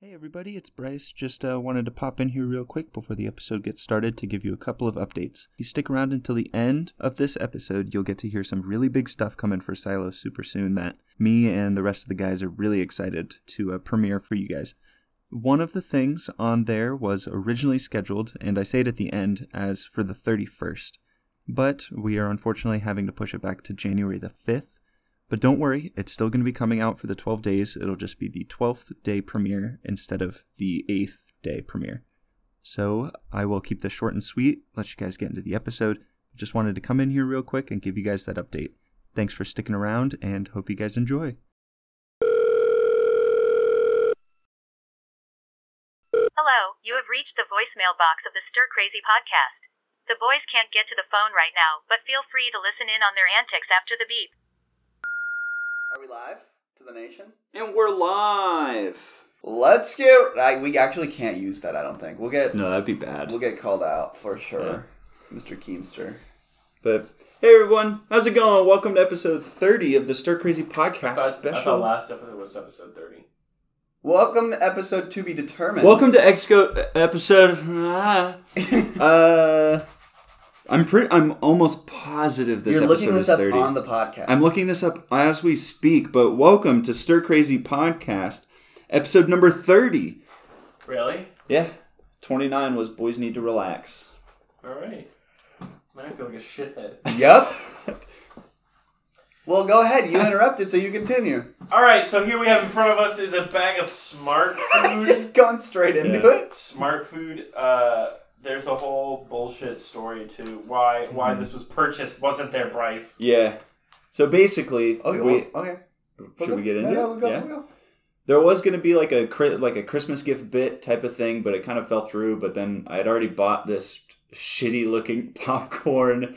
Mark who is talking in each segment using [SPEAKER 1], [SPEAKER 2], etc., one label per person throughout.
[SPEAKER 1] Hey everybody, it's Bryce. Just uh, wanted to pop in here real quick before the episode gets started to give you a couple of updates. If you stick around until the end of this episode, you'll get to hear some really big stuff coming for Silo super soon that me and the rest of the guys are really excited to uh, premiere for you guys. One of the things on there was originally scheduled, and I say it at the end, as for the 31st. But we are unfortunately having to push it back to January the 5th. But don't worry, it's still going to be coming out for the 12 days. It'll just be the 12th day premiere instead of the 8th day premiere. So I will keep this short and sweet, let you guys get into the episode. Just wanted to come in here real quick and give you guys that update. Thanks for sticking around and hope you guys enjoy.
[SPEAKER 2] Hello, you have reached the voicemail box of the Stir Crazy podcast. The boys can't get to the phone right now, but feel free to listen in on their antics after the beep.
[SPEAKER 3] Are we live to the nation?
[SPEAKER 4] And we're live.
[SPEAKER 3] Let's get. I, we actually can't use that. I don't think we'll get.
[SPEAKER 4] No, that'd be bad.
[SPEAKER 3] We'll get called out for sure, Mr. Keemster.
[SPEAKER 1] But hey everyone, how's it going? Welcome to episode 30 of the Stir Crazy Podcast
[SPEAKER 5] I thought,
[SPEAKER 4] uh,
[SPEAKER 5] I thought
[SPEAKER 1] special.
[SPEAKER 5] last episode was episode 30.
[SPEAKER 3] Welcome to episode to be determined.
[SPEAKER 1] Welcome to Exco episode. ah. uh, I'm pretty. I'm almost positive this
[SPEAKER 3] You're
[SPEAKER 1] episode
[SPEAKER 3] looking this
[SPEAKER 1] is
[SPEAKER 3] up
[SPEAKER 1] 30.
[SPEAKER 3] on the podcast.
[SPEAKER 1] I'm looking this up as we speak. But welcome to Stir Crazy Podcast, episode number 30.
[SPEAKER 5] Really?
[SPEAKER 1] Yeah, 29 was Boys Need to Relax.
[SPEAKER 5] Alright. Man, I feel like a shithead.
[SPEAKER 3] Yep. well, go ahead. You interrupted, so you continue.
[SPEAKER 5] Alright, so here we have in front of us is a bag of smart food.
[SPEAKER 3] Just going straight into
[SPEAKER 1] Yeah.
[SPEAKER 3] it.
[SPEAKER 5] Smart food. Uh, there's a whole bullshit story to why why this was purchased wasn't there, Bryce.
[SPEAKER 1] Yeah. So basically,
[SPEAKER 3] Okay.
[SPEAKER 1] we,
[SPEAKER 3] well, okay.
[SPEAKER 1] should we get
[SPEAKER 3] No,
[SPEAKER 1] into
[SPEAKER 3] no,
[SPEAKER 1] it?
[SPEAKER 3] we go,
[SPEAKER 1] yeah.
[SPEAKER 3] we go.
[SPEAKER 1] There was going to be like a Chri- like a Christmas gift bit type of thing, but it kind of fell through. But then I had already bought this shitty looking popcorn,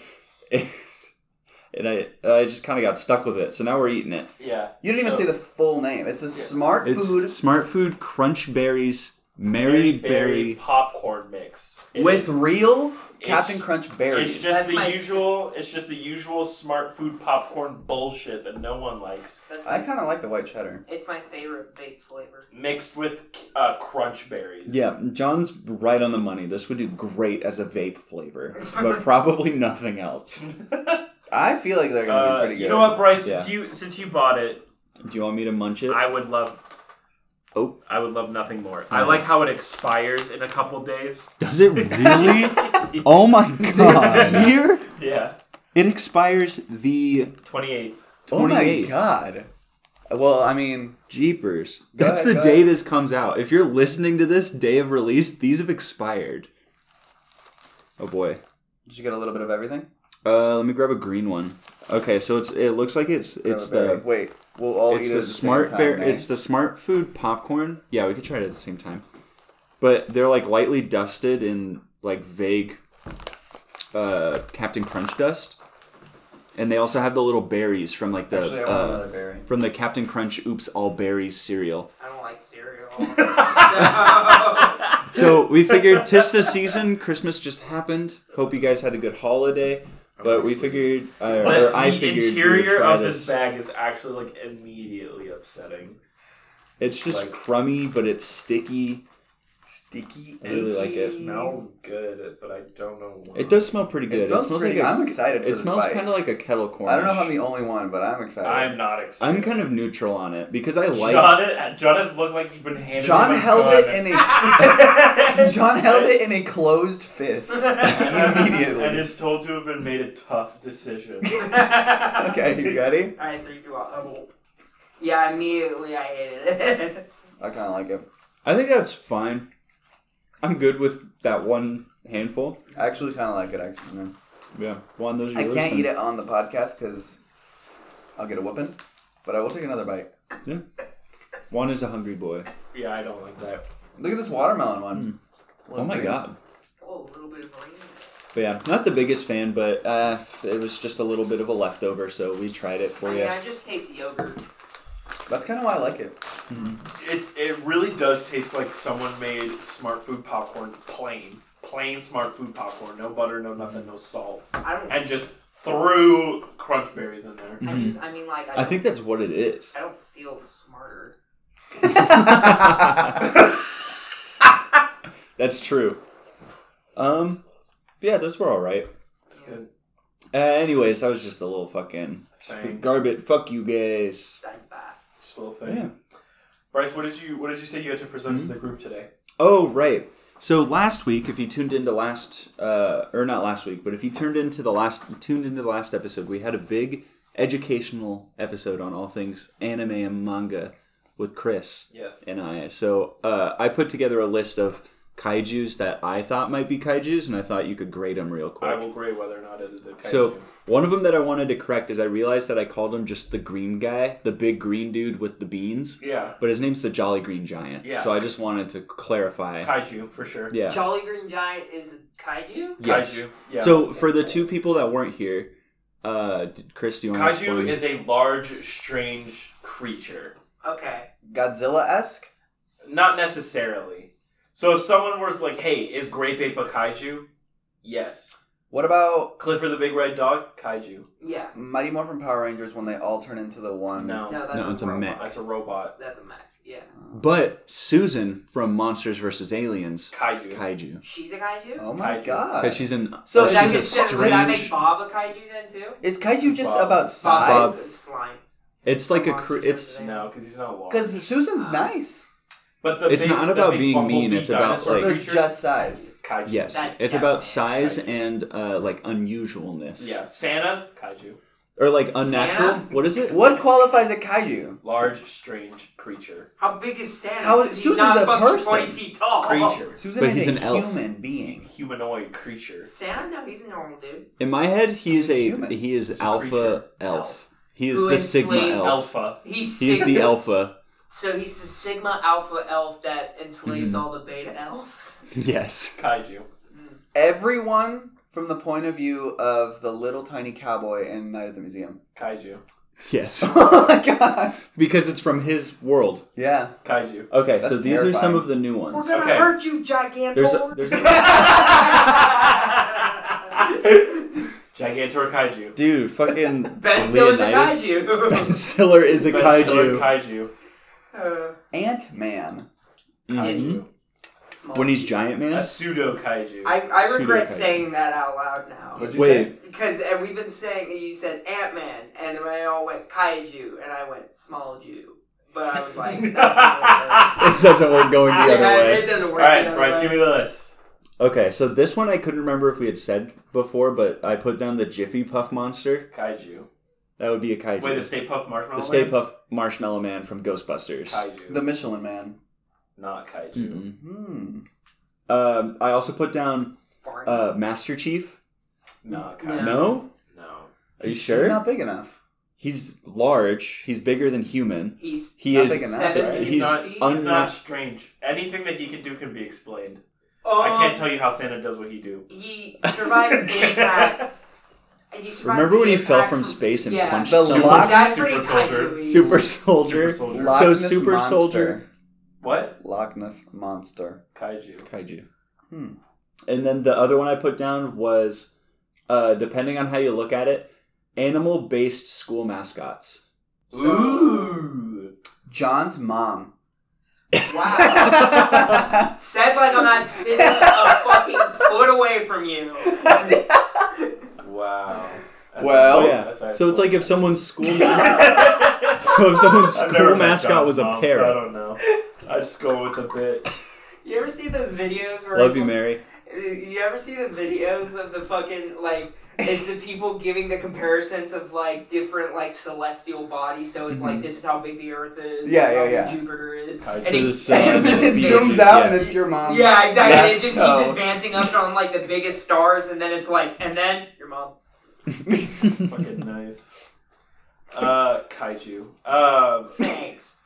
[SPEAKER 1] and, and I I just kind of got stuck with it. So now we're eating it.
[SPEAKER 5] Yeah.
[SPEAKER 3] You didn't even
[SPEAKER 5] So-
[SPEAKER 3] say the full name. It's a smart
[SPEAKER 1] It's
[SPEAKER 3] food
[SPEAKER 1] smart food crunch berries,
[SPEAKER 5] Berry,
[SPEAKER 1] Mary
[SPEAKER 5] berry
[SPEAKER 1] berry.
[SPEAKER 5] popcorn mix. It
[SPEAKER 3] with
[SPEAKER 5] is-
[SPEAKER 3] real
[SPEAKER 5] it's-
[SPEAKER 3] Captain Crunch berries.
[SPEAKER 5] It's just the usual. It's just the usual smart food popcorn bullshit that no one likes,
[SPEAKER 6] That's my,
[SPEAKER 3] I kind of like the white cheddar.
[SPEAKER 6] it's my favorite vape flavor.
[SPEAKER 5] mixed with uh, crunch berries.
[SPEAKER 1] Yeah, John's right on the money. This would do great as a vape flavor, but probably nothing else.
[SPEAKER 3] I feel like they're gonna
[SPEAKER 5] Uh,
[SPEAKER 3] be pretty good.
[SPEAKER 5] You know what, Bryce?
[SPEAKER 1] Yeah.
[SPEAKER 5] Since you since you bought it,
[SPEAKER 1] Do you want me to munch it?
[SPEAKER 5] I would love.
[SPEAKER 1] Oh.
[SPEAKER 5] I would love nothing more. I
[SPEAKER 1] Mm-hmm.
[SPEAKER 5] like how it expires in a couple days.
[SPEAKER 1] Does it really? oh my god! Here
[SPEAKER 5] Yeah,
[SPEAKER 1] it expires the
[SPEAKER 5] twenty eighth.
[SPEAKER 3] Oh my
[SPEAKER 1] 28th.
[SPEAKER 3] god. Well, I mean,
[SPEAKER 1] Jeepers.
[SPEAKER 3] Go
[SPEAKER 1] That's
[SPEAKER 3] ahead,
[SPEAKER 1] the
[SPEAKER 3] go
[SPEAKER 1] day
[SPEAKER 3] ahead.
[SPEAKER 1] this comes out. If you're listening to this day of release, these have expired. Oh boy.
[SPEAKER 3] did you get a little bit of everything?
[SPEAKER 1] Uh, let me grab a green one. Okay, so it's it looks like it's it's
[SPEAKER 3] Grab a berry.
[SPEAKER 1] the
[SPEAKER 3] wait. We'll all
[SPEAKER 1] it's
[SPEAKER 3] eat it
[SPEAKER 1] the
[SPEAKER 3] at the
[SPEAKER 1] smart
[SPEAKER 3] same
[SPEAKER 1] bear
[SPEAKER 3] time, eh?
[SPEAKER 1] it's the smart food popcorn. Yeah, we could try it at the same time. But they're like lightly dusted in like vague uh Captain Crunch dust. And they also have the little berries from like the
[SPEAKER 3] Actually, I want
[SPEAKER 1] uh,
[SPEAKER 3] another berry.
[SPEAKER 1] from the Captain Crunch Oops All Berries cereal.
[SPEAKER 6] I don't like cereal.
[SPEAKER 1] So we figured tis the season. Christmas just happened. Hope you guys had a good holiday. But we figured, uh,
[SPEAKER 5] The,
[SPEAKER 1] or I figured, we would
[SPEAKER 5] interior
[SPEAKER 1] try
[SPEAKER 5] of this bag is actually like immediately upsetting.
[SPEAKER 1] It's just
[SPEAKER 5] like-
[SPEAKER 1] crummy, but it's sticky.
[SPEAKER 3] Sticky.
[SPEAKER 1] I really like it.
[SPEAKER 5] Smells good, but I don't know. Why.
[SPEAKER 1] It does smell pretty good.
[SPEAKER 3] It smells, pretty.
[SPEAKER 1] like
[SPEAKER 3] i
[SPEAKER 1] a-
[SPEAKER 3] I'm excited for
[SPEAKER 1] It
[SPEAKER 3] this
[SPEAKER 1] smells
[SPEAKER 3] bite.
[SPEAKER 1] kind of like a kettle corn.
[SPEAKER 3] I don't know if I'm the only one, but I'm excited.
[SPEAKER 5] I'm not excited.
[SPEAKER 1] I'm kind of neutral on it because I like.
[SPEAKER 5] John, John has looked like he's been handed.
[SPEAKER 3] John
[SPEAKER 5] him a
[SPEAKER 3] held
[SPEAKER 5] gun.
[SPEAKER 3] it in a John held it in a closed fist
[SPEAKER 5] and
[SPEAKER 3] immediately.
[SPEAKER 5] is told to have been made a tough decision.
[SPEAKER 3] Okay, you ready?
[SPEAKER 6] All right, three, two, one. Oh. Yeah, immediately I hated it.
[SPEAKER 3] I kind of like it.
[SPEAKER 1] I think that's fine. I'm good with that one handful.
[SPEAKER 3] I actually kind of like it. Actually, man.
[SPEAKER 1] Yeah, one those.
[SPEAKER 3] I can't eat it on the podcast because I'll get a whooping. But I will take another bite.
[SPEAKER 1] One is a hungry boy.
[SPEAKER 5] yeah, I don't like that.
[SPEAKER 3] Look at this watermelon one.
[SPEAKER 1] Oh my god.
[SPEAKER 6] oh, a little bit of green.
[SPEAKER 1] But yeah, not the biggest fan, but uh, it was just a little bit of a leftover, so we tried it for
[SPEAKER 6] I
[SPEAKER 1] you.
[SPEAKER 6] mean, I just taste yogurt.
[SPEAKER 3] That's kind of why I like it.
[SPEAKER 5] It, it really does taste like someone made smart food popcorn plain. Plain smart food popcorn. No butter, no nothing, no salt.
[SPEAKER 6] I don't.
[SPEAKER 5] And just threw crunch berries in there.
[SPEAKER 6] I just. I mean, like. I,
[SPEAKER 1] mm-hmm. I think
[SPEAKER 6] don't-
[SPEAKER 1] that's what it is.
[SPEAKER 6] I don't feel smarter.
[SPEAKER 1] That's true. Um, yeah, those were all right.
[SPEAKER 5] It's good.
[SPEAKER 1] Uh, anyways, that was just a little fucking
[SPEAKER 5] Thing.
[SPEAKER 1] garbage. Fuck you guys.
[SPEAKER 6] Sci-fi.
[SPEAKER 5] Just a little thing.
[SPEAKER 1] Yeah. Mm-hmm.
[SPEAKER 5] Bryce, what did you what did you say you had to present to the group today?
[SPEAKER 1] Oh right. So last week, if you tuned into last, uh, or not last week, but if you tuned into the last, tuned into the last episode, we had a big educational episode on all things anime and manga with Chris.
[SPEAKER 5] Yes.
[SPEAKER 1] And I. So uh, I put together a list of kaiju's that I thought might be kaiju's, and I thought you could grade them real quick.
[SPEAKER 5] I will grade whether or not it is a kaiju.
[SPEAKER 1] So one of them that I wanted to correct is I realized that I called him just the green guy, the big green dude with the beans.
[SPEAKER 5] yeah,
[SPEAKER 1] But his name's the Jolly Green Giant.
[SPEAKER 5] Yeah.
[SPEAKER 1] So I just wanted to clarify.
[SPEAKER 5] kaiju for sure.
[SPEAKER 1] yeah.
[SPEAKER 6] Jolly Green Giant is a kaiju?
[SPEAKER 1] Yes.
[SPEAKER 5] Kaiju. Yeah.
[SPEAKER 1] So for the two people that weren't here, uh, d- Chris, do you want to
[SPEAKER 5] kaiju is a large, strange creature.
[SPEAKER 6] Okay.
[SPEAKER 3] Godzilla esque.
[SPEAKER 5] Not necessarily. So if someone was like, "Hey, is Grape Ape a kaiju?" Yes.
[SPEAKER 3] What about
[SPEAKER 5] Clifford the Big Red Dog, kaiju.
[SPEAKER 6] Yeah.
[SPEAKER 3] Mighty Morphin Power Rangers when they all turn into the one?
[SPEAKER 5] No,
[SPEAKER 6] No, that's
[SPEAKER 1] No,
[SPEAKER 6] a
[SPEAKER 1] it's a
[SPEAKER 6] robot.
[SPEAKER 1] mech. Oh.
[SPEAKER 5] that's a robot.
[SPEAKER 6] That's a Mac. Yeah.
[SPEAKER 1] But Susan from Monsters vs. Aliens,
[SPEAKER 5] Kaiju.
[SPEAKER 1] kaiju,
[SPEAKER 6] She's a kaiju?
[SPEAKER 3] Oh my
[SPEAKER 5] Kaiju.
[SPEAKER 3] god.
[SPEAKER 1] because she's an
[SPEAKER 3] So
[SPEAKER 1] uh,
[SPEAKER 6] Would
[SPEAKER 3] that
[SPEAKER 1] she's a
[SPEAKER 6] make- would that make
[SPEAKER 1] strange.
[SPEAKER 6] Bob a kaiju then too?
[SPEAKER 3] Is kaiju just
[SPEAKER 5] Bob.
[SPEAKER 3] about
[SPEAKER 6] Bob is a
[SPEAKER 3] size?
[SPEAKER 6] slime.
[SPEAKER 1] It's like a cr-
[SPEAKER 6] Monsters
[SPEAKER 1] it's
[SPEAKER 6] versus Aliens.
[SPEAKER 5] No, because he's not large.
[SPEAKER 3] Because Susan's nice.
[SPEAKER 5] But the
[SPEAKER 1] It's
[SPEAKER 5] big-
[SPEAKER 1] not
[SPEAKER 5] the
[SPEAKER 1] about
[SPEAKER 5] big
[SPEAKER 1] being
[SPEAKER 5] bumblebee
[SPEAKER 1] mean, it's about,
[SPEAKER 5] dinosaur
[SPEAKER 1] like-
[SPEAKER 3] So
[SPEAKER 5] creature,
[SPEAKER 3] it's just size.
[SPEAKER 5] kaiju.
[SPEAKER 1] yes,
[SPEAKER 6] That's
[SPEAKER 1] it's about
[SPEAKER 6] definitely
[SPEAKER 1] size
[SPEAKER 6] kaiju.
[SPEAKER 1] and uh, like unusualness.
[SPEAKER 5] Yeah, Santa, kaiju,
[SPEAKER 1] or like unnatural.
[SPEAKER 6] Santa?
[SPEAKER 1] What is it?
[SPEAKER 3] What qualifies a kaiju?
[SPEAKER 5] large, strange creature.
[SPEAKER 6] How big is Santa?
[SPEAKER 3] How is-
[SPEAKER 6] 'Cause he's
[SPEAKER 3] Susan's
[SPEAKER 6] not
[SPEAKER 3] a
[SPEAKER 6] fucking
[SPEAKER 3] person.
[SPEAKER 6] twenty feet
[SPEAKER 3] Oh,
[SPEAKER 6] tall.
[SPEAKER 5] Creature.
[SPEAKER 3] Susan
[SPEAKER 1] But
[SPEAKER 3] is
[SPEAKER 1] he's
[SPEAKER 3] a
[SPEAKER 1] an elf.
[SPEAKER 3] human being.
[SPEAKER 5] Humanoid creature.
[SPEAKER 6] Santa? No, he's a normal dude.
[SPEAKER 1] In my head, he is
[SPEAKER 3] He's
[SPEAKER 1] a
[SPEAKER 3] human.
[SPEAKER 1] he is
[SPEAKER 5] a
[SPEAKER 1] alpha
[SPEAKER 5] creature.
[SPEAKER 1] elf. He is
[SPEAKER 6] Who
[SPEAKER 1] the
[SPEAKER 6] is
[SPEAKER 1] sigma
[SPEAKER 6] slave
[SPEAKER 1] elf.
[SPEAKER 5] Alpha.
[SPEAKER 6] He's
[SPEAKER 1] He is
[SPEAKER 6] Sigma-
[SPEAKER 1] the alpha.
[SPEAKER 6] So he's the Sigma Alpha elf that enslaves
[SPEAKER 1] Mm-hmm.
[SPEAKER 6] all the beta elves.
[SPEAKER 1] Yes.
[SPEAKER 5] Kaiju.
[SPEAKER 3] Everyone from the point of view of the little tiny cowboy in Night at the Museum.
[SPEAKER 5] Kaiju.
[SPEAKER 1] Yes.
[SPEAKER 3] oh my god.
[SPEAKER 1] because it's from his world.
[SPEAKER 3] Yeah.
[SPEAKER 5] Kaiju.
[SPEAKER 1] Okay, so
[SPEAKER 3] That's
[SPEAKER 1] these are some
[SPEAKER 3] terrifying.
[SPEAKER 1] of the new
[SPEAKER 6] We're
[SPEAKER 1] ones.
[SPEAKER 6] gonna
[SPEAKER 5] Okay.
[SPEAKER 6] hurt you, gigantor.
[SPEAKER 1] There's a, there's a-
[SPEAKER 5] Gigantor kaiju.
[SPEAKER 1] dude, fucking
[SPEAKER 6] ben Stiller's a
[SPEAKER 1] Leonidas- Ben
[SPEAKER 6] kaiju.
[SPEAKER 1] Stiller is a
[SPEAKER 5] Ben Stiller,
[SPEAKER 1] kaiju.
[SPEAKER 5] kaiju.
[SPEAKER 6] uh,
[SPEAKER 3] Ant Man.
[SPEAKER 1] Mhm.
[SPEAKER 5] Kaiju.
[SPEAKER 6] small.
[SPEAKER 1] When he's giant man.
[SPEAKER 5] A pseudo kaiju.
[SPEAKER 6] I, I
[SPEAKER 1] Pseudo-kaiju.
[SPEAKER 6] regret saying that out loud now.
[SPEAKER 1] Wait,
[SPEAKER 6] Because and we've been saying you said Ant Man, and then I all went kaiju, and I went small Jew. But I was like, no, it doesn't work.
[SPEAKER 1] it doesn't work going the other
[SPEAKER 6] Yeah, it
[SPEAKER 1] way.
[SPEAKER 6] doesn't work.
[SPEAKER 5] All right,
[SPEAKER 6] the other
[SPEAKER 5] Bryce,
[SPEAKER 6] way.
[SPEAKER 5] give me the list.
[SPEAKER 1] Okay, so this one I couldn't remember if we had said before, but I put down the Jiffy Puff monster.
[SPEAKER 5] Kaiju.
[SPEAKER 1] That would be a kaiju.
[SPEAKER 5] Wait, the Stay Puff Marshmallow.
[SPEAKER 1] the Stay
[SPEAKER 5] Man?
[SPEAKER 1] Puff Marshmallow Man from Ghostbusters.
[SPEAKER 5] Kaiju.
[SPEAKER 3] The Michelin Man.
[SPEAKER 5] Not kaiju.
[SPEAKER 1] Mhm.
[SPEAKER 3] Hmm.
[SPEAKER 1] Um, I also put down uh, Master Chief.
[SPEAKER 5] Not
[SPEAKER 6] No.
[SPEAKER 5] kaiju.
[SPEAKER 1] No,
[SPEAKER 5] No.
[SPEAKER 1] are you
[SPEAKER 3] He's-
[SPEAKER 1] sure?
[SPEAKER 3] He's not big enough.
[SPEAKER 1] He's large. He's bigger than human.
[SPEAKER 6] he's
[SPEAKER 1] He
[SPEAKER 3] Not
[SPEAKER 1] is
[SPEAKER 3] big enough,
[SPEAKER 6] seven
[SPEAKER 3] right?
[SPEAKER 6] feet.
[SPEAKER 5] He's not,
[SPEAKER 6] feet.
[SPEAKER 1] un-
[SPEAKER 5] he's not strange. Anything that he can do can be explained.
[SPEAKER 1] Oh!
[SPEAKER 5] I can't tell you how Santa does what he do.
[SPEAKER 6] Oh, He survived the impact. He survived
[SPEAKER 1] Remember
[SPEAKER 6] the
[SPEAKER 1] when he fell
[SPEAKER 6] impact
[SPEAKER 1] from space and
[SPEAKER 6] yeah.
[SPEAKER 1] punched
[SPEAKER 3] The
[SPEAKER 1] someone?
[SPEAKER 3] lock-
[SPEAKER 6] That's
[SPEAKER 5] Super
[SPEAKER 6] pretty
[SPEAKER 5] soldier.
[SPEAKER 6] kaiju.
[SPEAKER 1] Super soldier.
[SPEAKER 5] Super soldier.
[SPEAKER 1] Lock- So Super
[SPEAKER 3] Monster.
[SPEAKER 1] Soldier.
[SPEAKER 5] What?
[SPEAKER 3] Loch Ness Monster.
[SPEAKER 5] Kaiju.
[SPEAKER 1] Kaiju.
[SPEAKER 3] Hmm.
[SPEAKER 1] And then the other one I put down was, uh, depending on how you look at it, animal-based school mascots.
[SPEAKER 5] Ooh.
[SPEAKER 3] John's mom.
[SPEAKER 6] Wow. Said like I'm not sitting a fucking foot away from you.
[SPEAKER 5] Wow. That's
[SPEAKER 1] Oh,
[SPEAKER 5] cool.
[SPEAKER 1] yeah.
[SPEAKER 5] That's actually
[SPEAKER 1] So it's like
[SPEAKER 5] cool.
[SPEAKER 1] if someone's school mascot, so if someone's
[SPEAKER 5] I've never
[SPEAKER 1] school
[SPEAKER 5] met
[SPEAKER 1] mascot
[SPEAKER 5] John's
[SPEAKER 1] was a
[SPEAKER 5] mom, so I
[SPEAKER 1] parrot.
[SPEAKER 5] don't know. I just go with the bit.
[SPEAKER 6] You ever see those videos where
[SPEAKER 1] Love
[SPEAKER 6] it's
[SPEAKER 1] you,
[SPEAKER 6] like-
[SPEAKER 1] Mary.
[SPEAKER 6] You ever see the videos of the fucking like? It's the people giving the comparisons of like different like celestial bodies. So it's
[SPEAKER 1] Mm-hmm.
[SPEAKER 6] like this is how big the Earth is.
[SPEAKER 3] Yeah, yeah,
[SPEAKER 6] this is how big
[SPEAKER 3] yeah.
[SPEAKER 6] Jupiter is.
[SPEAKER 1] To
[SPEAKER 6] he-
[SPEAKER 1] the sun.
[SPEAKER 6] and
[SPEAKER 3] it
[SPEAKER 6] he-
[SPEAKER 3] zooms
[SPEAKER 1] Beaches,
[SPEAKER 3] out
[SPEAKER 1] yeah.
[SPEAKER 3] and it's your mom.
[SPEAKER 6] yeah, exactly. It just
[SPEAKER 3] That's
[SPEAKER 6] keeps advancing up on like the biggest stars, and then it's like, and then your mom.
[SPEAKER 5] Fucking nice. Uh, kaiju. Um,
[SPEAKER 6] Thanks.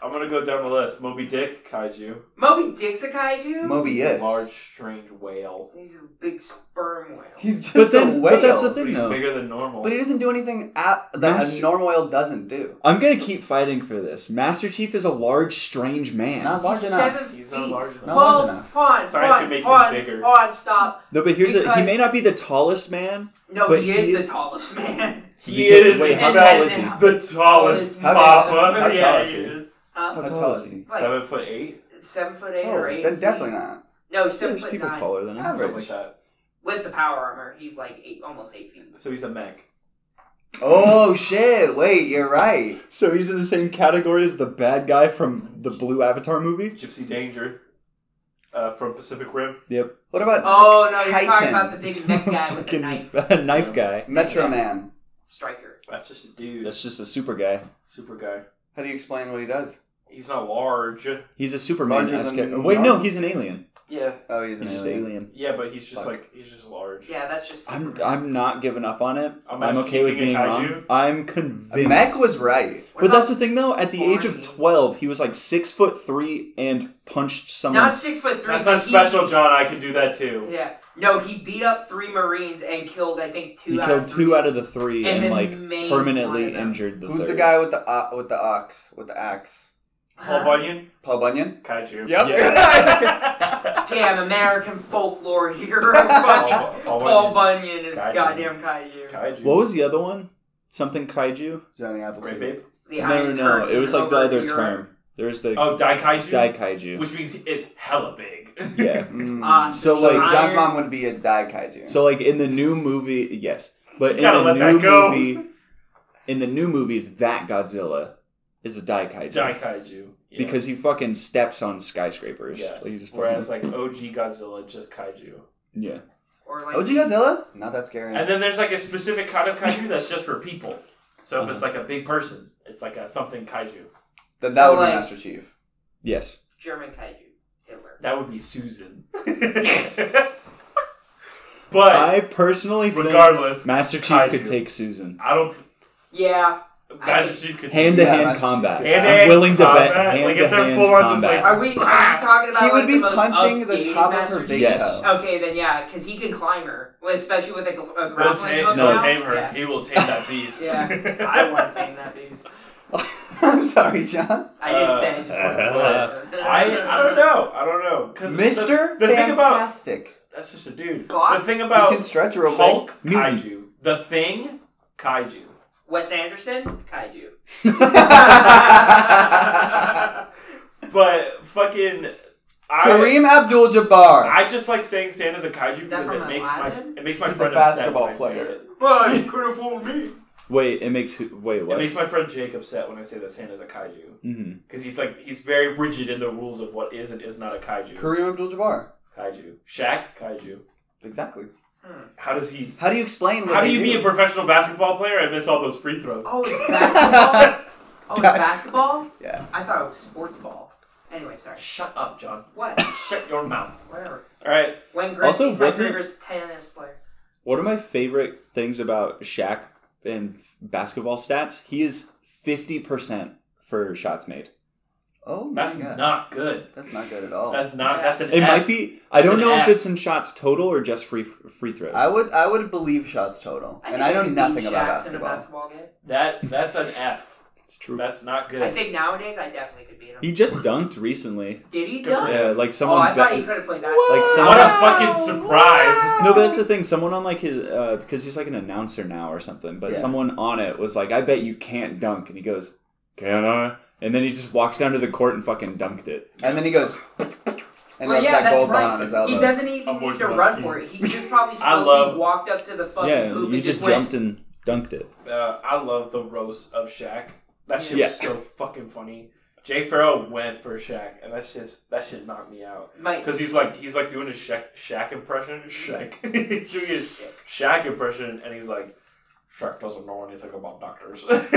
[SPEAKER 5] I'm gonna go down the list. Moby Dick, kaiju.
[SPEAKER 6] Moby Dick's a kaiju.
[SPEAKER 3] Moby is.
[SPEAKER 5] Large, strange whale.
[SPEAKER 6] He's a big sperm whale.
[SPEAKER 3] He's just
[SPEAKER 1] But then-
[SPEAKER 3] a whale.
[SPEAKER 1] but that's the
[SPEAKER 5] But
[SPEAKER 1] thing,
[SPEAKER 5] he's
[SPEAKER 1] though.
[SPEAKER 5] bigger than normal.
[SPEAKER 3] But he doesn't do anything at, that
[SPEAKER 1] Master-
[SPEAKER 3] a normal whale doesn't do.
[SPEAKER 1] I'm gonna keep fighting for this. Master Chief is a large, strange man.
[SPEAKER 3] Not large
[SPEAKER 6] He's
[SPEAKER 3] enough.
[SPEAKER 6] seven
[SPEAKER 5] He's
[SPEAKER 6] feet.
[SPEAKER 5] not large enough.
[SPEAKER 3] No.
[SPEAKER 6] well,
[SPEAKER 3] large enough.
[SPEAKER 6] hold on,
[SPEAKER 5] Science
[SPEAKER 6] hold on,
[SPEAKER 5] can make him
[SPEAKER 6] hold on,
[SPEAKER 5] bigger.
[SPEAKER 6] hold on, stop.
[SPEAKER 1] No, but here's the he
[SPEAKER 6] Because-
[SPEAKER 1] may not be the tallest man.
[SPEAKER 6] No,
[SPEAKER 1] But
[SPEAKER 6] he, is
[SPEAKER 1] he-
[SPEAKER 6] the tallest man.
[SPEAKER 5] He is
[SPEAKER 1] Wait, how
[SPEAKER 6] And-
[SPEAKER 1] tall
[SPEAKER 6] and-
[SPEAKER 1] is he?
[SPEAKER 6] and-
[SPEAKER 5] the tallest
[SPEAKER 3] How
[SPEAKER 5] papa.
[SPEAKER 3] tall- how
[SPEAKER 5] yeah,
[SPEAKER 3] tall is
[SPEAKER 5] he
[SPEAKER 3] he?
[SPEAKER 5] is.
[SPEAKER 6] Huh?
[SPEAKER 3] How tall is he?
[SPEAKER 6] Like
[SPEAKER 5] Seven foot eight.
[SPEAKER 6] Uh, seven foot eight
[SPEAKER 3] Oh,
[SPEAKER 6] or eight.
[SPEAKER 3] then
[SPEAKER 6] feet.
[SPEAKER 3] definitely not.
[SPEAKER 6] No, he's seven
[SPEAKER 1] There's
[SPEAKER 6] foot
[SPEAKER 1] people
[SPEAKER 6] nine.
[SPEAKER 1] taller than him.
[SPEAKER 5] Something like that.
[SPEAKER 6] With the power armor, he's like eight, almost eight feet.
[SPEAKER 5] So he's a mech.
[SPEAKER 3] Oh shit! Wait, you're right.
[SPEAKER 1] So he's in the same category as the bad guy from the Blue Avatar movie.
[SPEAKER 5] Gypsy Danger uh, from Pacific Rim.
[SPEAKER 1] Yep.
[SPEAKER 3] What about?
[SPEAKER 6] Oh no, you're talking
[SPEAKER 3] Titan.
[SPEAKER 6] about the big neck guy with the knife
[SPEAKER 1] Fucking knife guy.
[SPEAKER 3] Metro Man.
[SPEAKER 6] striker.
[SPEAKER 5] That's just a dude.
[SPEAKER 1] That's just a super guy.
[SPEAKER 5] Super guy.
[SPEAKER 3] How do you explain what he does?
[SPEAKER 5] He's not large.
[SPEAKER 1] He's a Superman.
[SPEAKER 3] Larger than
[SPEAKER 1] guy. Wait, no,
[SPEAKER 3] Marvel?
[SPEAKER 1] he's an alien.
[SPEAKER 5] Yeah.
[SPEAKER 3] Oh, he's, an
[SPEAKER 1] He's just
[SPEAKER 3] alien.
[SPEAKER 1] alien.
[SPEAKER 5] Yeah, but he's just
[SPEAKER 3] Fuck.
[SPEAKER 5] like he's just large.
[SPEAKER 6] Yeah, that's just.
[SPEAKER 1] I'm
[SPEAKER 6] Superman.
[SPEAKER 1] I'm not giving up on it. I'm,
[SPEAKER 5] I'm actually
[SPEAKER 1] okay with
[SPEAKER 5] keeping
[SPEAKER 1] being
[SPEAKER 5] it kaiju.
[SPEAKER 1] wrong. I'm
[SPEAKER 3] A
[SPEAKER 1] convinced.
[SPEAKER 3] Mech was right.
[SPEAKER 6] What
[SPEAKER 1] But
[SPEAKER 6] about-
[SPEAKER 1] that's the thing, though. At the age of
[SPEAKER 6] Barney?
[SPEAKER 1] twelve, he was like six foot three and punched someone.
[SPEAKER 6] not six foot three.
[SPEAKER 5] That's
[SPEAKER 6] but
[SPEAKER 5] not
[SPEAKER 6] he-
[SPEAKER 5] special, John. I can do that too.
[SPEAKER 6] Yeah, no, he beat up three Marines and killed I think two.
[SPEAKER 1] He
[SPEAKER 6] out
[SPEAKER 1] killed
[SPEAKER 6] of three.
[SPEAKER 1] two out of the three
[SPEAKER 6] And
[SPEAKER 1] and,
[SPEAKER 6] then
[SPEAKER 1] like
[SPEAKER 6] maimed one
[SPEAKER 1] permanently
[SPEAKER 6] of them.
[SPEAKER 1] injured the
[SPEAKER 3] Who's
[SPEAKER 1] third.
[SPEAKER 3] the guy with the uh, with the ox with the axe?
[SPEAKER 5] Paul Bunyan,
[SPEAKER 3] Paul Bunyan.
[SPEAKER 5] kaiju.
[SPEAKER 3] Yep.
[SPEAKER 6] Damn, American folklore hero.
[SPEAKER 1] Oh,
[SPEAKER 5] Paul,
[SPEAKER 6] fucking
[SPEAKER 5] Paul
[SPEAKER 6] Paul
[SPEAKER 5] Bunyan.
[SPEAKER 6] Bunyan is
[SPEAKER 5] Kaiju.
[SPEAKER 6] goddamn kaiju.
[SPEAKER 5] Kaiju.
[SPEAKER 1] What was the other one? Something kaiju?
[SPEAKER 3] Johnny
[SPEAKER 5] Great
[SPEAKER 3] Appleseed.
[SPEAKER 5] babe.
[SPEAKER 6] The
[SPEAKER 1] no, no,
[SPEAKER 6] Iron
[SPEAKER 1] no.
[SPEAKER 6] Curtain
[SPEAKER 1] It was like the
[SPEAKER 6] over
[SPEAKER 1] other
[SPEAKER 6] Europe.
[SPEAKER 1] term. There was the
[SPEAKER 5] Oh, Dai Kaiju.
[SPEAKER 1] dai kaiju.
[SPEAKER 5] Which means it's hella big.
[SPEAKER 1] yeah.
[SPEAKER 3] Mm.
[SPEAKER 6] Ah,
[SPEAKER 1] So,
[SPEAKER 3] so
[SPEAKER 1] like,
[SPEAKER 3] John's
[SPEAKER 6] Iron-
[SPEAKER 3] mom would be a dai kaiju.
[SPEAKER 1] So like in the new movie, yes, but in
[SPEAKER 5] Gotta
[SPEAKER 1] the
[SPEAKER 5] let that
[SPEAKER 1] new
[SPEAKER 5] go.
[SPEAKER 1] movie, in the new movies, that Godzilla is a dai kaiju
[SPEAKER 5] Dai Kaiju. Yeah.
[SPEAKER 1] because he fucking steps on skyscrapers.
[SPEAKER 5] yes.
[SPEAKER 1] Like, he just fucking-
[SPEAKER 5] Whereas like OG Godzilla just kaiju.
[SPEAKER 1] yeah,
[SPEAKER 6] Or like
[SPEAKER 3] OG Godzilla? Not that scary.
[SPEAKER 5] And then there's like a specific kind of kaiju that's just for people. So if it's
[SPEAKER 1] Uh-huh.
[SPEAKER 5] like a big person, it's like a something kaiju.
[SPEAKER 3] Th- that
[SPEAKER 6] So,
[SPEAKER 3] would
[SPEAKER 6] like-
[SPEAKER 3] be Master Chief.
[SPEAKER 1] yes.
[SPEAKER 6] German kaiju. Hitler.
[SPEAKER 5] That would be Susan. but
[SPEAKER 1] I personally think
[SPEAKER 5] regardless,
[SPEAKER 1] Master Chief
[SPEAKER 5] kaiju.
[SPEAKER 1] could take Susan.
[SPEAKER 5] I don't.
[SPEAKER 6] Yeah.
[SPEAKER 5] Master Chief could.
[SPEAKER 1] Hand to
[SPEAKER 3] Yeah,
[SPEAKER 1] hand
[SPEAKER 3] Master
[SPEAKER 1] combat.
[SPEAKER 3] Chief.
[SPEAKER 5] Hand-to-hand
[SPEAKER 1] I'm willing to bet
[SPEAKER 5] combat, like,
[SPEAKER 1] hand
[SPEAKER 5] if
[SPEAKER 1] to
[SPEAKER 5] they're
[SPEAKER 1] hand
[SPEAKER 5] full on, just
[SPEAKER 1] combat.
[SPEAKER 5] like-
[SPEAKER 6] Are we, are
[SPEAKER 1] Ah!
[SPEAKER 6] we talking about
[SPEAKER 3] he
[SPEAKER 6] like
[SPEAKER 3] would be
[SPEAKER 6] the most
[SPEAKER 3] punching the
[SPEAKER 6] updated
[SPEAKER 3] top of
[SPEAKER 6] Master
[SPEAKER 3] her big
[SPEAKER 6] Chief?
[SPEAKER 1] Yes.
[SPEAKER 3] toe.
[SPEAKER 6] Okay, then yeah, because he can climb her, well, especially with like a, a
[SPEAKER 5] We'll
[SPEAKER 6] grappling
[SPEAKER 5] tame,
[SPEAKER 6] hook.
[SPEAKER 5] no,
[SPEAKER 6] now.
[SPEAKER 5] tame her.
[SPEAKER 6] Yeah.
[SPEAKER 5] He will tame that beast.
[SPEAKER 6] Yeah. I want to tame that beast.
[SPEAKER 3] I'm sorry, John.
[SPEAKER 6] I didn't
[SPEAKER 5] Uh,
[SPEAKER 6] say. I just wanted to
[SPEAKER 5] I, I don't know. I don't know. Cause the-
[SPEAKER 3] Mister
[SPEAKER 5] The, thing about
[SPEAKER 3] Fantastic.
[SPEAKER 5] that's just a dude.
[SPEAKER 6] Thoughts?
[SPEAKER 5] The thing
[SPEAKER 3] He
[SPEAKER 5] about
[SPEAKER 3] can stretch real big.
[SPEAKER 5] Hulk
[SPEAKER 1] Mutant.
[SPEAKER 5] kaiju. The thing kaiju.
[SPEAKER 6] Wes Anderson, kaiju.
[SPEAKER 5] But fucking I.
[SPEAKER 3] Kareem Abdul-Jabbar.
[SPEAKER 5] I just like saying Santa's a kaiju
[SPEAKER 6] that
[SPEAKER 5] because it
[SPEAKER 6] from
[SPEAKER 5] makes
[SPEAKER 6] Aladdin?
[SPEAKER 5] my it makes my
[SPEAKER 3] He's a
[SPEAKER 5] friend
[SPEAKER 3] basketball
[SPEAKER 5] upset when I say
[SPEAKER 3] player.
[SPEAKER 5] it.
[SPEAKER 6] well, you could have fooled me.
[SPEAKER 1] Wait, it makes who? Wait,
[SPEAKER 5] It
[SPEAKER 1] what?
[SPEAKER 5] makes my friend Jake upset when I say that Santa's a kaiju
[SPEAKER 1] hmm
[SPEAKER 5] because he's like he's very rigid in the rules of what is and is not a kaiju.
[SPEAKER 3] Kareem Abdul-Jabbar.
[SPEAKER 5] Kaiju. Shaq. Kaiju.
[SPEAKER 3] Exactly.
[SPEAKER 5] How does he?
[SPEAKER 3] How do you explain what
[SPEAKER 5] How do
[SPEAKER 3] they
[SPEAKER 5] you be a professional basketball player and miss all those free throws?
[SPEAKER 6] Oh, it's basketball. oh, it's basketball.
[SPEAKER 3] Yeah.
[SPEAKER 6] I thought it was sports ball. Anyway, sorry.
[SPEAKER 5] Shut up, John.
[SPEAKER 6] What?
[SPEAKER 5] Shut your mouth.
[SPEAKER 6] Whatever.
[SPEAKER 5] All right.
[SPEAKER 6] When Griffey's
[SPEAKER 1] Also,
[SPEAKER 6] my
[SPEAKER 1] wasn't-
[SPEAKER 6] favorite tennis player.
[SPEAKER 1] One of my favorite things about Shaq and basketball stats, he is fifty percent for shots made.
[SPEAKER 3] Oh my
[SPEAKER 5] That's
[SPEAKER 3] god.
[SPEAKER 5] not good.
[SPEAKER 3] That's not good at all.
[SPEAKER 5] That's not. That's an.
[SPEAKER 1] It
[SPEAKER 5] F.
[SPEAKER 1] might be. I
[SPEAKER 5] It's
[SPEAKER 1] don't
[SPEAKER 5] an
[SPEAKER 1] know
[SPEAKER 5] F.
[SPEAKER 1] if it's in shots total or just free free throws.
[SPEAKER 3] I would I would believe shots total,
[SPEAKER 6] I
[SPEAKER 3] and
[SPEAKER 6] think
[SPEAKER 3] I
[SPEAKER 6] you
[SPEAKER 3] know
[SPEAKER 6] could beat
[SPEAKER 3] nothing about
[SPEAKER 6] Shaqs in a
[SPEAKER 3] basketball.
[SPEAKER 6] basketball game.
[SPEAKER 5] That that's an F.
[SPEAKER 1] it's true.
[SPEAKER 5] That's not good.
[SPEAKER 6] I think nowadays I definitely could beat him.
[SPEAKER 1] he just dunked recently.
[SPEAKER 6] Did he
[SPEAKER 5] for
[SPEAKER 6] dunk?
[SPEAKER 5] him.
[SPEAKER 1] Yeah, like
[SPEAKER 6] Oh,
[SPEAKER 1] someone.
[SPEAKER 6] I thought
[SPEAKER 1] bet-
[SPEAKER 6] he could have played basketball.
[SPEAKER 1] Like someone.
[SPEAKER 5] what a
[SPEAKER 6] Oh,
[SPEAKER 5] fucking surprise!
[SPEAKER 1] no, but that's the thing. Someone on like his uh, because he's like an announcer now or something. But
[SPEAKER 3] Yeah.
[SPEAKER 1] someone on it was like, "I bet you can't dunk," and he goes, "Can I?" And then he just walks down to the court and fucking dunked it.
[SPEAKER 3] And then he goes and
[SPEAKER 6] well,
[SPEAKER 3] rubs
[SPEAKER 6] Oh, yeah,
[SPEAKER 3] that
[SPEAKER 6] that's
[SPEAKER 3] gold
[SPEAKER 6] right.
[SPEAKER 3] bond on his elbow.
[SPEAKER 6] He doesn't even
[SPEAKER 5] I'm
[SPEAKER 6] need
[SPEAKER 5] working
[SPEAKER 6] to
[SPEAKER 5] on
[SPEAKER 6] run
[SPEAKER 5] skiing.
[SPEAKER 6] for it. He just probably
[SPEAKER 5] I
[SPEAKER 6] slowly
[SPEAKER 5] love-
[SPEAKER 6] walked up to the fucking
[SPEAKER 1] yeah,
[SPEAKER 6] hoop
[SPEAKER 1] you
[SPEAKER 6] and
[SPEAKER 1] just
[SPEAKER 6] went,
[SPEAKER 1] jumped and dunked it.
[SPEAKER 5] Uh, I love the roast of Shaq. That shit
[SPEAKER 1] Yeah.
[SPEAKER 5] was so fucking funny. Jay Farrell went for Shaq, and that's just that shit knocked me out.
[SPEAKER 6] Mike,
[SPEAKER 5] Cause he's like he's like doing his Shaq, Shaq impression. Shaq, he's doing his Shaq impression, and he's like, Shaq doesn't know anything about doctors. Shrek,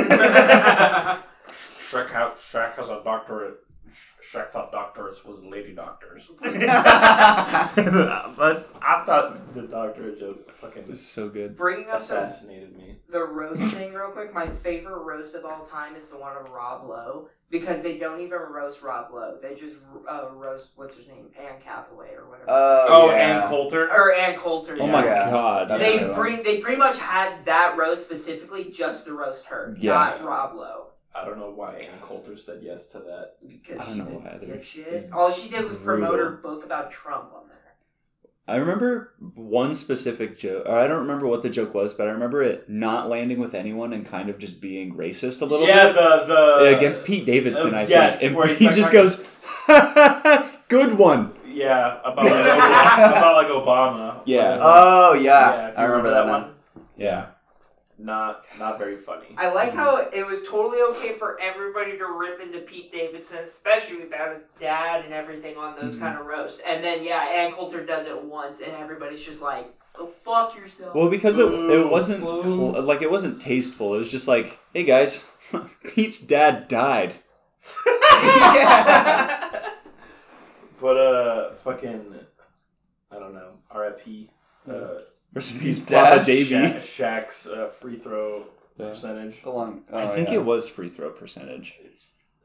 [SPEAKER 5] ha- Shrek has a doctorate. Sh- Shrek thought doctorates was lady doctors. That's- I thought the doctorate joke fucking
[SPEAKER 1] It's so good.
[SPEAKER 6] bringing up the,
[SPEAKER 5] assassinated me.
[SPEAKER 6] the roast thing real quick, my favorite roast of all time is the one of Rob Lowe because they don't even roast Rob Lowe. They just uh, roast, what's his name? Anne Hathaway or whatever.
[SPEAKER 3] Oh,
[SPEAKER 5] Oh,
[SPEAKER 3] yeah.
[SPEAKER 5] and Coulter.
[SPEAKER 6] or Ann Coulter.
[SPEAKER 1] Oh
[SPEAKER 6] yeah.
[SPEAKER 1] my
[SPEAKER 3] Yeah.
[SPEAKER 1] god.
[SPEAKER 3] That's
[SPEAKER 6] They
[SPEAKER 3] a good one.
[SPEAKER 6] bring they pretty much had that roast specifically just to roast her,
[SPEAKER 1] Yeah.
[SPEAKER 6] not Rob Lowe.
[SPEAKER 5] I don't know why Ann Coulter said yes to that.
[SPEAKER 1] I
[SPEAKER 6] Because
[SPEAKER 1] don't
[SPEAKER 6] she's a
[SPEAKER 1] know either. It's
[SPEAKER 6] dipshit. All she did was promote her book about Trump on there.
[SPEAKER 1] I remember one specific joke, or I don't remember what the joke was, but I remember it not landing with anyone and kind of just being racist a little
[SPEAKER 5] yeah,
[SPEAKER 1] bit
[SPEAKER 5] the the
[SPEAKER 1] against Pete Davidson.
[SPEAKER 5] uh,
[SPEAKER 1] I
[SPEAKER 5] yes,
[SPEAKER 1] think,
[SPEAKER 5] where
[SPEAKER 1] and
[SPEAKER 5] he's
[SPEAKER 1] he
[SPEAKER 5] like-
[SPEAKER 1] just goes, "Good one."
[SPEAKER 5] yeah, about like Obama, about like Obama.
[SPEAKER 1] Yeah.
[SPEAKER 5] Like,
[SPEAKER 3] Oh yeah,
[SPEAKER 5] yeah, if you
[SPEAKER 3] I remember that, one.
[SPEAKER 1] Yeah.
[SPEAKER 5] Not not very funny.
[SPEAKER 6] I like how it was totally okay for everybody to rip into Pete Davidson, especially about his dad and everything on those kind of roasts. And then yeah, Ann Coulter does it once, and everybody's just like, "Oh fuck yourself."
[SPEAKER 1] Well, because it, it wasn't
[SPEAKER 6] Ooh.
[SPEAKER 1] cl- like it wasn't tasteful. It was just like, hey guys, Pete's dad died.
[SPEAKER 5] But uh, fucking, I don't know. R.I.P. Uh,
[SPEAKER 1] Rest in peace,
[SPEAKER 3] dad?
[SPEAKER 1] Papa Davey.
[SPEAKER 5] Sha- Shaq's uh, free throw percentage.
[SPEAKER 3] The long- oh,
[SPEAKER 1] I think
[SPEAKER 3] yeah.
[SPEAKER 1] it was free throw percentage.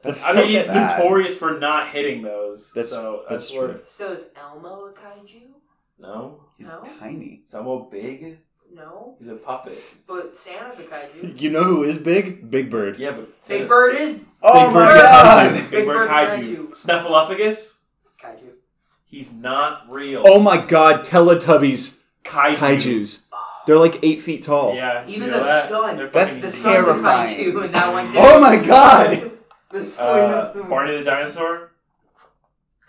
[SPEAKER 1] That's
[SPEAKER 5] I mean, he's
[SPEAKER 1] not bad.
[SPEAKER 5] notorious for not hitting those.
[SPEAKER 1] That's-
[SPEAKER 5] so
[SPEAKER 1] that's
[SPEAKER 5] where-
[SPEAKER 1] true.
[SPEAKER 6] so is Elmo a kaiju?
[SPEAKER 5] No,
[SPEAKER 3] He's
[SPEAKER 6] No?
[SPEAKER 3] tiny.
[SPEAKER 5] Samo big.
[SPEAKER 6] No,
[SPEAKER 5] He's a puppet.
[SPEAKER 6] but Santa's a kaiju.
[SPEAKER 1] You know who is big? Big Bird.
[SPEAKER 5] Yeah, but
[SPEAKER 6] Big Bird is
[SPEAKER 3] Oh
[SPEAKER 1] my
[SPEAKER 3] my
[SPEAKER 1] God.
[SPEAKER 3] god!
[SPEAKER 5] Big,
[SPEAKER 6] Big
[SPEAKER 5] Bird
[SPEAKER 6] Bird
[SPEAKER 5] kaiju.
[SPEAKER 6] kaiju.
[SPEAKER 5] Snuffleupagus.
[SPEAKER 6] kaiju.
[SPEAKER 5] He's not real.
[SPEAKER 1] Oh my God, Teletubbies,
[SPEAKER 5] kaiju.
[SPEAKER 1] kaiju's. They're like eight feet tall.
[SPEAKER 5] Yeah.
[SPEAKER 6] Even
[SPEAKER 5] you
[SPEAKER 6] the
[SPEAKER 5] know that?
[SPEAKER 6] sun.
[SPEAKER 5] They're
[SPEAKER 3] That's
[SPEAKER 5] fucking
[SPEAKER 6] The
[SPEAKER 3] He's
[SPEAKER 6] son's a
[SPEAKER 5] insane.
[SPEAKER 3] terrifying.
[SPEAKER 6] kaiju, and that one too.
[SPEAKER 3] Oh my god!
[SPEAKER 6] The story
[SPEAKER 5] Uh,
[SPEAKER 6] of the-
[SPEAKER 5] Barney the dinosaur.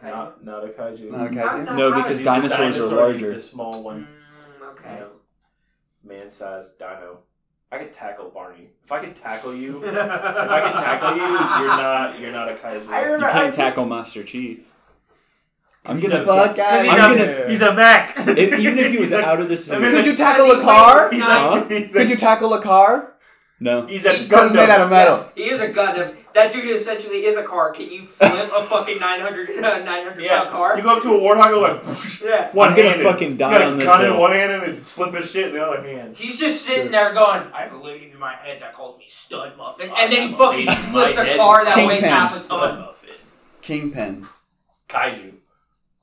[SPEAKER 6] Kaiju.
[SPEAKER 5] Not not a kaiju.
[SPEAKER 3] Not a
[SPEAKER 6] How's
[SPEAKER 3] kaiju.
[SPEAKER 6] that
[SPEAKER 1] No,
[SPEAKER 6] right?
[SPEAKER 1] because
[SPEAKER 5] He's a
[SPEAKER 1] dinosaurs are
[SPEAKER 5] dinosaur, he's
[SPEAKER 1] larger.
[SPEAKER 5] a small one.
[SPEAKER 6] Mm, okay.
[SPEAKER 5] Man-sized dino. I could tackle Barney. If I could tackle you, if I could tackle you, you're not you're not a kaiju.
[SPEAKER 6] I
[SPEAKER 1] You
[SPEAKER 6] remember. I
[SPEAKER 1] can't
[SPEAKER 6] just-
[SPEAKER 1] tackle Master Chief. I'm
[SPEAKER 5] He's
[SPEAKER 1] gonna
[SPEAKER 5] a-
[SPEAKER 3] Fuck out
[SPEAKER 5] Because he's,
[SPEAKER 1] I'm
[SPEAKER 5] a,
[SPEAKER 3] of
[SPEAKER 1] gonna-
[SPEAKER 3] here.
[SPEAKER 5] he's a Mac.
[SPEAKER 1] If- even if he was out of the zoo,
[SPEAKER 5] mean-
[SPEAKER 3] Could you tackle a car?
[SPEAKER 6] He's
[SPEAKER 1] Huh?
[SPEAKER 6] like,
[SPEAKER 3] Could you tackle a car?
[SPEAKER 1] no.
[SPEAKER 5] He's a
[SPEAKER 6] He's
[SPEAKER 3] Guns
[SPEAKER 5] Gundam.
[SPEAKER 3] made out of metal.
[SPEAKER 6] He is a Gundam. That dude essentially is a car. Can you flip a fucking 900, uh, 900
[SPEAKER 5] yeah.
[SPEAKER 6] pound car?
[SPEAKER 5] You go up to a warthog and like whoosh,
[SPEAKER 6] yeah.
[SPEAKER 5] one
[SPEAKER 1] I'm gonna
[SPEAKER 5] handed.
[SPEAKER 1] fucking die
[SPEAKER 5] you got a
[SPEAKER 1] on this
[SPEAKER 5] Gun in
[SPEAKER 1] hill.
[SPEAKER 5] one hand and then flipping shit in the other hand.
[SPEAKER 6] He's just sitting there going, I have a lady in my head that calls me stud muffin. And then he
[SPEAKER 5] I'm
[SPEAKER 6] fucking
[SPEAKER 5] a lady in my
[SPEAKER 6] flips a
[SPEAKER 5] head.
[SPEAKER 6] car that
[SPEAKER 3] King
[SPEAKER 6] weighs half a
[SPEAKER 3] Pam's
[SPEAKER 5] Stud
[SPEAKER 6] ton.
[SPEAKER 5] Muffin.
[SPEAKER 3] Kingpin.
[SPEAKER 5] Kaiju.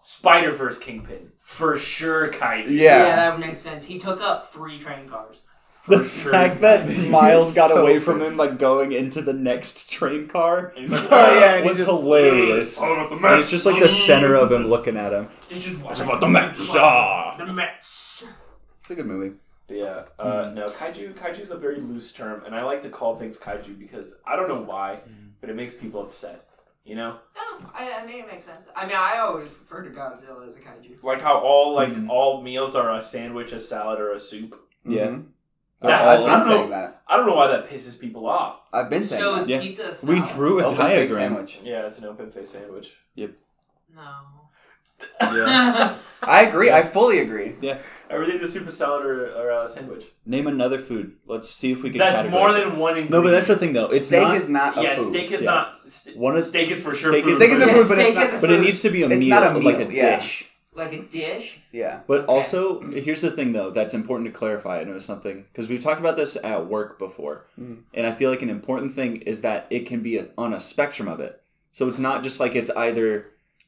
[SPEAKER 5] Spider verse Kingpin. For sure, Kaiju.
[SPEAKER 3] Yeah.
[SPEAKER 6] that would make sense. He took up three train cars.
[SPEAKER 1] The
[SPEAKER 5] sure.
[SPEAKER 1] fact that Miles got
[SPEAKER 3] So
[SPEAKER 1] away from
[SPEAKER 3] good.
[SPEAKER 1] him by going into the next train car
[SPEAKER 5] And Oh, he's like,
[SPEAKER 3] Oh, yeah, and
[SPEAKER 1] was hilarious.
[SPEAKER 5] All about the
[SPEAKER 1] And
[SPEAKER 5] Mets.
[SPEAKER 1] it's just like the center of him looking at him.
[SPEAKER 6] This is what
[SPEAKER 1] about the Mets, ah.
[SPEAKER 6] The Mets.
[SPEAKER 3] It's a good movie.
[SPEAKER 5] Yeah. Uh,
[SPEAKER 1] Hmm.
[SPEAKER 5] no, kaiju. Kaiju is a very loose term, and I like to call things kaiju because I don't know why,
[SPEAKER 1] Hmm.
[SPEAKER 5] but it makes people upset. You know,
[SPEAKER 6] Oh, I, I mean, it makes sense. I mean, I always refer to Godzilla as a kaiju.
[SPEAKER 5] like how all like all meals are a sandwich, a salad, or a soup.
[SPEAKER 1] Yeah.
[SPEAKER 3] Mhm.
[SPEAKER 1] They're
[SPEAKER 5] Yeah,
[SPEAKER 1] all-
[SPEAKER 3] I've been
[SPEAKER 5] don't know.
[SPEAKER 3] saying that.
[SPEAKER 5] I don't know why that pisses people off.
[SPEAKER 3] I've been saying
[SPEAKER 6] So is
[SPEAKER 3] that.
[SPEAKER 1] Yeah.
[SPEAKER 6] pizza a salad?
[SPEAKER 1] we drew a
[SPEAKER 3] Open face
[SPEAKER 1] diagram.
[SPEAKER 3] sandwich.
[SPEAKER 5] Yeah, it's an open face sandwich.
[SPEAKER 6] No.
[SPEAKER 1] Yeah.
[SPEAKER 3] I agree. I fully agree.
[SPEAKER 5] Everything's a soup, a salad, or, or a sandwich.
[SPEAKER 1] Name another food. Let's see if we can.
[SPEAKER 5] That's
[SPEAKER 1] categorize
[SPEAKER 5] more
[SPEAKER 1] it.
[SPEAKER 5] than one ingredient.
[SPEAKER 1] No, but that's the thing though. It's
[SPEAKER 3] steak
[SPEAKER 1] not,
[SPEAKER 3] is not a
[SPEAKER 5] yeah.
[SPEAKER 3] food.
[SPEAKER 5] Steak is
[SPEAKER 1] Yeah.
[SPEAKER 5] not. St-
[SPEAKER 1] One of-
[SPEAKER 5] steak is for sure.
[SPEAKER 1] steak
[SPEAKER 5] food.
[SPEAKER 1] is-
[SPEAKER 3] Steak is a
[SPEAKER 6] Yeah,
[SPEAKER 3] food, but
[SPEAKER 6] steak
[SPEAKER 3] it's
[SPEAKER 6] is
[SPEAKER 3] not.
[SPEAKER 6] a
[SPEAKER 1] but it needs to be a
[SPEAKER 3] It's
[SPEAKER 1] meal,
[SPEAKER 3] not a
[SPEAKER 1] like a
[SPEAKER 3] meal, yeah.
[SPEAKER 1] dish.
[SPEAKER 6] Like a dish?
[SPEAKER 3] Yeah.
[SPEAKER 1] But
[SPEAKER 6] Okay.
[SPEAKER 1] also, here's the thing though that's important to clarify, and it was something because we've talked about this at work before,
[SPEAKER 3] Mm.
[SPEAKER 1] and I feel like an important thing is that it can be a, on a spectrum of it. So it's not just like it's either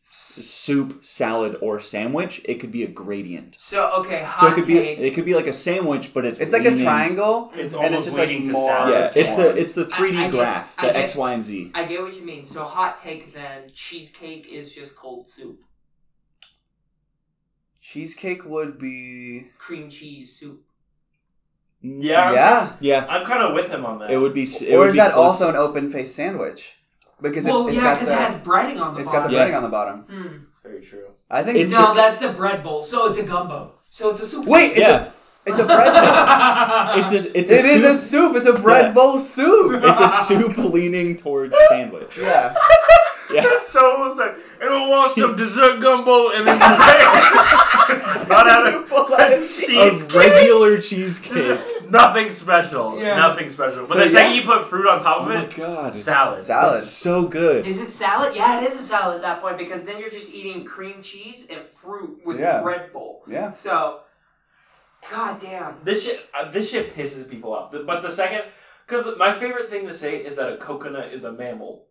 [SPEAKER 1] soup, salad, or sandwich. It could be a gradient.
[SPEAKER 6] So, okay, hot
[SPEAKER 1] So it could be
[SPEAKER 6] take.
[SPEAKER 1] it could be like a sandwich, but it's
[SPEAKER 3] It's like a
[SPEAKER 1] leaning-
[SPEAKER 3] triangle.
[SPEAKER 5] It's
[SPEAKER 3] and it's
[SPEAKER 5] almost
[SPEAKER 3] just like
[SPEAKER 5] leading to
[SPEAKER 3] more-
[SPEAKER 5] salad.
[SPEAKER 1] Yeah, it's the
[SPEAKER 3] Torn.
[SPEAKER 1] it's the 3D
[SPEAKER 6] I- I get-
[SPEAKER 1] graph,
[SPEAKER 6] I
[SPEAKER 1] the
[SPEAKER 6] get-
[SPEAKER 1] X, Y, and Z.
[SPEAKER 6] I get what you mean. So hot take then, cheesecake is just cold soup.
[SPEAKER 3] Cheesecake would be.
[SPEAKER 6] Cream cheese soup.
[SPEAKER 5] Yeah.
[SPEAKER 3] Yeah.
[SPEAKER 1] yeah.
[SPEAKER 5] I'm kind of with him on that.
[SPEAKER 1] It would be. s- It
[SPEAKER 3] Or
[SPEAKER 1] would
[SPEAKER 3] is
[SPEAKER 1] be
[SPEAKER 3] that
[SPEAKER 1] close-
[SPEAKER 3] also an open face sandwich? Because it's,
[SPEAKER 6] well,
[SPEAKER 3] it's
[SPEAKER 6] yeah,
[SPEAKER 3] got
[SPEAKER 6] because
[SPEAKER 3] the,
[SPEAKER 6] it has breading on the
[SPEAKER 3] it's got the
[SPEAKER 6] bottom.
[SPEAKER 1] Yeah.
[SPEAKER 3] breading on the bottom.
[SPEAKER 6] Hmm.
[SPEAKER 5] It's very true.
[SPEAKER 3] I think
[SPEAKER 1] It's
[SPEAKER 6] no,
[SPEAKER 1] a-
[SPEAKER 6] that's a bread bowl. So it's a gumbo. So it's a soup.
[SPEAKER 3] Wait, it's,
[SPEAKER 1] Yeah,
[SPEAKER 3] a, it's a bread bowl.
[SPEAKER 1] it's a it's
[SPEAKER 3] It
[SPEAKER 1] a
[SPEAKER 3] is
[SPEAKER 1] soup.
[SPEAKER 3] a soup. It's a bread
[SPEAKER 1] Yeah.
[SPEAKER 3] bowl soup.
[SPEAKER 1] it's a soup leaning towards sandwich.
[SPEAKER 3] yeah.
[SPEAKER 1] Yeah.
[SPEAKER 5] So I was like, anyone want some dessert gumbo and then dessert? Not out of
[SPEAKER 3] Full of
[SPEAKER 1] A
[SPEAKER 5] cheese.
[SPEAKER 1] regular cheesecake.
[SPEAKER 5] Nothing special.
[SPEAKER 6] Yeah.
[SPEAKER 5] Nothing special. But
[SPEAKER 3] So,
[SPEAKER 5] the second
[SPEAKER 3] yeah.
[SPEAKER 5] you put fruit on top
[SPEAKER 1] Oh
[SPEAKER 5] of
[SPEAKER 1] my
[SPEAKER 5] it,
[SPEAKER 1] god.
[SPEAKER 5] salad.
[SPEAKER 3] Salad.
[SPEAKER 1] That's so good.
[SPEAKER 6] Is it salad? Yeah, it is a salad at that point because then you're just eating cream cheese and fruit with
[SPEAKER 3] Yeah.
[SPEAKER 6] the bread bowl.
[SPEAKER 3] Yeah.
[SPEAKER 6] So, goddamn.
[SPEAKER 5] This shit. Uh, this shit pisses people off. The- but the second, because my favorite thing to say is that a coconut is a mammal.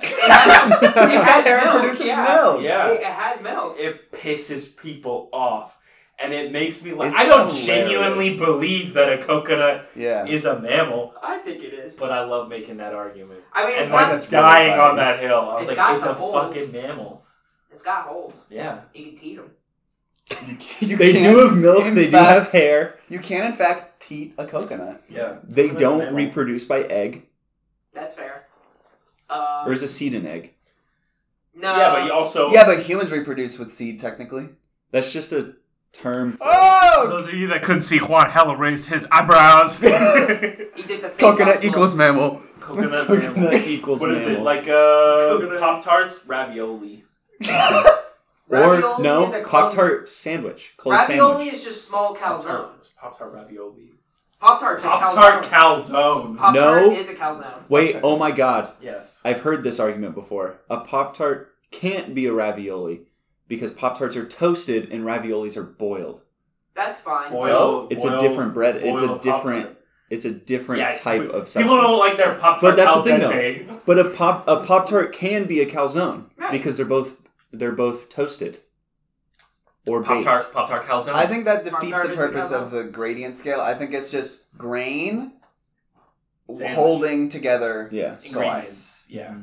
[SPEAKER 6] It has, it has
[SPEAKER 3] Aaron
[SPEAKER 6] milk,
[SPEAKER 3] produces
[SPEAKER 6] Oh, yeah.
[SPEAKER 3] milk.
[SPEAKER 5] Yeah.
[SPEAKER 6] It, it has milk.
[SPEAKER 5] It pisses people off, and it makes me like.
[SPEAKER 3] It's
[SPEAKER 5] I don't
[SPEAKER 3] hilarious.
[SPEAKER 5] genuinely believe that a coconut
[SPEAKER 3] Yeah.
[SPEAKER 5] is a mammal,
[SPEAKER 6] I think it is.
[SPEAKER 5] but I love making that argument.
[SPEAKER 6] I mean,
[SPEAKER 5] And
[SPEAKER 6] it's
[SPEAKER 5] like
[SPEAKER 6] got,
[SPEAKER 3] that's
[SPEAKER 5] dying
[SPEAKER 3] really
[SPEAKER 5] on
[SPEAKER 3] funny.
[SPEAKER 5] that hill. I was
[SPEAKER 6] It's
[SPEAKER 5] like,
[SPEAKER 6] got
[SPEAKER 5] it's
[SPEAKER 6] the
[SPEAKER 5] a
[SPEAKER 6] holes.
[SPEAKER 5] fucking mammal.
[SPEAKER 6] it's got holes.
[SPEAKER 5] Yeah.
[SPEAKER 6] You can teat them.
[SPEAKER 3] You
[SPEAKER 1] They
[SPEAKER 3] can,
[SPEAKER 1] do have milk,
[SPEAKER 3] in
[SPEAKER 1] they do
[SPEAKER 3] fact-
[SPEAKER 1] have hair.
[SPEAKER 3] You can, in fact, teat a coconut.
[SPEAKER 5] Yeah.
[SPEAKER 1] They
[SPEAKER 5] Coconut's a
[SPEAKER 1] don't
[SPEAKER 5] mammal.
[SPEAKER 1] reproduce by egg.
[SPEAKER 6] That's fair. Um,
[SPEAKER 1] Or is a seed an egg?
[SPEAKER 6] No.
[SPEAKER 5] yeah, but you also
[SPEAKER 3] Yeah, but humans reproduce with seed technically.
[SPEAKER 1] That's just a term.
[SPEAKER 5] For
[SPEAKER 3] Oh,
[SPEAKER 5] Those of you that couldn't see Juan Hella raised his eyebrows. Coconut
[SPEAKER 6] he did the face
[SPEAKER 3] coconut
[SPEAKER 6] off
[SPEAKER 3] equals
[SPEAKER 6] look.
[SPEAKER 3] mammal.
[SPEAKER 5] man.
[SPEAKER 1] Coconut equals
[SPEAKER 5] What is it?
[SPEAKER 1] mammal.
[SPEAKER 5] Like uh,
[SPEAKER 6] Coconut.
[SPEAKER 5] Pop Tarts? Ravioli.
[SPEAKER 1] or
[SPEAKER 6] Ravioli is a
[SPEAKER 1] no,
[SPEAKER 6] closed-
[SPEAKER 1] Pop Tart sandwich. Closed
[SPEAKER 6] Ravioli
[SPEAKER 1] sandwich.
[SPEAKER 6] is just small calzone.
[SPEAKER 5] Pop Tart ravioli.
[SPEAKER 6] Pop tart's a
[SPEAKER 5] Pop Tart
[SPEAKER 6] calzone.
[SPEAKER 5] calzone.
[SPEAKER 6] Pop tart
[SPEAKER 1] No.
[SPEAKER 6] is a calzone.
[SPEAKER 1] Wait, oh my god.
[SPEAKER 5] yes.
[SPEAKER 1] I've heard this argument before. A Pop Tart can't be a ravioli because Pop Tarts are toasted and raviolis are boiled.
[SPEAKER 6] That's fine.
[SPEAKER 5] Boil-
[SPEAKER 1] It's a
[SPEAKER 5] boil-
[SPEAKER 1] different bread. It's a
[SPEAKER 5] boil Pop
[SPEAKER 1] different.
[SPEAKER 5] Tart.
[SPEAKER 1] It's a different
[SPEAKER 5] Yeah,
[SPEAKER 1] type of substance.
[SPEAKER 5] People don't like their Pop Tarts.
[SPEAKER 1] But that's the
[SPEAKER 5] al
[SPEAKER 1] thing,
[SPEAKER 5] dente.
[SPEAKER 1] though. But a pop a pop tart can be a calzone
[SPEAKER 6] Right.
[SPEAKER 1] because they're both they're both toasted or
[SPEAKER 5] Pop
[SPEAKER 1] baked.
[SPEAKER 5] Tart, Pop Tart calzone.
[SPEAKER 3] I think that
[SPEAKER 6] Pop-Tart
[SPEAKER 3] defeats the
[SPEAKER 6] is a
[SPEAKER 3] purpose
[SPEAKER 6] mammal.
[SPEAKER 3] of the gradient scale. I think it's just grain
[SPEAKER 5] Sandwich.
[SPEAKER 3] holding together
[SPEAKER 1] Yeah.
[SPEAKER 3] sauce.
[SPEAKER 5] ingredients. Yeah.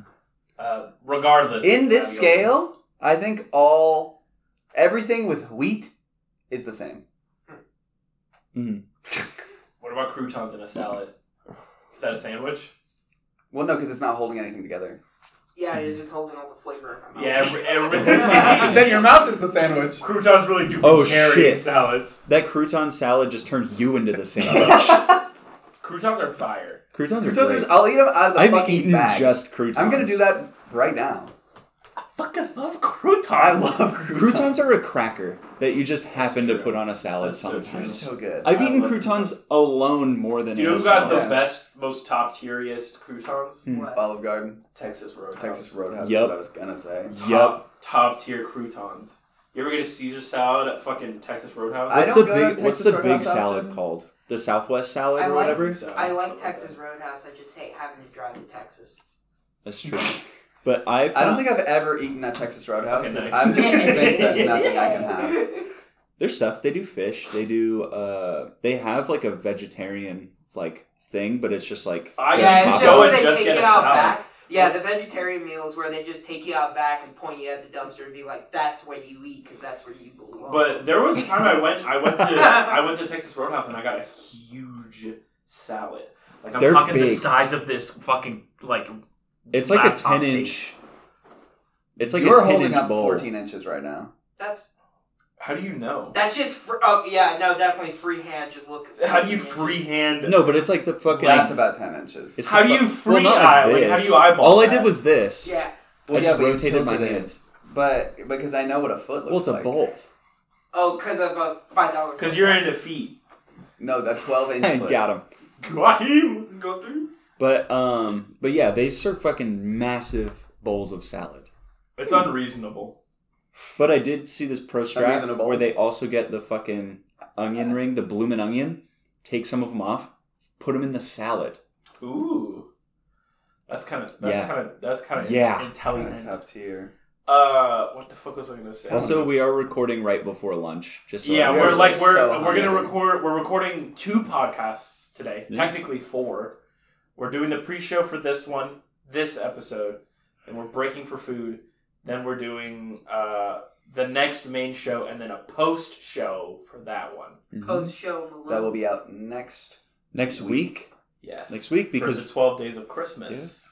[SPEAKER 5] Uh, regardless.
[SPEAKER 3] In this
[SPEAKER 5] ravioli.
[SPEAKER 3] scale, I think all everything with wheat is the same.
[SPEAKER 1] Mm.
[SPEAKER 5] What about croutons in a salad? Is that a sandwich?
[SPEAKER 3] Well, no, because it's not holding anything together.
[SPEAKER 6] Yeah, it is. It's holding all the flavor in my mouth.
[SPEAKER 5] Yeah, every, every,
[SPEAKER 3] then your mouth is the sandwich.
[SPEAKER 5] croutons really do
[SPEAKER 1] Oh,
[SPEAKER 5] carry
[SPEAKER 1] shit.
[SPEAKER 5] salads.
[SPEAKER 1] That crouton salad just turned you into the sandwich.
[SPEAKER 5] Croutons are fire.
[SPEAKER 1] croutons are great.
[SPEAKER 3] Croutons are- I'll eat them out of the
[SPEAKER 1] I've
[SPEAKER 3] fucking
[SPEAKER 1] eaten
[SPEAKER 3] bag.
[SPEAKER 1] just croutons.
[SPEAKER 3] I'm gonna do that right now.
[SPEAKER 5] Fucking love croutons.
[SPEAKER 3] I love croutons.
[SPEAKER 1] Croutons are a cracker that you just happen to
[SPEAKER 5] true.
[SPEAKER 1] put on a salad
[SPEAKER 5] That's so true.
[SPEAKER 3] They're
[SPEAKER 1] sometimes.
[SPEAKER 3] so good.
[SPEAKER 1] I've
[SPEAKER 5] I
[SPEAKER 1] eaten
[SPEAKER 5] love
[SPEAKER 1] croutons alone more than
[SPEAKER 5] Do you know
[SPEAKER 1] in a
[SPEAKER 5] who got
[SPEAKER 1] salad.
[SPEAKER 5] the
[SPEAKER 3] Yeah.
[SPEAKER 5] best, most top tieriest croutons?
[SPEAKER 6] What?
[SPEAKER 3] Olive Garden,
[SPEAKER 5] Texas Roadhouse.
[SPEAKER 3] Texas Roadhouse.
[SPEAKER 1] Yep.
[SPEAKER 3] Is what I was gonna say.
[SPEAKER 1] Yep.
[SPEAKER 5] Top, top tier croutons. You ever get a Caesar salad at fucking Texas Roadhouse?
[SPEAKER 3] I
[SPEAKER 1] What's
[SPEAKER 3] don't
[SPEAKER 1] the
[SPEAKER 3] go to
[SPEAKER 1] big What's
[SPEAKER 3] Texas
[SPEAKER 1] the big
[SPEAKER 3] Roadhouse
[SPEAKER 1] salad
[SPEAKER 3] often.
[SPEAKER 1] called? The Southwest salad
[SPEAKER 6] I
[SPEAKER 1] or
[SPEAKER 6] like-
[SPEAKER 1] whatever.
[SPEAKER 5] So,
[SPEAKER 6] I like
[SPEAKER 5] something
[SPEAKER 6] Texas Roadhouse. I just hate having to drive to Texas.
[SPEAKER 1] That's true. But I've
[SPEAKER 3] I don't
[SPEAKER 1] found-
[SPEAKER 3] think I've ever eaten at Texas Roadhouse
[SPEAKER 5] Fucking
[SPEAKER 3] because
[SPEAKER 5] nice.
[SPEAKER 3] I'm just convinced there's nothing I can have.
[SPEAKER 1] There's stuff they do fish they do uh they have like a vegetarian like thing but it's just like
[SPEAKER 3] Uh,
[SPEAKER 5] I
[SPEAKER 6] yeah,
[SPEAKER 5] can
[SPEAKER 6] it's
[SPEAKER 1] Pop
[SPEAKER 6] just
[SPEAKER 5] go
[SPEAKER 6] where
[SPEAKER 5] and
[SPEAKER 6] they
[SPEAKER 5] just
[SPEAKER 6] take
[SPEAKER 5] get
[SPEAKER 6] you
[SPEAKER 5] a
[SPEAKER 6] out
[SPEAKER 5] salad.
[SPEAKER 6] back. Yeah, the vegetarian meals where they just take you out back and point you at the dumpster and be like, "That's where you eat, because that's where you belong."
[SPEAKER 5] But there was a time I went, I went to, I went to Texas Roadhouse and I got a huge salad. Like I'm
[SPEAKER 1] They're
[SPEAKER 5] talking the
[SPEAKER 1] big.
[SPEAKER 5] size of this fucking like.
[SPEAKER 1] it's like a
[SPEAKER 5] laptop
[SPEAKER 1] 10
[SPEAKER 5] case.
[SPEAKER 1] inch it's like
[SPEAKER 3] You're
[SPEAKER 1] a 10
[SPEAKER 3] holding
[SPEAKER 1] inch
[SPEAKER 3] up
[SPEAKER 1] bowl
[SPEAKER 3] 14 inches right now.
[SPEAKER 6] that's
[SPEAKER 5] How do you know?
[SPEAKER 6] that's just fr- oh yeah no definitely freehand just look.
[SPEAKER 5] How do you freehand?
[SPEAKER 1] no but it's like the fucking
[SPEAKER 3] That's about 10 inches.
[SPEAKER 1] it's
[SPEAKER 5] How
[SPEAKER 1] the
[SPEAKER 5] do
[SPEAKER 1] fu-
[SPEAKER 5] you free
[SPEAKER 1] not
[SPEAKER 5] eye? Like,
[SPEAKER 1] this.
[SPEAKER 5] how do you eyeball
[SPEAKER 1] all
[SPEAKER 5] that?
[SPEAKER 1] I did was this
[SPEAKER 6] Yeah.
[SPEAKER 1] I
[SPEAKER 3] Well, yeah,
[SPEAKER 1] just
[SPEAKER 3] but you
[SPEAKER 1] rotated my
[SPEAKER 3] tilted it.
[SPEAKER 1] hands
[SPEAKER 3] But because I know what a foot looks
[SPEAKER 1] well it's a
[SPEAKER 3] like.
[SPEAKER 1] bowl
[SPEAKER 6] Oh, because of a five dollar.
[SPEAKER 5] Because you're in defeat.
[SPEAKER 3] No, that 12 inch
[SPEAKER 1] I
[SPEAKER 3] foot.
[SPEAKER 1] got him
[SPEAKER 5] Got him.
[SPEAKER 1] but um but yeah they serve fucking massive bowls of salad
[SPEAKER 5] It's unreasonable.
[SPEAKER 1] but I did see this pro strap
[SPEAKER 3] Unreasonable.
[SPEAKER 1] where they also get the fucking onion ring the bloomin' onion take some of them off put them in the salad
[SPEAKER 5] Ooh, that's kind of that's
[SPEAKER 1] Yeah.
[SPEAKER 5] kind of that's kind of
[SPEAKER 1] Yeah.
[SPEAKER 5] intelligent.
[SPEAKER 3] top tier.
[SPEAKER 5] Uh, what the fuck was I gonna say?
[SPEAKER 1] Also, we are recording right before lunch. Just so
[SPEAKER 5] yeah,
[SPEAKER 3] we
[SPEAKER 5] we're
[SPEAKER 3] are
[SPEAKER 5] like we're
[SPEAKER 3] so
[SPEAKER 5] we're gonna
[SPEAKER 3] hungry.
[SPEAKER 5] record. We're recording two podcasts today.
[SPEAKER 1] Yeah.
[SPEAKER 5] Technically four. We're doing the pre-show for this one, this episode, and we're breaking for food. Then we're doing uh the next main show and then a post show for that one.
[SPEAKER 1] Mm-hmm.
[SPEAKER 6] post show Malone.
[SPEAKER 3] That will be out next.
[SPEAKER 1] next week.
[SPEAKER 5] Yes.
[SPEAKER 1] Next week, because-
[SPEAKER 5] for the twelve days of Christmas.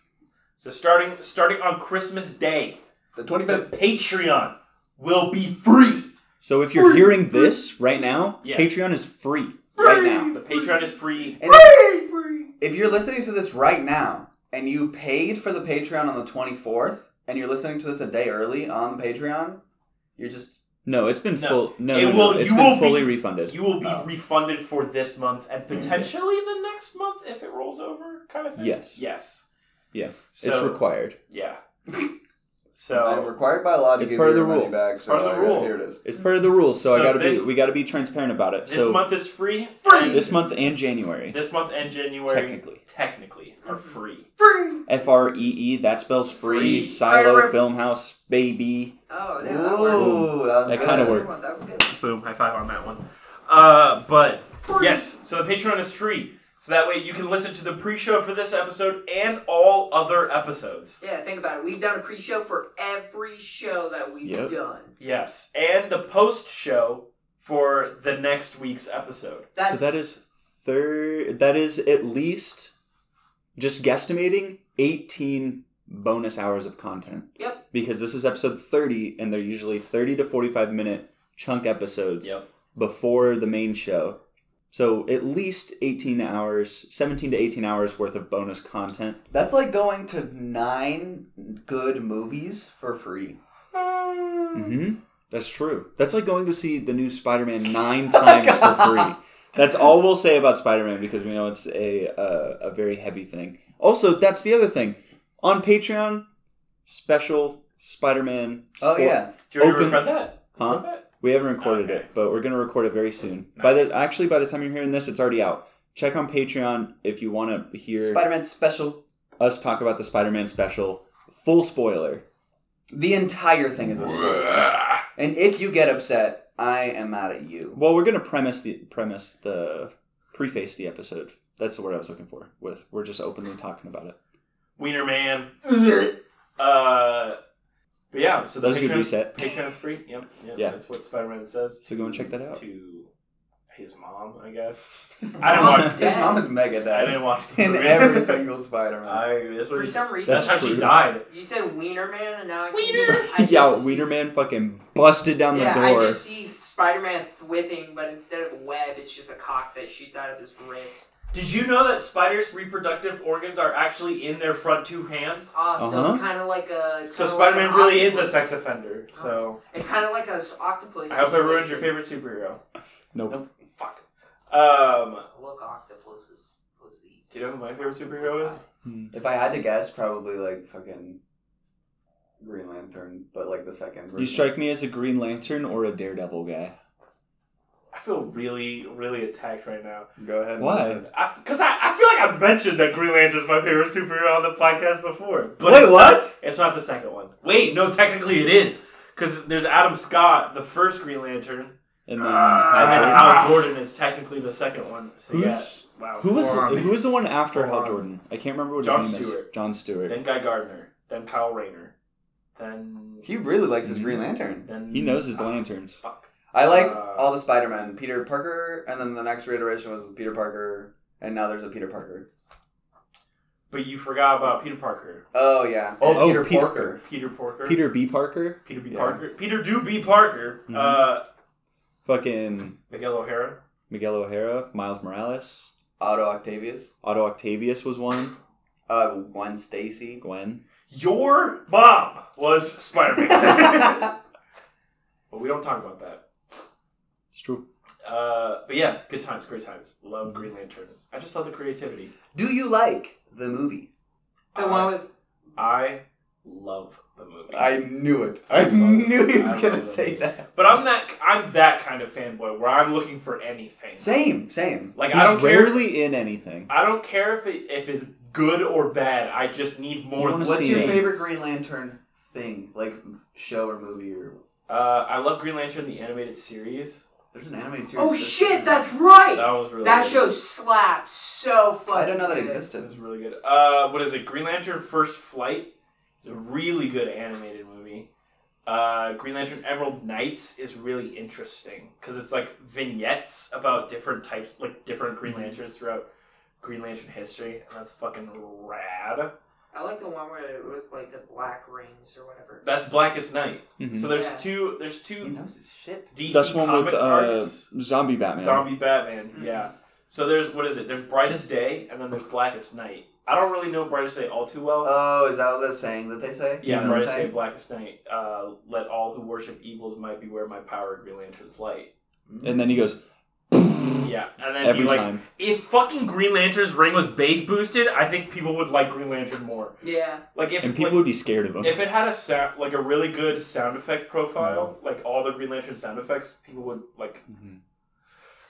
[SPEAKER 5] So starting starting on Christmas Day,
[SPEAKER 3] The
[SPEAKER 5] the
[SPEAKER 3] 25th.
[SPEAKER 5] Patreon will be free.
[SPEAKER 1] So if you're hearing this right now,
[SPEAKER 5] Yeah.
[SPEAKER 1] Patreon is free right now.
[SPEAKER 5] The Patreon is free.
[SPEAKER 3] And
[SPEAKER 6] Free, free.
[SPEAKER 3] if you're listening to this right now and you paid for the Patreon on the 24th and you're listening to this a day early on the Patreon, you're just
[SPEAKER 1] No, it's been
[SPEAKER 5] No.
[SPEAKER 1] full. No,
[SPEAKER 5] It
[SPEAKER 1] no, no,
[SPEAKER 5] will-
[SPEAKER 1] it's
[SPEAKER 5] you
[SPEAKER 1] been
[SPEAKER 5] will
[SPEAKER 1] fully
[SPEAKER 5] be-
[SPEAKER 1] refunded.
[SPEAKER 5] You will be
[SPEAKER 3] Oh.
[SPEAKER 5] refunded for this month and potentially the next month if it rolls over, kind of thing.
[SPEAKER 1] Yes.
[SPEAKER 5] Yes.
[SPEAKER 1] yeah, it's
[SPEAKER 5] So-
[SPEAKER 1] required.
[SPEAKER 5] Yeah.
[SPEAKER 3] I'm
[SPEAKER 5] So
[SPEAKER 3] required by law to
[SPEAKER 1] It's
[SPEAKER 3] give
[SPEAKER 1] part
[SPEAKER 3] you
[SPEAKER 1] of
[SPEAKER 3] your
[SPEAKER 1] the
[SPEAKER 3] money
[SPEAKER 1] rule.
[SPEAKER 3] back. So
[SPEAKER 5] Part of the
[SPEAKER 3] I gotta-
[SPEAKER 5] rule.
[SPEAKER 3] Here it is.
[SPEAKER 1] It's part of the rules, so,
[SPEAKER 5] So
[SPEAKER 1] I gotta
[SPEAKER 5] this-
[SPEAKER 1] be. We gotta be transparent about it.
[SPEAKER 5] this
[SPEAKER 1] so
[SPEAKER 5] month is free.
[SPEAKER 6] Free.
[SPEAKER 1] this month and January.
[SPEAKER 5] This month and January
[SPEAKER 1] Technically. Mm-hmm.
[SPEAKER 5] technically are free.
[SPEAKER 6] Free.
[SPEAKER 1] F R E E. That spells free.
[SPEAKER 5] Free.
[SPEAKER 1] Silo
[SPEAKER 6] Firework.
[SPEAKER 1] Film House, baby.
[SPEAKER 6] Oh, yeah, that worked.
[SPEAKER 3] Ooh, that, was
[SPEAKER 1] That
[SPEAKER 3] good.
[SPEAKER 1] kinda
[SPEAKER 6] That
[SPEAKER 1] worked.
[SPEAKER 6] one, That was good.
[SPEAKER 5] Boom, high five on that one. Uh, but yes, so the Patreon is free. So that way you can listen to the pre-show for this episode and all other episodes.
[SPEAKER 6] Yeah, think about it. We've done a pre-show for every show that we've
[SPEAKER 1] Yep.
[SPEAKER 6] done.
[SPEAKER 5] Yes, and the post-show for the next week's episode.
[SPEAKER 6] That's
[SPEAKER 1] So that is third. That is at least, just guesstimating, eighteen bonus hours of content
[SPEAKER 6] Yep.
[SPEAKER 1] because this is episode 30 and they're usually 30 to 45 minute chunk episodes
[SPEAKER 5] Yep.
[SPEAKER 1] before the main show. So at least 18 hours, 17 to 18 hours worth of bonus content.
[SPEAKER 3] That's like going to nine good movies for free.
[SPEAKER 1] Mm-hmm. That's true. That's like going to see the new Spider-Man 9 times for free. That's all we'll say about Spider-Man because we know it's a uh, a very heavy thing. Also, that's the other thing. On Patreon, special Spider-Man
[SPEAKER 3] Oh
[SPEAKER 1] spo-
[SPEAKER 3] yeah.
[SPEAKER 5] Do you already
[SPEAKER 1] Open-
[SPEAKER 5] record that?
[SPEAKER 1] Huh?
[SPEAKER 5] Record that?
[SPEAKER 1] We haven't recorded
[SPEAKER 5] Okay.
[SPEAKER 1] it, but we're gonna record it very soon. By
[SPEAKER 5] Nice.
[SPEAKER 1] the actually, by the time you're hearing this, it's already out. Check on Patreon if you want to hear
[SPEAKER 3] Spider-Man special.
[SPEAKER 1] us talk about the Spider-Man special. Full spoiler.
[SPEAKER 3] The entire thing is a spoiler. and if you get upset, I am mad at you.
[SPEAKER 1] Well, we're gonna premise the premise the preface the episode. That's the word I was looking for. With we're just openly talking about it.
[SPEAKER 5] Wiener Man. uh, but yeah, so the
[SPEAKER 1] That was a good
[SPEAKER 5] Patreon-
[SPEAKER 1] reset.
[SPEAKER 5] Patreon's free. Yep, yep.
[SPEAKER 1] Yeah.
[SPEAKER 5] That's what Spider Man says.
[SPEAKER 1] So go and check that out.
[SPEAKER 5] To his mom, I guess. I
[SPEAKER 6] I
[SPEAKER 5] don't
[SPEAKER 6] mom's
[SPEAKER 5] want
[SPEAKER 6] dead.
[SPEAKER 3] His mom is mega
[SPEAKER 5] I
[SPEAKER 3] dead.
[SPEAKER 5] didn't watch the
[SPEAKER 3] In
[SPEAKER 5] movie.
[SPEAKER 3] every single Spider-Man.
[SPEAKER 5] I, that's what
[SPEAKER 6] For
[SPEAKER 5] he-
[SPEAKER 6] some reason,
[SPEAKER 5] that's,
[SPEAKER 1] That's
[SPEAKER 5] how she
[SPEAKER 1] true.
[SPEAKER 5] died.
[SPEAKER 6] you said Wiener Man, and now I can
[SPEAKER 5] Wiener!
[SPEAKER 6] Just, I
[SPEAKER 1] yeah,
[SPEAKER 6] just,
[SPEAKER 1] Wienerman fucking busted down
[SPEAKER 6] yeah,
[SPEAKER 1] the door.
[SPEAKER 6] I just see Spider-Man whipping, but instead of web, it's just a cock that shoots out of his wrist.
[SPEAKER 5] Did you know that spiders' reproductive organs are actually in their front two hands?
[SPEAKER 6] Oh, so
[SPEAKER 1] Uh-huh.
[SPEAKER 6] it's kind of like a.
[SPEAKER 5] So
[SPEAKER 6] kinda
[SPEAKER 5] Spider Man
[SPEAKER 6] like an
[SPEAKER 5] really is a
[SPEAKER 6] octopus.
[SPEAKER 5] sex offender. So
[SPEAKER 6] It's kind of like a s- octopus.
[SPEAKER 5] I hope I ruined your
[SPEAKER 6] situation.
[SPEAKER 5] favorite superhero.
[SPEAKER 1] nope.
[SPEAKER 5] Nope. Fuck. Um,
[SPEAKER 6] Look, octopuses. pussies.
[SPEAKER 5] do you know who my favorite superhero is?
[SPEAKER 3] If I had to guess, probably like fucking Green Lantern, but like the second.
[SPEAKER 1] You
[SPEAKER 3] version.
[SPEAKER 1] strike me as a Green Lantern or a Daredevil guy.
[SPEAKER 5] I feel really, really attacked right now.
[SPEAKER 3] Go ahead.
[SPEAKER 1] Why?
[SPEAKER 5] Because I, I, feel like I've mentioned that Green Lantern's my favorite superhero on the podcast before. But
[SPEAKER 3] Wait,
[SPEAKER 5] it's
[SPEAKER 3] what?
[SPEAKER 5] Not, it's not the second one. Wait, no, technically it is. Because there's Adam Scott, the first Green Lantern,
[SPEAKER 1] And then
[SPEAKER 5] and then
[SPEAKER 1] Hal
[SPEAKER 5] Hal Jordan is technically the second one. So
[SPEAKER 1] Who's-
[SPEAKER 5] Ah! yeah,
[SPEAKER 1] Jordan.
[SPEAKER 5] wow.
[SPEAKER 1] Who was
[SPEAKER 5] four on-
[SPEAKER 1] who was the one after
[SPEAKER 5] Hold
[SPEAKER 1] Hal
[SPEAKER 5] on.
[SPEAKER 1] Jordan? I can't remember what
[SPEAKER 5] John
[SPEAKER 1] his name
[SPEAKER 5] Stewart.
[SPEAKER 1] is. John Stewart.
[SPEAKER 5] Then Guy Gardner, then Kyle Rayner, then
[SPEAKER 3] He really likes his
[SPEAKER 1] Mm-hmm.
[SPEAKER 3] Green Lantern.
[SPEAKER 5] then
[SPEAKER 1] He knows his
[SPEAKER 5] ah,
[SPEAKER 1] lanterns.
[SPEAKER 5] Fuck.
[SPEAKER 3] I like
[SPEAKER 5] Uh,
[SPEAKER 3] all the Spider-Man. Peter Parker, and then the next reiteration was Peter Parker, and now there's a Peter Parker.
[SPEAKER 5] But you forgot about Peter Parker,
[SPEAKER 3] Oh yeah.
[SPEAKER 1] Oh,
[SPEAKER 3] And Peter,
[SPEAKER 1] oh, Peter-
[SPEAKER 3] Parker.
[SPEAKER 5] Peter Porker,
[SPEAKER 1] Peter B. Parker,
[SPEAKER 5] Peter B.
[SPEAKER 1] Yeah.
[SPEAKER 5] Parker, Peter Do B. Parker,
[SPEAKER 1] Mhm.
[SPEAKER 5] uh,
[SPEAKER 1] fucking
[SPEAKER 5] Miguel O'Hara.
[SPEAKER 1] Miguel O'Hara, Miles Morales,
[SPEAKER 3] Otto Octavius.
[SPEAKER 1] Otto Octavius was one.
[SPEAKER 3] Uh, Gwen Stacy.
[SPEAKER 1] Gwen.
[SPEAKER 5] Your mom was Spider Man. but we don't talk about that.
[SPEAKER 1] It's true.
[SPEAKER 5] Uh, but yeah, good times, great times. Love
[SPEAKER 1] Mm-hmm.
[SPEAKER 5] Green Lantern. I just love the creativity.
[SPEAKER 3] Do you like the movie?
[SPEAKER 6] The one with
[SPEAKER 5] I love the movie.
[SPEAKER 3] knew it.
[SPEAKER 5] I knew he was gonna say
[SPEAKER 3] that.
[SPEAKER 5] but I'm that I'm that kind of fanboy where I'm looking for anything.
[SPEAKER 3] Same, same.
[SPEAKER 5] Like
[SPEAKER 1] He's
[SPEAKER 5] I don't care.
[SPEAKER 1] rarely in anything.
[SPEAKER 5] I don't care if it if it's good or bad. I just need more.
[SPEAKER 1] You wanna
[SPEAKER 5] things.
[SPEAKER 3] What's
[SPEAKER 1] see
[SPEAKER 3] your
[SPEAKER 1] it.
[SPEAKER 3] favorite Green Lantern thing, like show or movie or?
[SPEAKER 5] Uh, I love Green Lantern the animated series.
[SPEAKER 3] There's an animated series.
[SPEAKER 6] oh
[SPEAKER 3] that's-
[SPEAKER 6] shit, that's right.
[SPEAKER 5] That was really
[SPEAKER 6] That
[SPEAKER 5] good.
[SPEAKER 6] show slaps so fucking.
[SPEAKER 3] I didn't know that
[SPEAKER 6] good.
[SPEAKER 3] existed.
[SPEAKER 5] That's really good. Uh, what is it? Green Lantern First Flight. It's a really good animated movie. Uh, Green Lantern Emerald Knights is really interesting because it's like vignettes about different types, like different
[SPEAKER 1] Mm-hmm.
[SPEAKER 5] Green Lanterns throughout Green Lantern history, and that's fucking rad.
[SPEAKER 6] I like the one where it was like the black rings or whatever.
[SPEAKER 5] That's Blackest Night.
[SPEAKER 1] Mhm.
[SPEAKER 5] So there's
[SPEAKER 6] Yeah.
[SPEAKER 5] two. There's
[SPEAKER 3] He
[SPEAKER 5] two
[SPEAKER 3] knows his shit.
[SPEAKER 5] DC
[SPEAKER 1] That's one
[SPEAKER 5] comic
[SPEAKER 1] with uh,
[SPEAKER 5] artists.
[SPEAKER 1] zombie Batman. Mm-hmm.
[SPEAKER 5] Zombie Batman.
[SPEAKER 6] Mhm.
[SPEAKER 5] Yeah. So there's what is it? There's Brightest Day, and then there's Blackest Night. I don't really know Brightest Day all too well.
[SPEAKER 3] Oh, is that what they're saying that they say?
[SPEAKER 5] Yeah,
[SPEAKER 3] You know what
[SPEAKER 5] right.
[SPEAKER 3] I'm
[SPEAKER 5] Say
[SPEAKER 3] saying?
[SPEAKER 5] blackest night. Uh, let all who worship evils might beware my power. Green Lantern's light.
[SPEAKER 1] And then he goes
[SPEAKER 5] Yeah, and then
[SPEAKER 1] every
[SPEAKER 5] he, like,
[SPEAKER 1] time.
[SPEAKER 5] If fucking Green Lantern's ring was bass boosted, I think people would like Green Lantern more.
[SPEAKER 6] Yeah.
[SPEAKER 5] Like if
[SPEAKER 1] And people would
[SPEAKER 5] like,
[SPEAKER 1] be scared of him.
[SPEAKER 5] if it had a sound like a really good sound effect profile, like all the Green Lantern sound effects, people would like
[SPEAKER 1] Mhm.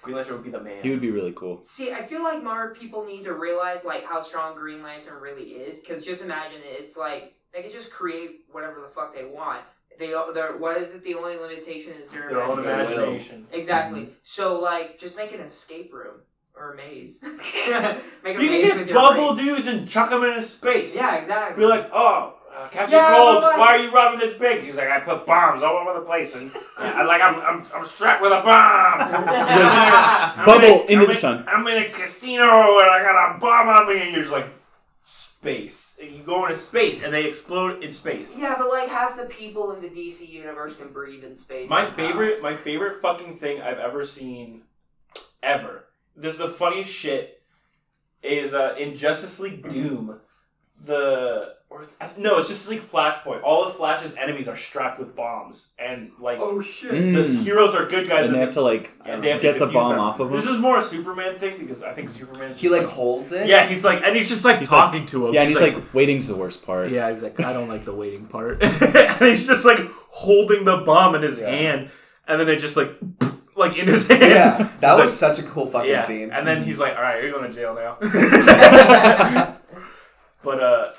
[SPEAKER 5] Green Lantern would be the man.
[SPEAKER 1] He would be really cool.
[SPEAKER 6] See, I feel like more people need to realize like how strong Green Lantern really is. Because just imagine it, it's like they could just create whatever the fuck they want. They their what is it? The only limitation is their
[SPEAKER 5] Their own
[SPEAKER 6] imagination.
[SPEAKER 3] imagination.
[SPEAKER 5] imagination. Mm-hmm.
[SPEAKER 6] Exactly. So like, just make an escape room or a maze. make a
[SPEAKER 5] You can
[SPEAKER 6] maze with
[SPEAKER 5] just
[SPEAKER 6] your
[SPEAKER 5] bubble
[SPEAKER 6] brain.
[SPEAKER 5] dudes and chuck them into space.
[SPEAKER 6] Yeah, exactly.
[SPEAKER 5] Be like, oh, uh, Captain
[SPEAKER 6] Yeah,
[SPEAKER 5] Cold,
[SPEAKER 6] but like-
[SPEAKER 5] why are you robbing this bank? He's like, I put bombs all over the place, and I, like I'm, I'm, I'm strapped with a bomb. I'm
[SPEAKER 1] Bubble
[SPEAKER 5] in a-
[SPEAKER 1] into
[SPEAKER 5] I'm
[SPEAKER 1] the
[SPEAKER 5] in-
[SPEAKER 1] sun.
[SPEAKER 5] I'm in a casino, and I got a bomb on me, and you're just like, space. And you go into space and they explode in space.
[SPEAKER 6] Yeah, but like half the people in the DC universe can breathe in space.
[SPEAKER 5] My
[SPEAKER 6] somehow.
[SPEAKER 5] favorite, my favorite fucking thing I've ever seen, ever. This is the funniest shit. Is uh, in Justice League Doom, the or it's- I- no, it's Justice League Flashpoint. All of Flash's enemies are strapped with bombs, and like
[SPEAKER 6] Oh shit.
[SPEAKER 1] Mm.
[SPEAKER 5] the heroes are good guys,
[SPEAKER 1] and they have to like
[SPEAKER 5] and they have to
[SPEAKER 1] get the
[SPEAKER 5] defuse
[SPEAKER 1] bomb
[SPEAKER 5] them.
[SPEAKER 1] off of
[SPEAKER 5] This
[SPEAKER 1] them.
[SPEAKER 5] is more a Superman thing because I think Superman.
[SPEAKER 3] He like holds it.
[SPEAKER 5] yeah, he's like, and he's just like
[SPEAKER 1] He's like-
[SPEAKER 5] talking to him.
[SPEAKER 1] Yeah, and he's like, waiting's the worst part.
[SPEAKER 5] Yeah, he's like, I don't like the waiting part. and he's just like holding the bomb in his hand, and then it just like, like in his hand.
[SPEAKER 3] Yeah, that
[SPEAKER 5] He's
[SPEAKER 3] was such a cool
[SPEAKER 5] like,
[SPEAKER 3] fucking
[SPEAKER 5] yeah.
[SPEAKER 3] scene.
[SPEAKER 5] And then he's like, all right, you're going to jail now. but uh,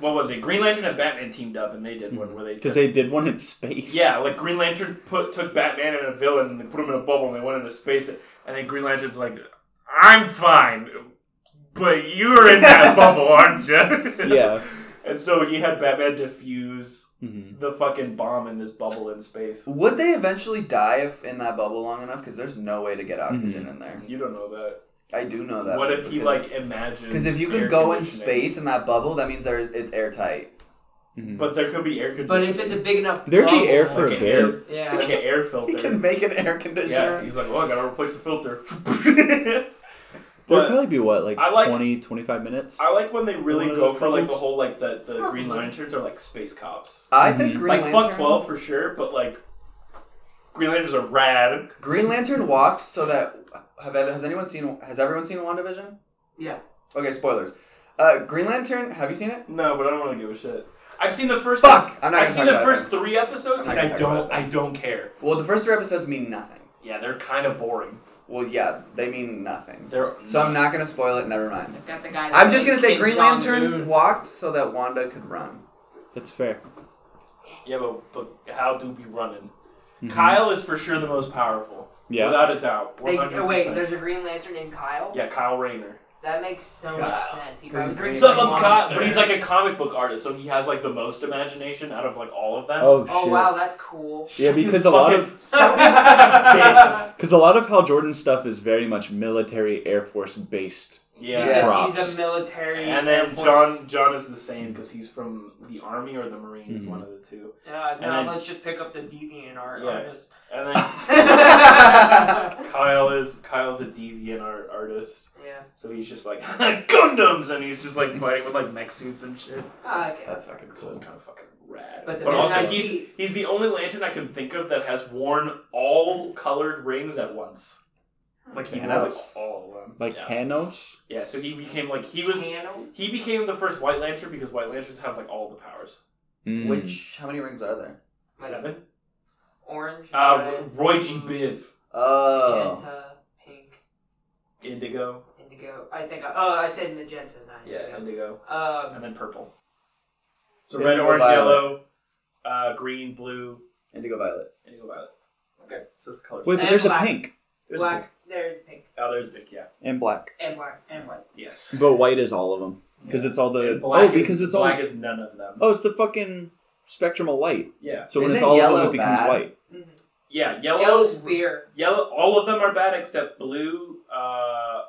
[SPEAKER 5] what was it? Green Lantern and Batman teamed up, and they did
[SPEAKER 3] Mhm.
[SPEAKER 5] one where they
[SPEAKER 1] Because
[SPEAKER 5] took-
[SPEAKER 1] they did one in space.
[SPEAKER 5] yeah, like Green Lantern put took Batman and a villain and they put him in a bubble and they went into space and then Green Lantern's like, I'm fine, but you're in that bubble, aren't you?
[SPEAKER 1] Yeah.
[SPEAKER 5] And so he had Batman defuse
[SPEAKER 3] Mm-hmm.
[SPEAKER 1] Mhm.
[SPEAKER 5] the fucking bomb in this bubble in space.
[SPEAKER 3] Would they eventually die if in that bubble long enough? Because there's no way to get oxygen in there.
[SPEAKER 5] You don't know that.
[SPEAKER 3] I do know that.
[SPEAKER 5] Mm-hmm. what if he like imagined?
[SPEAKER 3] Because 'cause if you
[SPEAKER 5] air
[SPEAKER 3] could go in
[SPEAKER 5] conditioning?
[SPEAKER 3] space in that bubble, that means there's it's airtight.
[SPEAKER 5] but there could be air conditioning.
[SPEAKER 6] Mm-hmm. But if it's a big enough
[SPEAKER 1] There'd be
[SPEAKER 6] bubble-
[SPEAKER 1] air for
[SPEAKER 5] Like
[SPEAKER 1] a
[SPEAKER 5] an
[SPEAKER 1] bit.
[SPEAKER 5] air-
[SPEAKER 6] Yeah.
[SPEAKER 5] like an air filter.
[SPEAKER 3] He can make an air conditioner.
[SPEAKER 5] yeah, he's like, well, I gotta replace the filter.
[SPEAKER 1] There'd
[SPEAKER 5] but
[SPEAKER 1] probably be what, like,
[SPEAKER 5] I like-
[SPEAKER 1] 20, 25 minutes?
[SPEAKER 5] I like when they really
[SPEAKER 1] One of
[SPEAKER 5] go
[SPEAKER 1] those
[SPEAKER 5] for like
[SPEAKER 1] bubbles?
[SPEAKER 5] the whole like the, the Green Lanterns are like space cops.
[SPEAKER 3] I think Green
[SPEAKER 5] Mm-hmm. like
[SPEAKER 3] Lantern.
[SPEAKER 5] fuck twelve for sure, but like Green Lanterns are rad.
[SPEAKER 3] Green Lantern walked so that have has anyone seen has everyone seen WandaVision?
[SPEAKER 6] Yeah.
[SPEAKER 3] Okay, spoilers. Uh, Green Lantern, have you seen it?
[SPEAKER 5] No, but I don't want to give a shit. I've seen the first.
[SPEAKER 3] Fuck! I'm not gonna
[SPEAKER 5] I've seen
[SPEAKER 3] talk
[SPEAKER 5] the
[SPEAKER 3] about it
[SPEAKER 5] first three episodes,
[SPEAKER 3] I'm
[SPEAKER 5] and
[SPEAKER 3] not
[SPEAKER 5] I
[SPEAKER 3] gonna talk
[SPEAKER 5] don't.
[SPEAKER 3] about
[SPEAKER 5] I don't care.
[SPEAKER 3] Well, the first three episodes mean nothing.
[SPEAKER 5] Yeah, they're kind of boring.
[SPEAKER 3] Well, yeah, they mean nothing.
[SPEAKER 5] They're
[SPEAKER 3] so I'm not gonna spoil it. Never mind.
[SPEAKER 6] It's got the guy.
[SPEAKER 3] I'm
[SPEAKER 6] that
[SPEAKER 3] just gonna
[SPEAKER 6] made
[SPEAKER 3] say
[SPEAKER 6] King
[SPEAKER 3] Green
[SPEAKER 6] John the
[SPEAKER 3] Lantern
[SPEAKER 6] Moon.
[SPEAKER 3] walked so that Wanda could run.
[SPEAKER 1] That's fair.
[SPEAKER 5] Yeah, but, but how do we running?
[SPEAKER 3] Mm-hmm.
[SPEAKER 5] Kyle is for sure the most powerful.
[SPEAKER 1] Yeah.
[SPEAKER 5] without a doubt.
[SPEAKER 6] They,
[SPEAKER 5] 100%.
[SPEAKER 6] oh, wait, there's a Green Lantern named Kyle.
[SPEAKER 5] yeah, Kyle Rayner.
[SPEAKER 6] That makes so much
[SPEAKER 3] Kyle.
[SPEAKER 6] sense. He
[SPEAKER 3] Who's
[SPEAKER 6] probably
[SPEAKER 3] Green
[SPEAKER 6] brings
[SPEAKER 5] So
[SPEAKER 3] Lantern?
[SPEAKER 6] like
[SPEAKER 5] um, Kyle,
[SPEAKER 6] monster.
[SPEAKER 5] but he's like a comic book artist, so he has like the most imagination out of like all of them.
[SPEAKER 1] Oh, shit.
[SPEAKER 6] Oh wow, that's cool.
[SPEAKER 1] Yeah, because a lot of
[SPEAKER 5] yeah,
[SPEAKER 1] because a lot of Hal Jordan stuff is very much military Air Force based.
[SPEAKER 6] Because
[SPEAKER 3] Yeah.
[SPEAKER 1] Props.
[SPEAKER 6] he's a military.
[SPEAKER 5] and
[SPEAKER 6] Air
[SPEAKER 5] then
[SPEAKER 6] Force-
[SPEAKER 5] John John is the same because he's from the army or the marines,
[SPEAKER 1] Mhm.
[SPEAKER 3] Mm-hmm.
[SPEAKER 5] one of the two.
[SPEAKER 6] Yeah,
[SPEAKER 5] and
[SPEAKER 6] no,
[SPEAKER 5] then-
[SPEAKER 6] let's just pick up the deviant art
[SPEAKER 5] Yeah.
[SPEAKER 6] artist.
[SPEAKER 5] And then
[SPEAKER 6] yeah.
[SPEAKER 5] Kyle is Kyle's a deviant art artist, so he's just like Gundams, and he's just like fighting with like mech suits and shit.
[SPEAKER 6] Ah, okay.
[SPEAKER 3] That's fucking
[SPEAKER 5] So it's kind of fucking rad.
[SPEAKER 6] But the
[SPEAKER 5] but
[SPEAKER 6] minute
[SPEAKER 5] also,
[SPEAKER 6] I
[SPEAKER 5] he's,
[SPEAKER 6] see-
[SPEAKER 5] he's the only lantern I can think of that has worn all colored rings at once. Like he wore like,
[SPEAKER 3] Thanos.
[SPEAKER 5] all of them.
[SPEAKER 1] Like
[SPEAKER 5] yeah.
[SPEAKER 1] Thanos?
[SPEAKER 5] yeah, so he became like he was.
[SPEAKER 6] Panels?
[SPEAKER 5] He became the first White Lantern because White Lanterns have like all the powers.
[SPEAKER 1] Mm.
[SPEAKER 3] Which how many rings are there?
[SPEAKER 5] Seven.
[SPEAKER 6] Orange.
[SPEAKER 5] Uh,
[SPEAKER 6] red,
[SPEAKER 5] Roy G.
[SPEAKER 6] blue,
[SPEAKER 5] Biv.
[SPEAKER 3] Oh,
[SPEAKER 6] Magenta, pink,
[SPEAKER 5] Indigo.
[SPEAKER 6] indigo. I think. I, oh, I said magenta. Not
[SPEAKER 5] Yeah,
[SPEAKER 6] Indigo.
[SPEAKER 5] indigo.
[SPEAKER 6] Um,
[SPEAKER 5] And then purple. So
[SPEAKER 3] Indigo,
[SPEAKER 5] red, orange,
[SPEAKER 3] violet.
[SPEAKER 5] yellow, uh, green, blue,
[SPEAKER 3] Indigo Violet.
[SPEAKER 5] indigo, violet. Okay, so it's the colors.
[SPEAKER 1] Wait, but
[SPEAKER 6] And
[SPEAKER 1] there's
[SPEAKER 6] black.
[SPEAKER 1] a pink
[SPEAKER 5] There's big.
[SPEAKER 6] black. There's pink
[SPEAKER 5] Oh, there's big, yeah.
[SPEAKER 1] and black,
[SPEAKER 6] and black and white.
[SPEAKER 5] Yes.
[SPEAKER 1] but white is all of them because it's all the
[SPEAKER 5] And black
[SPEAKER 1] oh because
[SPEAKER 5] is,
[SPEAKER 1] it's all
[SPEAKER 5] Black is none of them.
[SPEAKER 1] oh it's the fucking spectrum of light.
[SPEAKER 5] Yeah.
[SPEAKER 1] So when
[SPEAKER 3] Isn't
[SPEAKER 1] it's all of them,
[SPEAKER 3] yellow
[SPEAKER 1] it becomes
[SPEAKER 3] bad?
[SPEAKER 1] white.
[SPEAKER 5] Yeah, yellow.
[SPEAKER 6] Mm-hmm. Yellow's fear.
[SPEAKER 5] Yellow. All of them are bad except blue. Uh,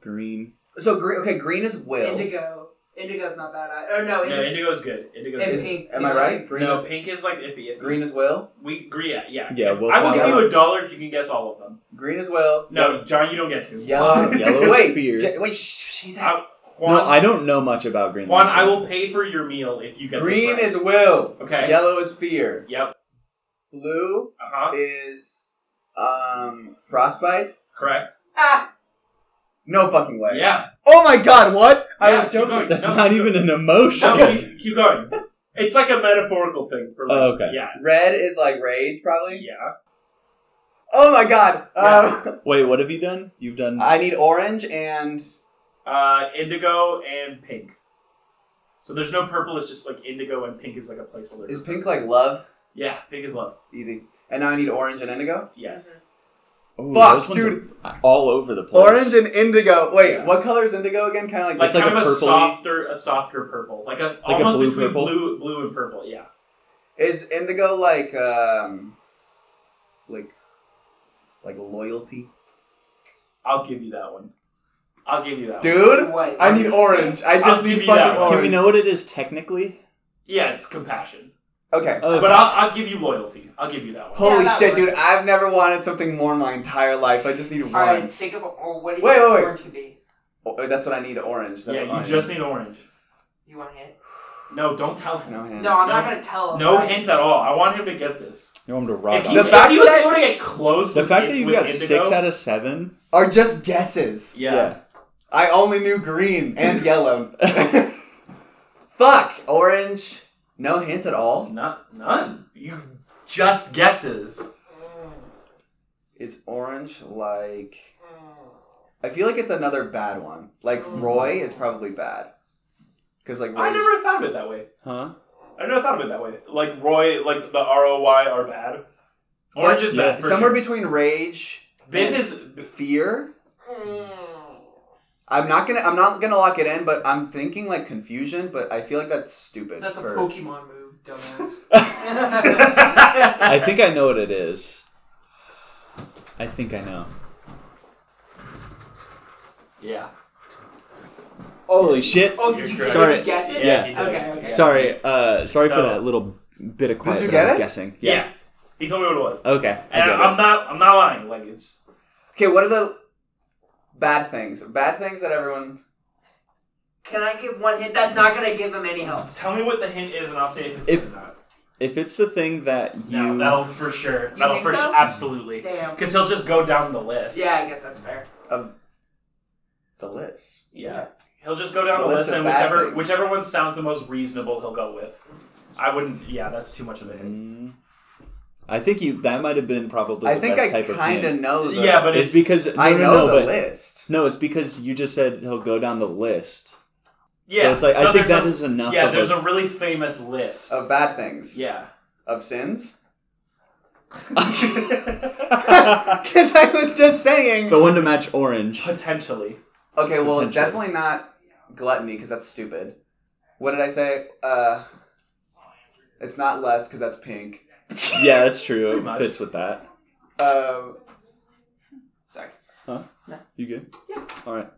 [SPEAKER 1] Green.
[SPEAKER 3] So green. Okay, green is Will.
[SPEAKER 6] Indigo. Indigo's not bad. I, oh no.
[SPEAKER 5] no,
[SPEAKER 6] Indigo.
[SPEAKER 5] indigo's good. Indigo's
[SPEAKER 6] And
[SPEAKER 5] good.
[SPEAKER 3] Is-
[SPEAKER 6] pink.
[SPEAKER 3] am
[SPEAKER 6] too.
[SPEAKER 3] I right? Green.
[SPEAKER 5] No,
[SPEAKER 3] Is,
[SPEAKER 5] pink is like iffy. iffy.
[SPEAKER 3] green is Will.
[SPEAKER 5] We agree. Yeah, yeah.
[SPEAKER 1] Yeah, well,
[SPEAKER 5] I will give
[SPEAKER 3] yellow-
[SPEAKER 5] you a dollar if you can guess all of them.
[SPEAKER 3] Green is Will.
[SPEAKER 5] No, John, you don't get to.
[SPEAKER 3] Yellow.
[SPEAKER 1] Yellow is
[SPEAKER 3] wait,
[SPEAKER 1] fear.
[SPEAKER 3] J- wait, shh, she's out.
[SPEAKER 5] I, Juan,
[SPEAKER 1] no, I don't know much about Green.
[SPEAKER 5] Juan,
[SPEAKER 1] Lantern.
[SPEAKER 5] I will pay for your meal if you get
[SPEAKER 3] Green
[SPEAKER 5] this
[SPEAKER 3] is Will.
[SPEAKER 5] right. okay.
[SPEAKER 3] Yellow is fear.
[SPEAKER 5] Yep. Uh
[SPEAKER 3] Blue
[SPEAKER 1] Uh-huh.
[SPEAKER 5] huh.
[SPEAKER 3] is um frostbite.
[SPEAKER 5] Correct.
[SPEAKER 6] Ah,
[SPEAKER 3] No fucking way.
[SPEAKER 5] Yeah.
[SPEAKER 3] Oh my god, what? I
[SPEAKER 5] Yeah,
[SPEAKER 3] was
[SPEAKER 5] keep
[SPEAKER 3] joking.
[SPEAKER 5] going.
[SPEAKER 1] That's
[SPEAKER 5] No,
[SPEAKER 1] not
[SPEAKER 5] keep
[SPEAKER 1] even an
[SPEAKER 5] going.
[SPEAKER 1] emotion.
[SPEAKER 5] No, keep, keep going. It's like a metaphorical thing for. Like,
[SPEAKER 1] Oh, okay.
[SPEAKER 5] Yeah.
[SPEAKER 3] Red is like rage, probably.
[SPEAKER 5] Yeah.
[SPEAKER 3] Oh my god. Um,
[SPEAKER 1] Wait, what have you done? You've done.
[SPEAKER 3] I need orange and
[SPEAKER 5] Uh, indigo and pink. So there's no purple. It's just like indigo and pink is like a placeholder.
[SPEAKER 3] is pink like love?
[SPEAKER 5] Yeah, pink is love.
[SPEAKER 3] Easy. And now I need orange and indigo.
[SPEAKER 5] Yes.
[SPEAKER 1] Ooh,
[SPEAKER 3] Fuck,
[SPEAKER 1] those ones are
[SPEAKER 3] dude.
[SPEAKER 1] all over the place.
[SPEAKER 3] Orange and indigo. Wait,
[SPEAKER 5] Yeah.
[SPEAKER 3] what color is indigo again? Kind of like,
[SPEAKER 5] Like,
[SPEAKER 1] like
[SPEAKER 5] kind
[SPEAKER 1] a
[SPEAKER 5] of a,
[SPEAKER 1] purple-y-
[SPEAKER 5] softer, a softer purple, like a
[SPEAKER 1] Like a
[SPEAKER 5] almost
[SPEAKER 1] blue
[SPEAKER 5] between
[SPEAKER 1] purple?
[SPEAKER 5] blue, blue and purple. Yeah.
[SPEAKER 3] is indigo like um like like loyalty?
[SPEAKER 5] I'll give you that one. I'll give you that. One.
[SPEAKER 3] Dude,
[SPEAKER 6] What?
[SPEAKER 3] I need orange. I
[SPEAKER 5] I'll
[SPEAKER 3] just
[SPEAKER 5] give
[SPEAKER 3] need
[SPEAKER 5] you that
[SPEAKER 3] fucking
[SPEAKER 5] one.
[SPEAKER 3] orange.
[SPEAKER 1] Can we know what it is technically? Oh,
[SPEAKER 5] Yeah, it's compassion.
[SPEAKER 3] Okay.
[SPEAKER 5] But I'll, I'll give you loyalty. I'll give you that one.
[SPEAKER 3] Holy
[SPEAKER 6] that
[SPEAKER 3] shit,
[SPEAKER 6] works.
[SPEAKER 3] dude! I've never wanted something more in my entire life. I just need one.
[SPEAKER 6] All right, think of or what do you
[SPEAKER 3] Wait,
[SPEAKER 6] think
[SPEAKER 3] wait, wait.
[SPEAKER 6] orange could be?
[SPEAKER 3] Oh, that's what I need. Orange. That's
[SPEAKER 5] yeah, you
[SPEAKER 3] what I
[SPEAKER 5] just need orange.
[SPEAKER 6] You want a hint?
[SPEAKER 5] No, don't tell him.
[SPEAKER 3] No hands.
[SPEAKER 6] No, I'm not
[SPEAKER 5] No.
[SPEAKER 6] gonna tell him.
[SPEAKER 5] No
[SPEAKER 6] right?
[SPEAKER 5] hint at all. I want him to get this.
[SPEAKER 1] You want him to
[SPEAKER 5] If
[SPEAKER 1] rot
[SPEAKER 5] he,
[SPEAKER 3] The
[SPEAKER 1] up.
[SPEAKER 5] if
[SPEAKER 3] fact
[SPEAKER 5] he was
[SPEAKER 3] that-
[SPEAKER 5] able to get close,
[SPEAKER 1] The
[SPEAKER 5] with
[SPEAKER 1] fact
[SPEAKER 5] it-
[SPEAKER 1] that you
[SPEAKER 5] with
[SPEAKER 1] got
[SPEAKER 5] Indigo,
[SPEAKER 1] six out of seven.
[SPEAKER 3] Are just guesses.
[SPEAKER 5] yeah.
[SPEAKER 3] I only knew green and yellow. Fuck! Orange. No hints at all.
[SPEAKER 5] Not none. You just guesses.
[SPEAKER 3] Is orange like. I feel like it's another bad one. Like,
[SPEAKER 6] Mm.
[SPEAKER 3] Roy is probably bad. Because, like, Roy.
[SPEAKER 5] I never thought of it that way.
[SPEAKER 1] Huh?
[SPEAKER 5] I never thought of it that way. Like Roy, like the ROY are bad. Orange is
[SPEAKER 1] Yeah.
[SPEAKER 5] bad. for
[SPEAKER 3] Somewhere
[SPEAKER 5] sure.
[SPEAKER 3] between rage,
[SPEAKER 5] Biff is
[SPEAKER 3] fear.
[SPEAKER 6] Mm.
[SPEAKER 3] I'm not gonna. I'm not gonna lock it in, but I'm thinking like confusion. But I feel like that's stupid.
[SPEAKER 6] That's a
[SPEAKER 3] for-
[SPEAKER 6] Pokemon move, dumbass.
[SPEAKER 1] I think I know what it is. I think I know.
[SPEAKER 5] yeah.
[SPEAKER 1] Holy shit.
[SPEAKER 6] oh, did
[SPEAKER 5] You're
[SPEAKER 6] you
[SPEAKER 5] correct.
[SPEAKER 1] Sorry.
[SPEAKER 6] really guess it?
[SPEAKER 1] Yeah.
[SPEAKER 5] he did.
[SPEAKER 6] Okay. Okay.
[SPEAKER 1] Sorry, uh, sorry for
[SPEAKER 5] So-
[SPEAKER 1] that little bit of quiet.
[SPEAKER 3] Did you
[SPEAKER 1] but I
[SPEAKER 3] get
[SPEAKER 1] was
[SPEAKER 3] it?
[SPEAKER 1] guessing.
[SPEAKER 5] yeah. He told me what it was.
[SPEAKER 1] Okay. I
[SPEAKER 5] And
[SPEAKER 1] get it.
[SPEAKER 5] I'm not I'm not lying. Like it's
[SPEAKER 3] Okay, what are the bad things? Bad things that everyone.
[SPEAKER 6] Can I give one hint? That's not gonna give him any help.
[SPEAKER 5] tell me what the hint is and I'll say if it's
[SPEAKER 1] If-
[SPEAKER 5] good or not.
[SPEAKER 1] if it's the thing that you
[SPEAKER 5] No, that'll for sure.
[SPEAKER 6] You
[SPEAKER 5] That'll
[SPEAKER 6] think
[SPEAKER 5] for
[SPEAKER 6] so?
[SPEAKER 5] sure absolutely.
[SPEAKER 6] Damn.
[SPEAKER 5] Because he'll just go down the list.
[SPEAKER 6] Yeah, I guess that's fair.
[SPEAKER 3] of the list.
[SPEAKER 5] Yeah. He'll just go down
[SPEAKER 3] The
[SPEAKER 5] the,
[SPEAKER 3] list
[SPEAKER 5] list,
[SPEAKER 3] of
[SPEAKER 5] and
[SPEAKER 3] bad
[SPEAKER 5] whichever
[SPEAKER 3] things.
[SPEAKER 5] whichever one sounds the most reasonable he'll go with. I wouldn't yeah, that's too much of a hint.
[SPEAKER 1] Mm. I think you that might have been probably
[SPEAKER 3] I
[SPEAKER 1] the
[SPEAKER 3] think
[SPEAKER 1] best
[SPEAKER 3] I
[SPEAKER 1] type of
[SPEAKER 3] kind of
[SPEAKER 1] hint.
[SPEAKER 3] know. The,
[SPEAKER 5] Yeah, but
[SPEAKER 1] It's,
[SPEAKER 5] it's,
[SPEAKER 1] because no,
[SPEAKER 3] I
[SPEAKER 1] no,
[SPEAKER 3] know
[SPEAKER 1] no,
[SPEAKER 3] the
[SPEAKER 1] but
[SPEAKER 3] list.
[SPEAKER 1] no, it's because you just said he'll go down the list.
[SPEAKER 5] yeah.
[SPEAKER 1] so it's like, I think
[SPEAKER 5] there's
[SPEAKER 1] that
[SPEAKER 5] a-
[SPEAKER 1] is enough
[SPEAKER 5] Yeah,
[SPEAKER 1] of
[SPEAKER 5] there's
[SPEAKER 1] a- Oh.
[SPEAKER 5] a really famous list.
[SPEAKER 3] Of bad things.
[SPEAKER 5] yeah.
[SPEAKER 3] Of sins. Because I was just saying.
[SPEAKER 1] The one to match orange.
[SPEAKER 5] Potentially.
[SPEAKER 3] Okay, well, it's
[SPEAKER 1] Potentially.
[SPEAKER 3] definitely not gluttony because that's stupid. What did I say? Uh, it's not lust because that's pink.
[SPEAKER 1] yeah, that's true. It
[SPEAKER 5] much.
[SPEAKER 1] fits with that.
[SPEAKER 3] Um,
[SPEAKER 6] Sorry.
[SPEAKER 1] Huh? You good? Yeah. All right.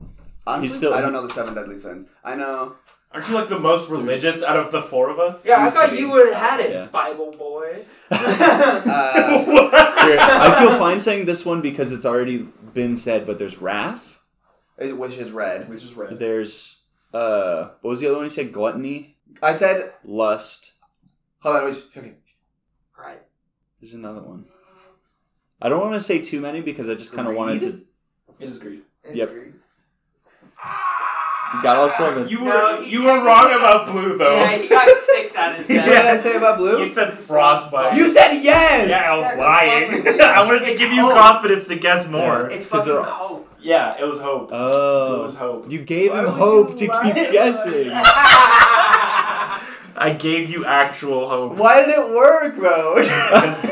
[SPEAKER 3] honestly,
[SPEAKER 1] still-
[SPEAKER 3] I don't know the seven deadly sins. I know.
[SPEAKER 5] Aren't you like the most religious out of the four of us?
[SPEAKER 6] Yeah, I
[SPEAKER 3] Used to
[SPEAKER 6] thought
[SPEAKER 3] be.
[SPEAKER 6] you would have had it,
[SPEAKER 1] Yeah.
[SPEAKER 6] Bible boy.
[SPEAKER 3] Uh,
[SPEAKER 1] Here, I feel fine saying this one because it's already been said. But there's wrath.
[SPEAKER 3] it- which is red.
[SPEAKER 5] Which is red.
[SPEAKER 1] There's uh, what was the other one you said? Gluttony,
[SPEAKER 3] I said.
[SPEAKER 1] lust.
[SPEAKER 3] Hold on. Wait, okay.
[SPEAKER 6] Right.
[SPEAKER 1] There's another one. I don't want to say too many because I just kind of wanted to.
[SPEAKER 5] It is green.
[SPEAKER 1] Yep.
[SPEAKER 3] Ah,
[SPEAKER 1] You got all seven.
[SPEAKER 5] You were
[SPEAKER 6] No, he
[SPEAKER 5] you were wrong about blue though.
[SPEAKER 6] Yeah, he got six out of seven.
[SPEAKER 3] What did I say about blue?
[SPEAKER 5] You said frostbite.
[SPEAKER 3] You said yes.
[SPEAKER 5] yeah, I was
[SPEAKER 6] That was
[SPEAKER 5] lying.
[SPEAKER 6] funny.
[SPEAKER 5] I wanted to
[SPEAKER 6] It's
[SPEAKER 5] give you
[SPEAKER 6] hope.
[SPEAKER 5] confidence to guess more.
[SPEAKER 6] It's
[SPEAKER 1] Because
[SPEAKER 6] fucking
[SPEAKER 1] they're-
[SPEAKER 6] hope.
[SPEAKER 5] Yeah, it was hope.
[SPEAKER 1] Oh,
[SPEAKER 5] It was hope.
[SPEAKER 1] You gave
[SPEAKER 3] Why
[SPEAKER 1] him
[SPEAKER 3] would you
[SPEAKER 1] hope to
[SPEAKER 3] lie?
[SPEAKER 1] keep guessing.
[SPEAKER 5] I gave you actual hope.
[SPEAKER 3] Why did it work though?
[SPEAKER 5] Because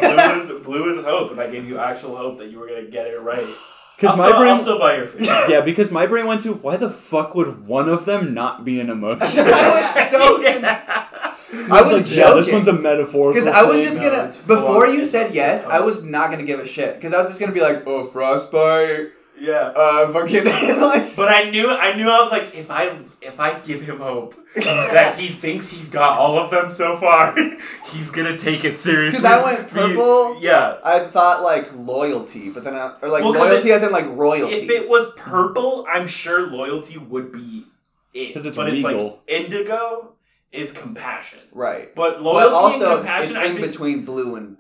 [SPEAKER 5] blue is blue is hope, and I gave you actual hope that you were gonna get it right. I'll
[SPEAKER 1] Because my
[SPEAKER 5] still-
[SPEAKER 1] brain,
[SPEAKER 5] I'll still buy your food.
[SPEAKER 1] yeah, because my brain went to why the fuck would one of them not be an emotion?
[SPEAKER 3] I was so. I was
[SPEAKER 1] like,
[SPEAKER 3] joking.
[SPEAKER 1] yeah, this one's a metaphorical.
[SPEAKER 3] Because I was
[SPEAKER 1] thing.
[SPEAKER 3] just
[SPEAKER 5] No,
[SPEAKER 3] gonna
[SPEAKER 5] it's full
[SPEAKER 3] before
[SPEAKER 5] on.
[SPEAKER 3] you said yes,
[SPEAKER 5] full
[SPEAKER 3] I
[SPEAKER 5] on.
[SPEAKER 3] was not gonna give a shit. Because I was just gonna be like, oh, frostbite,
[SPEAKER 5] Yeah.
[SPEAKER 3] uh, fucking like.
[SPEAKER 5] But I knew I knew I was like if I if I give him hope that he thinks he's got all of them so far, he's gonna take it seriously.
[SPEAKER 3] 'Cause I went
[SPEAKER 5] Be-
[SPEAKER 3] purple.
[SPEAKER 5] yeah.
[SPEAKER 3] I thought like loyalty, but then I, or like
[SPEAKER 5] Well, 'cause
[SPEAKER 3] loyalty as
[SPEAKER 5] it's-
[SPEAKER 3] in like royalty.
[SPEAKER 5] If it was purple, I'm sure loyalty would be it.
[SPEAKER 1] 'Cause it's
[SPEAKER 5] but it's like
[SPEAKER 1] legal.
[SPEAKER 5] indigo is compassion.
[SPEAKER 3] right.
[SPEAKER 5] But loyalty
[SPEAKER 3] But also,
[SPEAKER 5] and compassion,
[SPEAKER 3] it's
[SPEAKER 5] I
[SPEAKER 3] in
[SPEAKER 5] think,
[SPEAKER 3] between blue and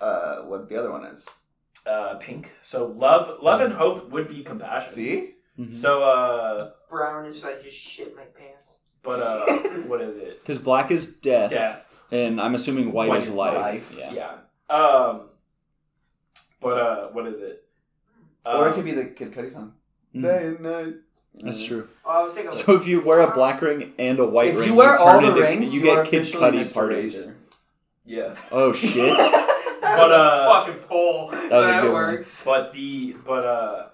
[SPEAKER 3] uh, what the other one is.
[SPEAKER 5] uh, pink. So love, love and hope would be compassion.
[SPEAKER 3] See,
[SPEAKER 5] So, uh,
[SPEAKER 6] Brown is like just shit my pants.
[SPEAKER 5] but uh, what is it?
[SPEAKER 1] Because black is death,
[SPEAKER 5] Death.
[SPEAKER 1] and I'm assuming white,
[SPEAKER 5] White
[SPEAKER 1] is
[SPEAKER 5] is
[SPEAKER 1] life.
[SPEAKER 3] life.
[SPEAKER 1] Yeah.
[SPEAKER 5] Yeah. Um. But uh, what is it?
[SPEAKER 3] or
[SPEAKER 5] Um,
[SPEAKER 3] it could be the Kid Cudi song.
[SPEAKER 1] Mhm.
[SPEAKER 3] Day and night.
[SPEAKER 1] That's true.
[SPEAKER 6] Oh, I was thinking.
[SPEAKER 1] So if you wear a black ring and a white
[SPEAKER 3] if
[SPEAKER 1] ring,
[SPEAKER 3] you wear
[SPEAKER 1] turn
[SPEAKER 3] all the
[SPEAKER 1] into-
[SPEAKER 3] rings,
[SPEAKER 1] you,
[SPEAKER 3] are
[SPEAKER 1] get Kid
[SPEAKER 3] officially
[SPEAKER 1] Cudi
[SPEAKER 3] Mr.
[SPEAKER 1] parties.
[SPEAKER 3] Razor.
[SPEAKER 5] Yeah.
[SPEAKER 1] Oh shit!
[SPEAKER 6] that
[SPEAKER 5] But,
[SPEAKER 6] was
[SPEAKER 5] uh,
[SPEAKER 6] a fucking poll. That,
[SPEAKER 1] was a good one.
[SPEAKER 6] works.
[SPEAKER 5] But the but uh.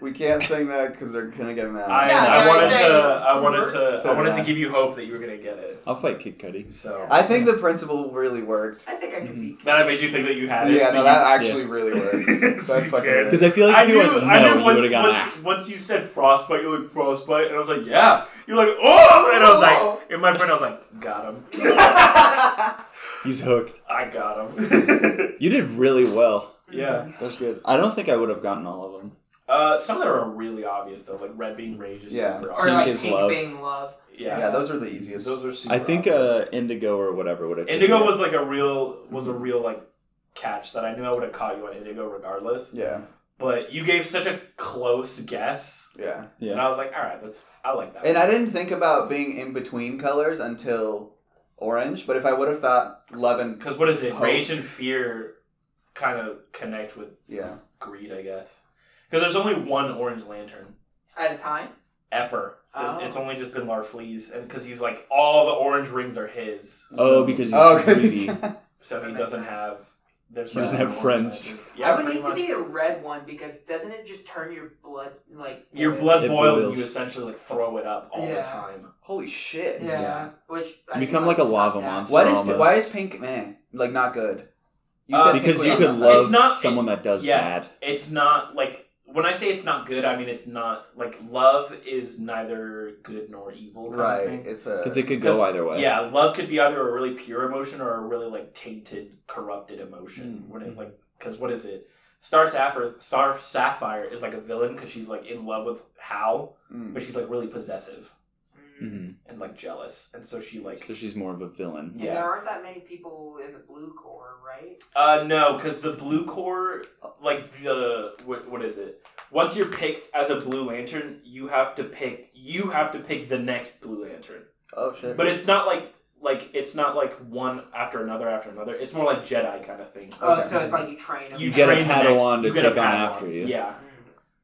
[SPEAKER 3] We can't sing that because they're gonna get mad.
[SPEAKER 5] I,
[SPEAKER 6] Yeah,
[SPEAKER 5] I
[SPEAKER 6] they're
[SPEAKER 5] wanted
[SPEAKER 6] saying
[SPEAKER 5] to. I wanted
[SPEAKER 6] words.
[SPEAKER 5] to.
[SPEAKER 3] So
[SPEAKER 5] I wanted
[SPEAKER 3] bad.
[SPEAKER 5] to give you hope that you were gonna get it.
[SPEAKER 1] I'll fight Kid Cudi.
[SPEAKER 5] So
[SPEAKER 3] I think the principle really worked.
[SPEAKER 6] I think I could be.
[SPEAKER 5] that I made you think that you had it.
[SPEAKER 3] Yeah,
[SPEAKER 5] so
[SPEAKER 3] no,
[SPEAKER 5] you-
[SPEAKER 3] that actually really worked.
[SPEAKER 5] So
[SPEAKER 3] That's fucking
[SPEAKER 5] you can't.
[SPEAKER 3] weird.
[SPEAKER 1] Because I feel like if
[SPEAKER 5] I
[SPEAKER 1] he
[SPEAKER 5] knew,
[SPEAKER 1] went no,
[SPEAKER 5] I knew
[SPEAKER 1] he would
[SPEAKER 5] once,
[SPEAKER 1] have gone "Ah."
[SPEAKER 5] once, once you said frostbite, you like frostbite, and I was like, yeah. You're like, oh, and I was
[SPEAKER 6] Oh.
[SPEAKER 5] like, in my brain, I was like, got him,
[SPEAKER 1] "Ah, He's hooked.
[SPEAKER 5] I got him.
[SPEAKER 1] You did really well.
[SPEAKER 5] yeah.
[SPEAKER 1] That's good. I don't think I would have gotten all of them.
[SPEAKER 5] Uh, some of them are really obvious though, like red being rage is
[SPEAKER 3] Yeah.
[SPEAKER 5] super
[SPEAKER 6] Or
[SPEAKER 5] obvious.
[SPEAKER 6] like
[SPEAKER 1] is
[SPEAKER 6] pink
[SPEAKER 1] love.
[SPEAKER 6] being love.
[SPEAKER 5] Yeah.
[SPEAKER 3] Yeah, those are the easiest.
[SPEAKER 5] those are super.
[SPEAKER 1] I think
[SPEAKER 5] obvious.
[SPEAKER 1] uh, Indigo or whatever would have.
[SPEAKER 5] Indigo was like a real was a real like catch that I knew I would have caught you on Indigo regardless.
[SPEAKER 3] Yeah,
[SPEAKER 5] But you gave such a close guess,
[SPEAKER 3] yeah.
[SPEAKER 5] and I was like, all right, that's I like that.
[SPEAKER 3] And I didn't think about being in between colors until orange. But if I would have thought love and
[SPEAKER 5] because what is it?
[SPEAKER 3] Hope.
[SPEAKER 5] Rage and fear kind of connect with
[SPEAKER 3] yeah,
[SPEAKER 5] greed, I guess. Because there's only one Orange Lantern
[SPEAKER 6] At a time?
[SPEAKER 5] ever. There's-
[SPEAKER 6] Oh.
[SPEAKER 5] It's only just been Larfleeze, and because he's like all the orange rings are his,
[SPEAKER 1] Oh, because he's
[SPEAKER 3] oh,
[SPEAKER 1] so
[SPEAKER 3] because
[SPEAKER 1] greedy.
[SPEAKER 3] he's
[SPEAKER 5] so he
[SPEAKER 6] That makes
[SPEAKER 5] doesn't
[SPEAKER 6] sense.
[SPEAKER 5] have. There's
[SPEAKER 1] He doesn't
[SPEAKER 5] no
[SPEAKER 1] have
[SPEAKER 5] Orange
[SPEAKER 1] friends.
[SPEAKER 5] Lanterns. Yeah,
[SPEAKER 6] I would
[SPEAKER 5] pretty
[SPEAKER 6] hate to
[SPEAKER 5] much.
[SPEAKER 6] be a red one because doesn't it just turn your blood like
[SPEAKER 5] Your
[SPEAKER 6] boil?
[SPEAKER 5] blood
[SPEAKER 1] It
[SPEAKER 5] boils, and
[SPEAKER 1] boils.
[SPEAKER 5] you essentially like throw it up all the
[SPEAKER 6] Yeah.
[SPEAKER 5] time.
[SPEAKER 3] holy shit.
[SPEAKER 6] Yeah.
[SPEAKER 5] Yeah.
[SPEAKER 6] Which
[SPEAKER 1] You become like a lava monster.
[SPEAKER 3] Why is
[SPEAKER 1] Almost.
[SPEAKER 3] why is Pink Man like not good?
[SPEAKER 5] Uh,
[SPEAKER 3] Pink
[SPEAKER 1] because
[SPEAKER 3] was
[SPEAKER 1] you
[SPEAKER 3] not
[SPEAKER 1] could
[SPEAKER 3] that-
[SPEAKER 1] love
[SPEAKER 5] It's not-
[SPEAKER 1] someone that does
[SPEAKER 5] yeah.
[SPEAKER 1] bad.
[SPEAKER 5] it's not like when I say it's not good, I mean it's not like love is neither good nor evil, kind Of
[SPEAKER 3] right.
[SPEAKER 5] thing.
[SPEAKER 3] It's a
[SPEAKER 1] Because it could go
[SPEAKER 5] 'Cause,
[SPEAKER 1] either way.
[SPEAKER 5] Yeah, love could be either a really pure emotion or a really like tainted, corrupted emotion.
[SPEAKER 1] Hmm.
[SPEAKER 5] When it like, because what is it? Star Sapphire, Star Sapphire is like a villain because she's like in love with Hal,
[SPEAKER 3] Mm.
[SPEAKER 5] but she's like really possessive
[SPEAKER 1] Mhm.
[SPEAKER 5] and like jealous, and so she like
[SPEAKER 1] So she's more of a villain.
[SPEAKER 6] And
[SPEAKER 5] Yeah.
[SPEAKER 6] there aren't that many people in the blue core, right?
[SPEAKER 5] Uh, no, because the blue core, like the what, what is it? Once you're picked as a blue lantern, you have to pick. You have to pick the next blue lantern.
[SPEAKER 3] Oh shit.
[SPEAKER 5] But it's not like like it's not like one after another after another. It's more like Jedi kind of thing.
[SPEAKER 6] Oh,
[SPEAKER 3] Okay.
[SPEAKER 6] so it's like you train them.
[SPEAKER 1] You get a Mm,
[SPEAKER 5] train the next-
[SPEAKER 1] Padawan to
[SPEAKER 5] you get a
[SPEAKER 1] take on
[SPEAKER 5] Padawan.
[SPEAKER 1] after you.
[SPEAKER 5] Yeah,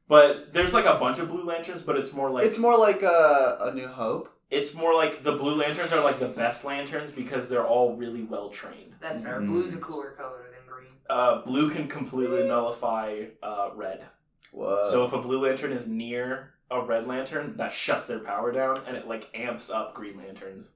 [SPEAKER 5] but there's like a bunch of blue lanterns, but it's more like
[SPEAKER 3] it's more like a, a New Hope.
[SPEAKER 5] it's more like the blue lanterns are like the best lanterns because they're all really well trained.
[SPEAKER 6] That's fair.
[SPEAKER 1] Mm.
[SPEAKER 6] Blue's a cooler color than green.
[SPEAKER 5] Uh, blue can completely nullify uh, red.
[SPEAKER 3] Whoa.
[SPEAKER 5] So if a blue lantern is near a red lantern, that shuts their power down and it like amps up green lanterns.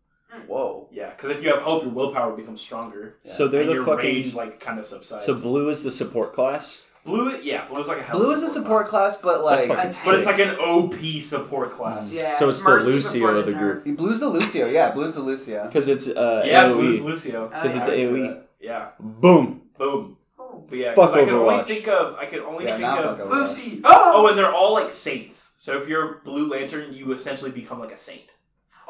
[SPEAKER 3] whoa.
[SPEAKER 5] Yeah, because if you have hope, your willpower becomes stronger.
[SPEAKER 1] So they're
[SPEAKER 5] and
[SPEAKER 1] the
[SPEAKER 5] your
[SPEAKER 1] fucking.
[SPEAKER 5] rage like kind of subsides.
[SPEAKER 1] so blue is the support class.
[SPEAKER 5] blue, yeah, blue's like a hell
[SPEAKER 3] Blue
[SPEAKER 5] of
[SPEAKER 3] is a support class, but
[SPEAKER 1] That's
[SPEAKER 3] like
[SPEAKER 1] fucking
[SPEAKER 5] but it's like an OP support class.
[SPEAKER 6] Yeah.
[SPEAKER 1] So it's the
[SPEAKER 6] Mercy
[SPEAKER 1] Lucio
[SPEAKER 6] before
[SPEAKER 1] of the group.
[SPEAKER 6] nerf.
[SPEAKER 3] Blue's the Lucio. Yeah, Blue's the Lucio.
[SPEAKER 1] Because it's uh,
[SPEAKER 5] yeah, blue's
[SPEAKER 1] AOE.
[SPEAKER 5] Lucio.
[SPEAKER 6] Because
[SPEAKER 1] it's
[SPEAKER 5] Yeah,
[SPEAKER 1] AoE.
[SPEAKER 5] Yeah,
[SPEAKER 1] Boom.
[SPEAKER 5] boom.
[SPEAKER 6] Oh.
[SPEAKER 5] But yeah,
[SPEAKER 1] Fuck
[SPEAKER 5] 'cause I can only
[SPEAKER 1] Overwatch.
[SPEAKER 5] think of I can only
[SPEAKER 3] Yeah,
[SPEAKER 5] think
[SPEAKER 3] now
[SPEAKER 5] of.
[SPEAKER 3] fuck over.
[SPEAKER 6] Lucy! Oh!
[SPEAKER 5] Oh, and they're all like saints. So if you're a blue lantern, you essentially become like a saint.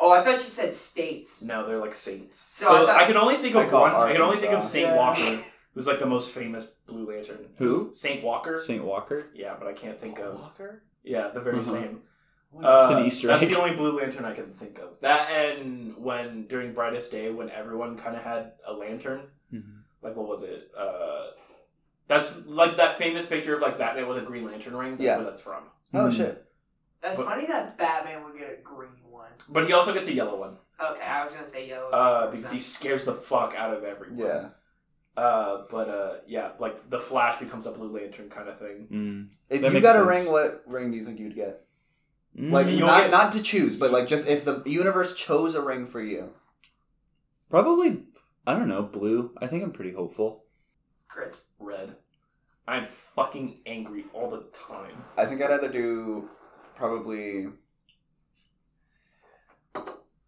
[SPEAKER 6] oh, I thought you said states.
[SPEAKER 5] No, they're like saints. So,
[SPEAKER 6] So I thought-
[SPEAKER 5] I can only think
[SPEAKER 3] I
[SPEAKER 5] of
[SPEAKER 3] call
[SPEAKER 5] one. I can only think of
[SPEAKER 3] Arkansas.
[SPEAKER 5] Saint
[SPEAKER 6] Yeah.
[SPEAKER 5] Walker, who's like the most famous Blue Lantern.
[SPEAKER 1] Who?
[SPEAKER 5] Saint Walker.
[SPEAKER 1] Saint Walker.
[SPEAKER 5] Yeah, but I can't think of.
[SPEAKER 3] Walker.
[SPEAKER 5] Yeah, the very
[SPEAKER 1] Mhm.
[SPEAKER 5] same. Uh,
[SPEAKER 1] It's an Easter
[SPEAKER 5] That's
[SPEAKER 1] egg.
[SPEAKER 5] the only Blue Lantern I can think of. That and when during Brightest Day, when everyone kind of had a lantern,
[SPEAKER 1] Mhm.
[SPEAKER 5] like what was it? Uh, that's like that famous picture of like Batman with a Green Lantern ring. That's
[SPEAKER 3] Yeah.
[SPEAKER 5] where that's from.
[SPEAKER 3] Oh
[SPEAKER 1] Hmm.
[SPEAKER 3] shit.
[SPEAKER 6] That's
[SPEAKER 5] But-
[SPEAKER 6] funny that Batman would get a green one.
[SPEAKER 5] But he also gets a yellow one
[SPEAKER 6] Okay, I was gonna say yellow.
[SPEAKER 5] uh, because he scares the fuck out of everyone.
[SPEAKER 3] Yeah.
[SPEAKER 5] Uh, but uh, yeah, like the Flash becomes a Blue Lantern kind of thing.
[SPEAKER 1] Mm.
[SPEAKER 3] If
[SPEAKER 1] That
[SPEAKER 3] you
[SPEAKER 1] makes
[SPEAKER 3] got a
[SPEAKER 1] sense.
[SPEAKER 3] ring, what ring do you think you'd get?
[SPEAKER 1] Mm.
[SPEAKER 3] Like
[SPEAKER 5] You'll
[SPEAKER 3] not
[SPEAKER 5] get-
[SPEAKER 3] not to choose, but like just if the universe chose a ring for you.
[SPEAKER 1] probably. I don't know. Blue. I think I'm pretty hopeful.
[SPEAKER 6] Chris.
[SPEAKER 5] Red. I'm fucking angry all the time.
[SPEAKER 3] I think I'd either do probably.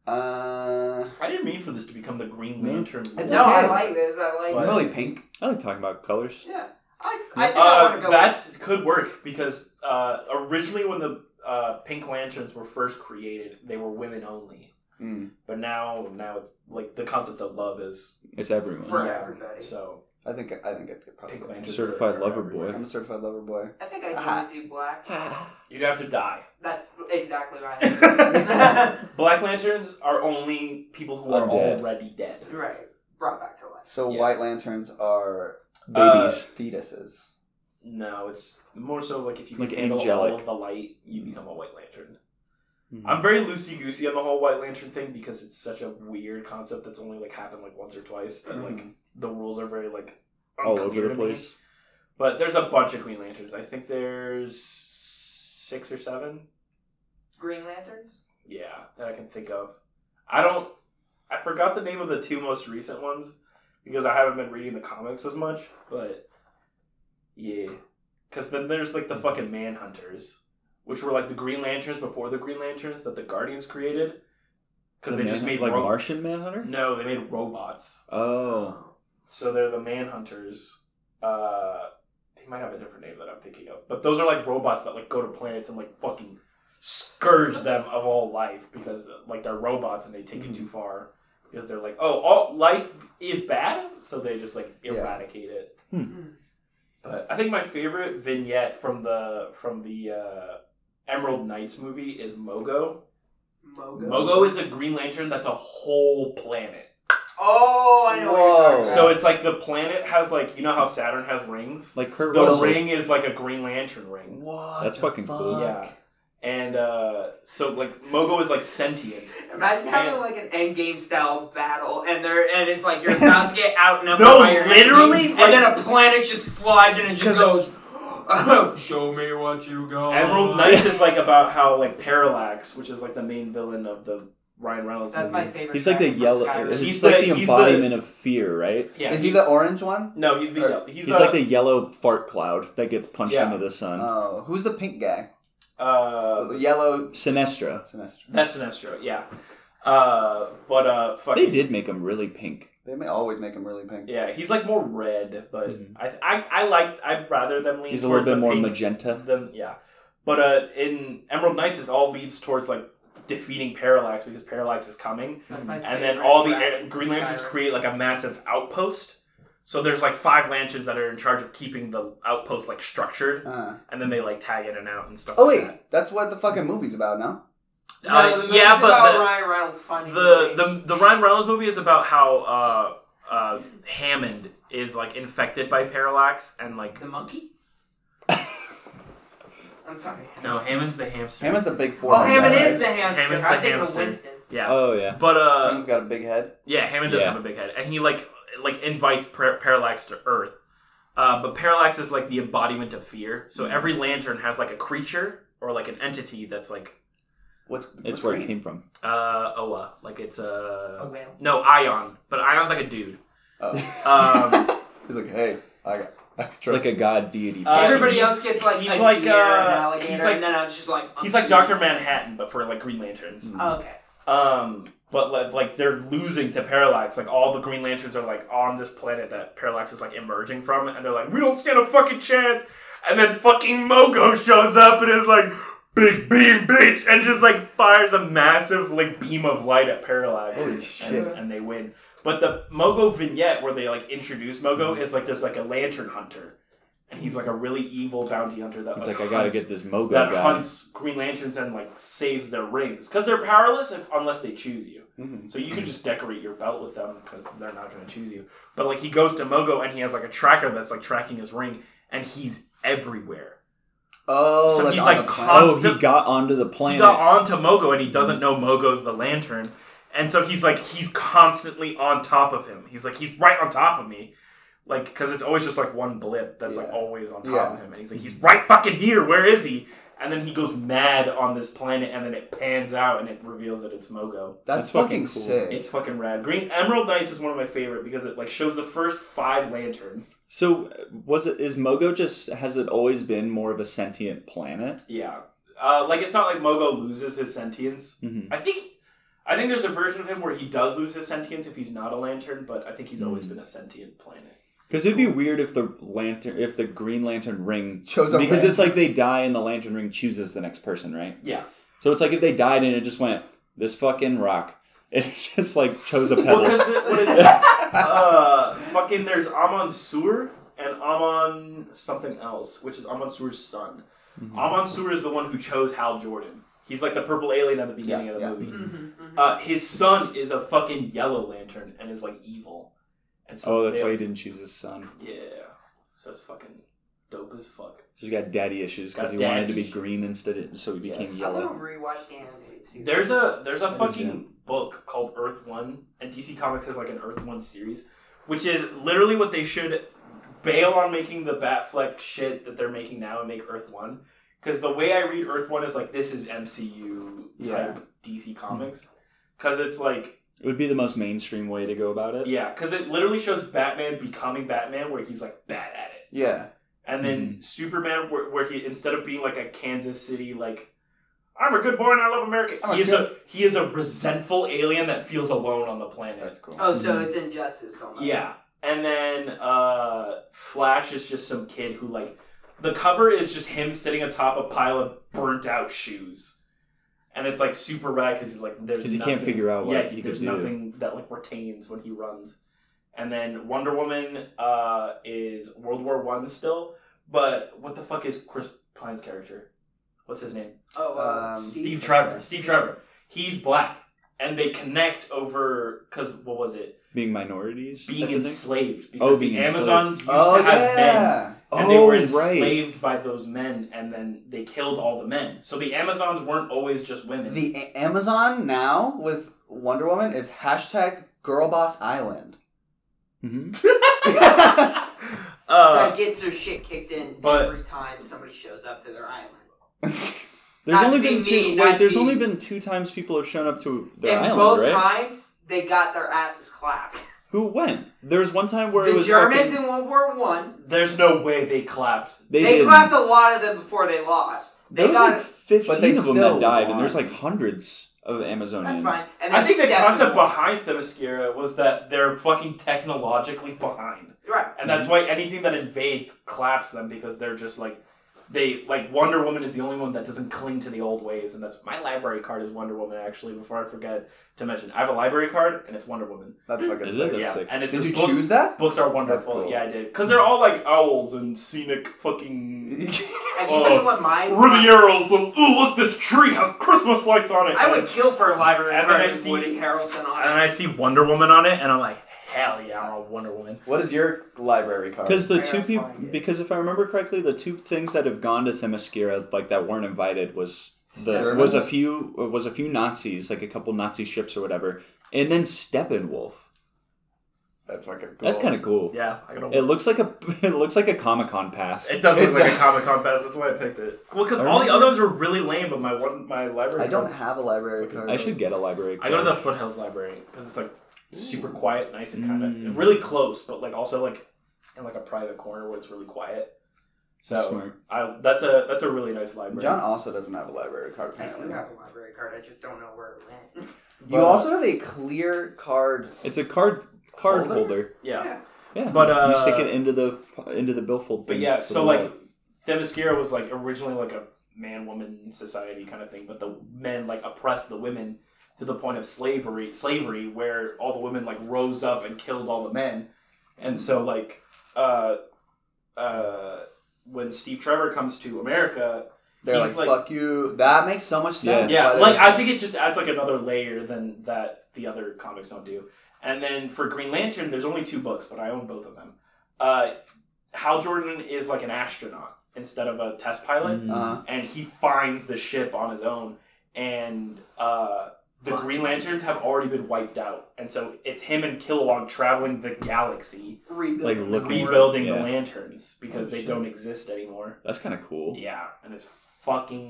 [SPEAKER 3] Uh,
[SPEAKER 5] I didn't mean for this to become the Green Lantern. War.
[SPEAKER 3] Hmm. It's
[SPEAKER 6] No,
[SPEAKER 3] okay.
[SPEAKER 6] I like this. I like
[SPEAKER 5] What?
[SPEAKER 3] I'm
[SPEAKER 6] this.
[SPEAKER 3] really pink.
[SPEAKER 1] I like talking about colors.
[SPEAKER 6] Yeah. I, I think I
[SPEAKER 5] Uh,
[SPEAKER 6] want to go
[SPEAKER 5] that could work because uh, originally when the uh, Pink Lanterns were first created, they were women only.
[SPEAKER 3] Mm,
[SPEAKER 5] But now, now it's like the concept of love is
[SPEAKER 1] It's everyone.
[SPEAKER 6] for
[SPEAKER 5] Yeah.
[SPEAKER 6] everybody.
[SPEAKER 5] so.
[SPEAKER 3] I think I think I'd get probably.
[SPEAKER 5] Pink Lanterns
[SPEAKER 1] Certified
[SPEAKER 5] are- are
[SPEAKER 1] lover
[SPEAKER 5] everywhere.
[SPEAKER 1] boy.
[SPEAKER 3] I'm a certified lover boy.
[SPEAKER 6] I think I
[SPEAKER 3] Ah.
[SPEAKER 6] can do black.
[SPEAKER 5] You'd have to die.
[SPEAKER 6] That's exactly right.
[SPEAKER 5] Black Lanterns are only people who are
[SPEAKER 1] Undead.
[SPEAKER 5] already dead.
[SPEAKER 6] right. Brought back to life.
[SPEAKER 3] So
[SPEAKER 5] Yeah.
[SPEAKER 3] white lanterns are
[SPEAKER 5] uh,
[SPEAKER 1] Babies.
[SPEAKER 3] fetuses.
[SPEAKER 5] No, it's more so like if you
[SPEAKER 1] Like
[SPEAKER 5] can handle
[SPEAKER 1] angelic. Mm.
[SPEAKER 5] all of the light, you become a White Lantern.
[SPEAKER 1] Mhm.
[SPEAKER 5] I'm very loosey goosey on the whole White Lantern thing because it's such a weird concept that's only like happened like once or twice, and like
[SPEAKER 6] Mm.
[SPEAKER 5] the rules are very like
[SPEAKER 1] all
[SPEAKER 5] unclear
[SPEAKER 1] over
[SPEAKER 5] to
[SPEAKER 1] the
[SPEAKER 5] me.
[SPEAKER 1] place.
[SPEAKER 5] But there's a bunch of Green Lanterns. I think there's six or seven.
[SPEAKER 6] Green Lanterns?
[SPEAKER 5] Yeah, that I can think of. I don't. I forgot the name of the two most recent ones because I haven't been reading the comics as much. But yeah, because then there's like the
[SPEAKER 1] Hmm.
[SPEAKER 5] fucking Manhunters, which were like the Green Lanterns before the Green Lanterns that the Guardians created. Because they just made
[SPEAKER 1] like
[SPEAKER 5] ro-
[SPEAKER 1] Martian Manhunter.
[SPEAKER 5] No, they made robots.
[SPEAKER 1] Oh,
[SPEAKER 5] So they're the Manhunters. Uh, they might have a different name that I'm thinking of, but those are like robots that like go to planets and like fucking scourge them of all life because like they're robots and they take it too far because they're like, oh, all life is bad, so they just like
[SPEAKER 3] Yeah.
[SPEAKER 5] eradicate it.
[SPEAKER 1] Hmm.
[SPEAKER 5] But I think my favorite vignette from the from the uh, Emerald Knights movie is Mogo.
[SPEAKER 6] Mogo.
[SPEAKER 5] Mogo is a Green Lantern that's a whole planet.
[SPEAKER 6] Oh, I
[SPEAKER 3] Whoa.
[SPEAKER 6] know what you're talking
[SPEAKER 5] So
[SPEAKER 6] about.
[SPEAKER 5] it's like the planet has like you know how Saturn has rings.
[SPEAKER 1] like Kurt
[SPEAKER 5] The
[SPEAKER 1] Russell.
[SPEAKER 5] ring is like a Green Lantern ring.
[SPEAKER 3] What?
[SPEAKER 1] That's fucking cool.
[SPEAKER 5] Yeah. And uh, so like Mogo is like sentient.
[SPEAKER 6] Imagine
[SPEAKER 5] Yeah.
[SPEAKER 6] having like an endgame style battle, and there, and it's like you're about to get outnumbered.
[SPEAKER 5] No,
[SPEAKER 6] by your
[SPEAKER 5] literally,
[SPEAKER 6] enemy,
[SPEAKER 5] like-
[SPEAKER 6] and then a planet just flies in and just
[SPEAKER 5] 'Cause-
[SPEAKER 6] goes, "Oh, "Show me what you got."
[SPEAKER 1] Uh.
[SPEAKER 5] Emerald Knights is like about how like Parallax, which is like the main villain of the Ryan Reynolds.
[SPEAKER 6] That's
[SPEAKER 5] movie.
[SPEAKER 6] my favorite.
[SPEAKER 1] He's like the
[SPEAKER 6] character from
[SPEAKER 1] yellow.
[SPEAKER 6] Skyrim.
[SPEAKER 1] He's,
[SPEAKER 5] He's
[SPEAKER 1] like
[SPEAKER 5] the-
[SPEAKER 1] the,
[SPEAKER 5] he's the-
[SPEAKER 1] embodiment of fear, right?
[SPEAKER 5] Yeah.
[SPEAKER 3] Is he the orange one?
[SPEAKER 5] no, he's the he's,
[SPEAKER 1] He's,
[SPEAKER 5] uh,
[SPEAKER 1] like the yellow fart cloud that gets punched
[SPEAKER 5] Yeah.
[SPEAKER 1] into the sun.
[SPEAKER 3] Oh, who's the pink guy? Oh,
[SPEAKER 5] uh,
[SPEAKER 3] the yellow
[SPEAKER 1] Sinestro.
[SPEAKER 3] Sinestro.
[SPEAKER 5] that's Sinestro. Yeah. Uh, but uh, fucking
[SPEAKER 1] They did make him really pink.
[SPEAKER 3] They may always make him really pink.
[SPEAKER 5] Yeah, he's like more red, but
[SPEAKER 1] Mhm.
[SPEAKER 5] I, I I like I'd rather them lean.
[SPEAKER 1] He's a little
[SPEAKER 5] towards
[SPEAKER 1] bit
[SPEAKER 5] the
[SPEAKER 1] more
[SPEAKER 5] pink
[SPEAKER 1] magenta.
[SPEAKER 5] Than yeah, but uh, in Emerald Knights, it all leads towards like defeating Parallax because Parallax is coming,
[SPEAKER 6] That's my
[SPEAKER 5] and then
[SPEAKER 6] favorite
[SPEAKER 5] all the
[SPEAKER 6] character
[SPEAKER 5] uh,
[SPEAKER 6] from
[SPEAKER 5] Green Lanterns
[SPEAKER 6] Skyrim.
[SPEAKER 5] create like a massive outpost. So there's like five lanterns that are in charge of keeping the outpost like structured,
[SPEAKER 3] Uh.
[SPEAKER 5] and then they like tag in and out and stuff.
[SPEAKER 3] Oh
[SPEAKER 5] like
[SPEAKER 3] wait, that's what the fucking movie's about, no?
[SPEAKER 5] that.
[SPEAKER 6] No, the
[SPEAKER 5] Uh,
[SPEAKER 6] movie's
[SPEAKER 5] yeah,
[SPEAKER 6] about
[SPEAKER 5] but
[SPEAKER 6] Ryan Reynolds finding
[SPEAKER 5] the, the the the Ryan Reynolds movie is about how uh, uh, Hammond is like infected by Parallax and like
[SPEAKER 6] the monkey. I'm sorry.
[SPEAKER 5] No, Hammond's the hamster.
[SPEAKER 3] Hammond's the big four.
[SPEAKER 6] Oh, Hammond is the
[SPEAKER 5] Hammond's
[SPEAKER 6] hamster.
[SPEAKER 5] the
[SPEAKER 6] I think of
[SPEAKER 5] hamster.
[SPEAKER 6] Winston.
[SPEAKER 5] yeah,
[SPEAKER 1] Oh yeah.
[SPEAKER 5] but uh,
[SPEAKER 3] Hammond's got a big head.
[SPEAKER 5] yeah, Hammond does
[SPEAKER 1] Yeah.
[SPEAKER 5] have a big head, and he like like invites Par- Parallax to Earth. Uh, but Parallax is like the embodiment of fear. So every lantern has like a creature or like an entity that's like
[SPEAKER 3] What's
[SPEAKER 1] It's where it came from.
[SPEAKER 5] uh Oa, like it's
[SPEAKER 6] A
[SPEAKER 5] uh,
[SPEAKER 6] whale.
[SPEAKER 5] no Ion, but Ion's like a dude.
[SPEAKER 3] Oh,
[SPEAKER 5] Um,
[SPEAKER 3] he's like, hey, I got. I
[SPEAKER 1] It's like a god deity.
[SPEAKER 5] Uh,
[SPEAKER 6] Everybody
[SPEAKER 5] he's-
[SPEAKER 6] else gets like
[SPEAKER 5] he's
[SPEAKER 6] a
[SPEAKER 5] like,
[SPEAKER 6] deer,
[SPEAKER 5] uh,
[SPEAKER 6] an alligator,
[SPEAKER 5] he's like-
[SPEAKER 6] and then I'm just like I'm
[SPEAKER 5] he's like
[SPEAKER 6] deer.
[SPEAKER 5] Doctor Manhattan, but for like Green Lanterns.
[SPEAKER 6] Oh, okay.
[SPEAKER 5] Um, but like, like they're losing to Parallax. Like all the Green Lanterns are like on this planet that Parallax is like emerging from, and they're like, we don't stand a fucking chance. And then fucking Mogo shows up and is like, big beam, bitch, and just like fires a massive like beam of light at Parallax,
[SPEAKER 3] Holy
[SPEAKER 5] and,
[SPEAKER 3] shit.
[SPEAKER 5] and they win. But the Mogo vignette where they like introduce Mogo
[SPEAKER 3] Mm-hmm.
[SPEAKER 5] is like there's like a lantern hunter, and he's like a really evil bounty hunter that
[SPEAKER 1] He's
[SPEAKER 5] like,
[SPEAKER 1] like, I gotta
[SPEAKER 5] hunts-
[SPEAKER 1] get this Mogo
[SPEAKER 5] that
[SPEAKER 1] guy.
[SPEAKER 5] hunts Green Lanterns and like saves their rings because they're powerless if, unless they choose you.
[SPEAKER 3] Mhm.
[SPEAKER 5] So you can just decorate your belt with them because they're not going to choose you. But like he goes to Mogo and he has like a tracker that's like tracking his ring, and he's everywhere.
[SPEAKER 3] Oh,
[SPEAKER 5] So
[SPEAKER 3] like
[SPEAKER 5] he's
[SPEAKER 3] on
[SPEAKER 5] like
[SPEAKER 3] the planet.
[SPEAKER 5] con-
[SPEAKER 1] Oh, he got onto the planet.
[SPEAKER 5] He got onto Mogo and he doesn't know Mogo's the Lantern, and so he's like he's constantly on top of him. He's like he's right on top of me. Like, because it's always just like one blip that's like
[SPEAKER 3] Yeah.
[SPEAKER 5] always on top
[SPEAKER 3] Yeah.
[SPEAKER 5] of him. And he's like, he's right fucking here. Where is he? And then he goes mad on this planet, and then it pans out and it reveals that it's Mogo.
[SPEAKER 1] That's
[SPEAKER 3] that's,
[SPEAKER 1] fucking
[SPEAKER 3] fucking
[SPEAKER 1] cool.
[SPEAKER 3] sick.
[SPEAKER 5] It's fucking rad. Green Emerald Knights is one of my favorite because it like shows the first five lanterns.
[SPEAKER 1] So uh, was it? Is Mogo just? Has it always been more of a sentient planet?
[SPEAKER 5] Yeah, uh, like it's not like Mogo loses his sentience.
[SPEAKER 1] Mm-hmm.
[SPEAKER 5] I think, I think there's a version of him where he does lose his sentience if he's not a lantern, but I think he's always
[SPEAKER 1] Mhm.
[SPEAKER 5] been a sentient planet.
[SPEAKER 1] Because it'd be weird if the lantern, if the Green Lantern ring
[SPEAKER 3] Chose a
[SPEAKER 1] because
[SPEAKER 3] ring.
[SPEAKER 1] it's like they die and the Lantern ring chooses the next person, right?
[SPEAKER 5] Yeah.
[SPEAKER 1] So it's like if they died and it just went this fucking rock, it just like chose a
[SPEAKER 5] Well,
[SPEAKER 1] pebble.
[SPEAKER 5] because what is this? uh, fucking there's Amon Sur and Amon something else, which is Amon Sur's son.
[SPEAKER 1] Mm-hmm.
[SPEAKER 5] Amon Sur is the one who chose Hal Jordan. He's like the purple alien at the beginning
[SPEAKER 3] Yeah,
[SPEAKER 5] of the
[SPEAKER 3] yeah.
[SPEAKER 5] movie.
[SPEAKER 6] Mhm, mhm.
[SPEAKER 5] Uh, his son is a fucking yellow lantern and is like evil. And
[SPEAKER 1] oh, that's
[SPEAKER 5] they-
[SPEAKER 1] why he didn't choose his son.
[SPEAKER 5] Yeah. So it's fucking dope as fuck.
[SPEAKER 1] He's got daddy issues because
[SPEAKER 5] Got
[SPEAKER 1] he wanted to
[SPEAKER 5] daddy
[SPEAKER 1] be
[SPEAKER 5] issues.
[SPEAKER 1] green instead, of, so he became
[SPEAKER 5] Yes.
[SPEAKER 6] I'm gonna
[SPEAKER 1] yellow.
[SPEAKER 6] rewatch the animated series.
[SPEAKER 5] There's a there's a
[SPEAKER 1] is
[SPEAKER 5] fucking book called Earth One, and DC Comics has like an Earth One series, which is literally what they should bail on making the Batfleck shit that they're making now and make Earth One. because the way I read Earth One is like this is MCU
[SPEAKER 1] Yeah.
[SPEAKER 5] type DC Comics, because it's like
[SPEAKER 1] It would be the most mainstream way to go about it.
[SPEAKER 5] yeah, because it literally shows Batman becoming Batman where he's like bad at it,
[SPEAKER 3] Yeah.
[SPEAKER 5] and then
[SPEAKER 3] Mm-hmm.
[SPEAKER 5] Superman where, where he instead of being like a Kansas City like. I'm a good boy and I love America.
[SPEAKER 3] I'm a
[SPEAKER 5] He is
[SPEAKER 3] good-
[SPEAKER 5] a he is a resentful alien that feels alone on the planet.
[SPEAKER 3] That's cool.
[SPEAKER 6] Oh, so it's injustice almost.
[SPEAKER 5] Yeah. And then uh Flash is just some kid who like the cover is just him sitting atop a pile of burnt out shoes. And it's like super rad because he's like there's
[SPEAKER 1] 'Cause he can't
[SPEAKER 5] nothing-
[SPEAKER 1] figure out what
[SPEAKER 5] yeah,
[SPEAKER 1] he
[SPEAKER 5] there's
[SPEAKER 1] could do.
[SPEAKER 5] nothing that like retains when he runs. And then Wonder Woman uh is World War One still, but what the fuck is Chris Pine's character? What's his name?
[SPEAKER 6] Oh, uh,
[SPEAKER 3] Um,
[SPEAKER 5] Steve, Trevor. Steve Trevor. He's black, and they connect over because what was it?
[SPEAKER 1] Being minorities.
[SPEAKER 5] being
[SPEAKER 1] type of thing?
[SPEAKER 5] enslaved because
[SPEAKER 1] being
[SPEAKER 5] the
[SPEAKER 1] enslaved.
[SPEAKER 5] Amazons used
[SPEAKER 3] Oh,
[SPEAKER 5] to have men
[SPEAKER 3] yeah.
[SPEAKER 5] and they were
[SPEAKER 1] Oh, right.
[SPEAKER 5] enslaved by those men and then they killed all the men. So the Amazons weren't always just women.
[SPEAKER 3] The A- Amazon now with Wonder Woman is hashtag Girlboss Island.
[SPEAKER 1] Mhm.
[SPEAKER 5] uh,
[SPEAKER 6] that gets their shit kicked in
[SPEAKER 5] but-
[SPEAKER 6] every time somebody shows up to their island.
[SPEAKER 1] There's
[SPEAKER 6] Not
[SPEAKER 1] only
[SPEAKER 6] to be
[SPEAKER 1] been two.
[SPEAKER 6] mean,
[SPEAKER 1] wait,
[SPEAKER 6] not
[SPEAKER 1] there's
[SPEAKER 6] to
[SPEAKER 1] only
[SPEAKER 6] be-
[SPEAKER 1] been two times people have shown up to their
[SPEAKER 6] and
[SPEAKER 1] island,
[SPEAKER 6] both
[SPEAKER 1] right?
[SPEAKER 6] times they got their asses clapped.
[SPEAKER 1] Who went? There was one time where it
[SPEAKER 6] the
[SPEAKER 1] was
[SPEAKER 6] Germans
[SPEAKER 1] fucking-
[SPEAKER 6] in World War One,
[SPEAKER 5] there's no way they clapped.
[SPEAKER 6] they,
[SPEAKER 1] didn't.
[SPEAKER 6] clapped a lot of them before they lost. They
[SPEAKER 1] There was
[SPEAKER 6] got
[SPEAKER 1] like 15
[SPEAKER 3] they
[SPEAKER 1] of them
[SPEAKER 3] still
[SPEAKER 1] that died,
[SPEAKER 3] won.
[SPEAKER 1] and there's like hundreds of Amazonians.
[SPEAKER 6] that's fine. And
[SPEAKER 5] I
[SPEAKER 6] that's
[SPEAKER 5] think the concept
[SPEAKER 6] definitely-
[SPEAKER 5] behind Themyscira was that they're fucking technologically behind.
[SPEAKER 6] right.
[SPEAKER 5] And that's why anything that invades claps them because they're just like they like Wonder Woman is the only one that doesn't cling to the old ways, and that's my library card is Wonder Woman actually. Before I forget to mention, I have a library card and it's Wonder Woman.
[SPEAKER 3] That's fucking
[SPEAKER 1] Is
[SPEAKER 3] sick.
[SPEAKER 1] it? That's
[SPEAKER 5] yeah,
[SPEAKER 1] sick.
[SPEAKER 5] and it's
[SPEAKER 3] Did
[SPEAKER 5] just
[SPEAKER 3] you
[SPEAKER 5] book-
[SPEAKER 3] choose that?
[SPEAKER 5] Books are wonderful.
[SPEAKER 3] That's cool.
[SPEAKER 5] Yeah, I did because they're all like owls and scenic fucking
[SPEAKER 6] Have you
[SPEAKER 5] Oh.
[SPEAKER 6] seen what my
[SPEAKER 5] Rivieras. And, Ooh, look, this tree has Christmas lights on it.
[SPEAKER 6] I
[SPEAKER 5] and
[SPEAKER 6] would kill for a library
[SPEAKER 5] And
[SPEAKER 6] and
[SPEAKER 5] then I
[SPEAKER 6] card with
[SPEAKER 5] see-
[SPEAKER 6] Woody Harrelson on
[SPEAKER 5] and then
[SPEAKER 6] it.
[SPEAKER 5] I see Wonder Woman on it, and I'm like, hell yeah, I'm a Wonder Woman.
[SPEAKER 3] What is your library card?
[SPEAKER 1] Because the
[SPEAKER 6] I
[SPEAKER 1] two
[SPEAKER 6] gotta
[SPEAKER 1] people,
[SPEAKER 6] find it.
[SPEAKER 1] because if I remember correctly, the two things that have gone to Themyscira like that weren't invited was the
[SPEAKER 3] Germans?
[SPEAKER 1] was a few was a few Nazis, like a couple Nazi ships or whatever, and then Steppenwolf.
[SPEAKER 3] That's fucking cool.
[SPEAKER 1] That's kind of cool.
[SPEAKER 5] Yeah, I gotta.
[SPEAKER 1] It looks like a it looks like a Comic Con pass.
[SPEAKER 5] It does look
[SPEAKER 3] It
[SPEAKER 5] like
[SPEAKER 3] does.
[SPEAKER 5] a Comic Con pass. That's why I picked it. Well, because
[SPEAKER 1] I
[SPEAKER 5] all the
[SPEAKER 1] remember-
[SPEAKER 5] other ones were really lame, but my one, my library.
[SPEAKER 3] I don't
[SPEAKER 5] cards-
[SPEAKER 3] have a library card.
[SPEAKER 1] I should get a library.
[SPEAKER 5] I go to
[SPEAKER 1] card.
[SPEAKER 5] the Foothills Library because it's like super quiet, nice and kind of
[SPEAKER 1] Mm.
[SPEAKER 5] really close, but like also like in like a private corner where it's really quiet. So
[SPEAKER 1] Smart.
[SPEAKER 5] I, that's a that's a really nice library.
[SPEAKER 3] John also doesn't have a library card
[SPEAKER 6] I do
[SPEAKER 3] apparently.
[SPEAKER 6] have a library card. I just don't know where it went.
[SPEAKER 3] You also have a clear card.
[SPEAKER 1] It's a card card
[SPEAKER 3] Holder?
[SPEAKER 1] holder.
[SPEAKER 5] yeah.
[SPEAKER 1] Yeah,
[SPEAKER 5] But, uh,
[SPEAKER 1] you stick it into the into the billfold.
[SPEAKER 5] But
[SPEAKER 1] thing
[SPEAKER 5] yeah,
[SPEAKER 1] to
[SPEAKER 5] so
[SPEAKER 1] the
[SPEAKER 5] like
[SPEAKER 1] light.
[SPEAKER 5] Themyscira was like originally like a man woman society kind of thing, but the men like oppressed the women to the point of slavery, slavery where all the women like rose up and killed all the men, and so like uh, uh, when Steve Trevor comes to America,
[SPEAKER 3] They're
[SPEAKER 5] He's
[SPEAKER 3] like,
[SPEAKER 5] like-
[SPEAKER 3] fuck you. That makes so much sense.
[SPEAKER 1] That's
[SPEAKER 5] yeah,
[SPEAKER 3] why they
[SPEAKER 5] like
[SPEAKER 3] were so-
[SPEAKER 5] I think it just adds like another layer than that the other comics don't do. And then for Green Lantern, there's only two books, but I own both of them. Uh, Hal Jordan is like an astronaut instead of a test pilot.
[SPEAKER 1] Mm.
[SPEAKER 3] Uh-huh.
[SPEAKER 5] and he finds the ship on his own and uh, the green lanterns have already been wiped out and so it's him and kilowog traveling the galaxy
[SPEAKER 1] Like,
[SPEAKER 6] Rebuilding.
[SPEAKER 1] looking-
[SPEAKER 5] rebuilding the
[SPEAKER 1] Yeah.
[SPEAKER 5] lanterns because
[SPEAKER 1] Oh,
[SPEAKER 5] they
[SPEAKER 1] shit.
[SPEAKER 5] don't exist anymore
[SPEAKER 1] that's kind of cool.
[SPEAKER 5] yeah and it's fucking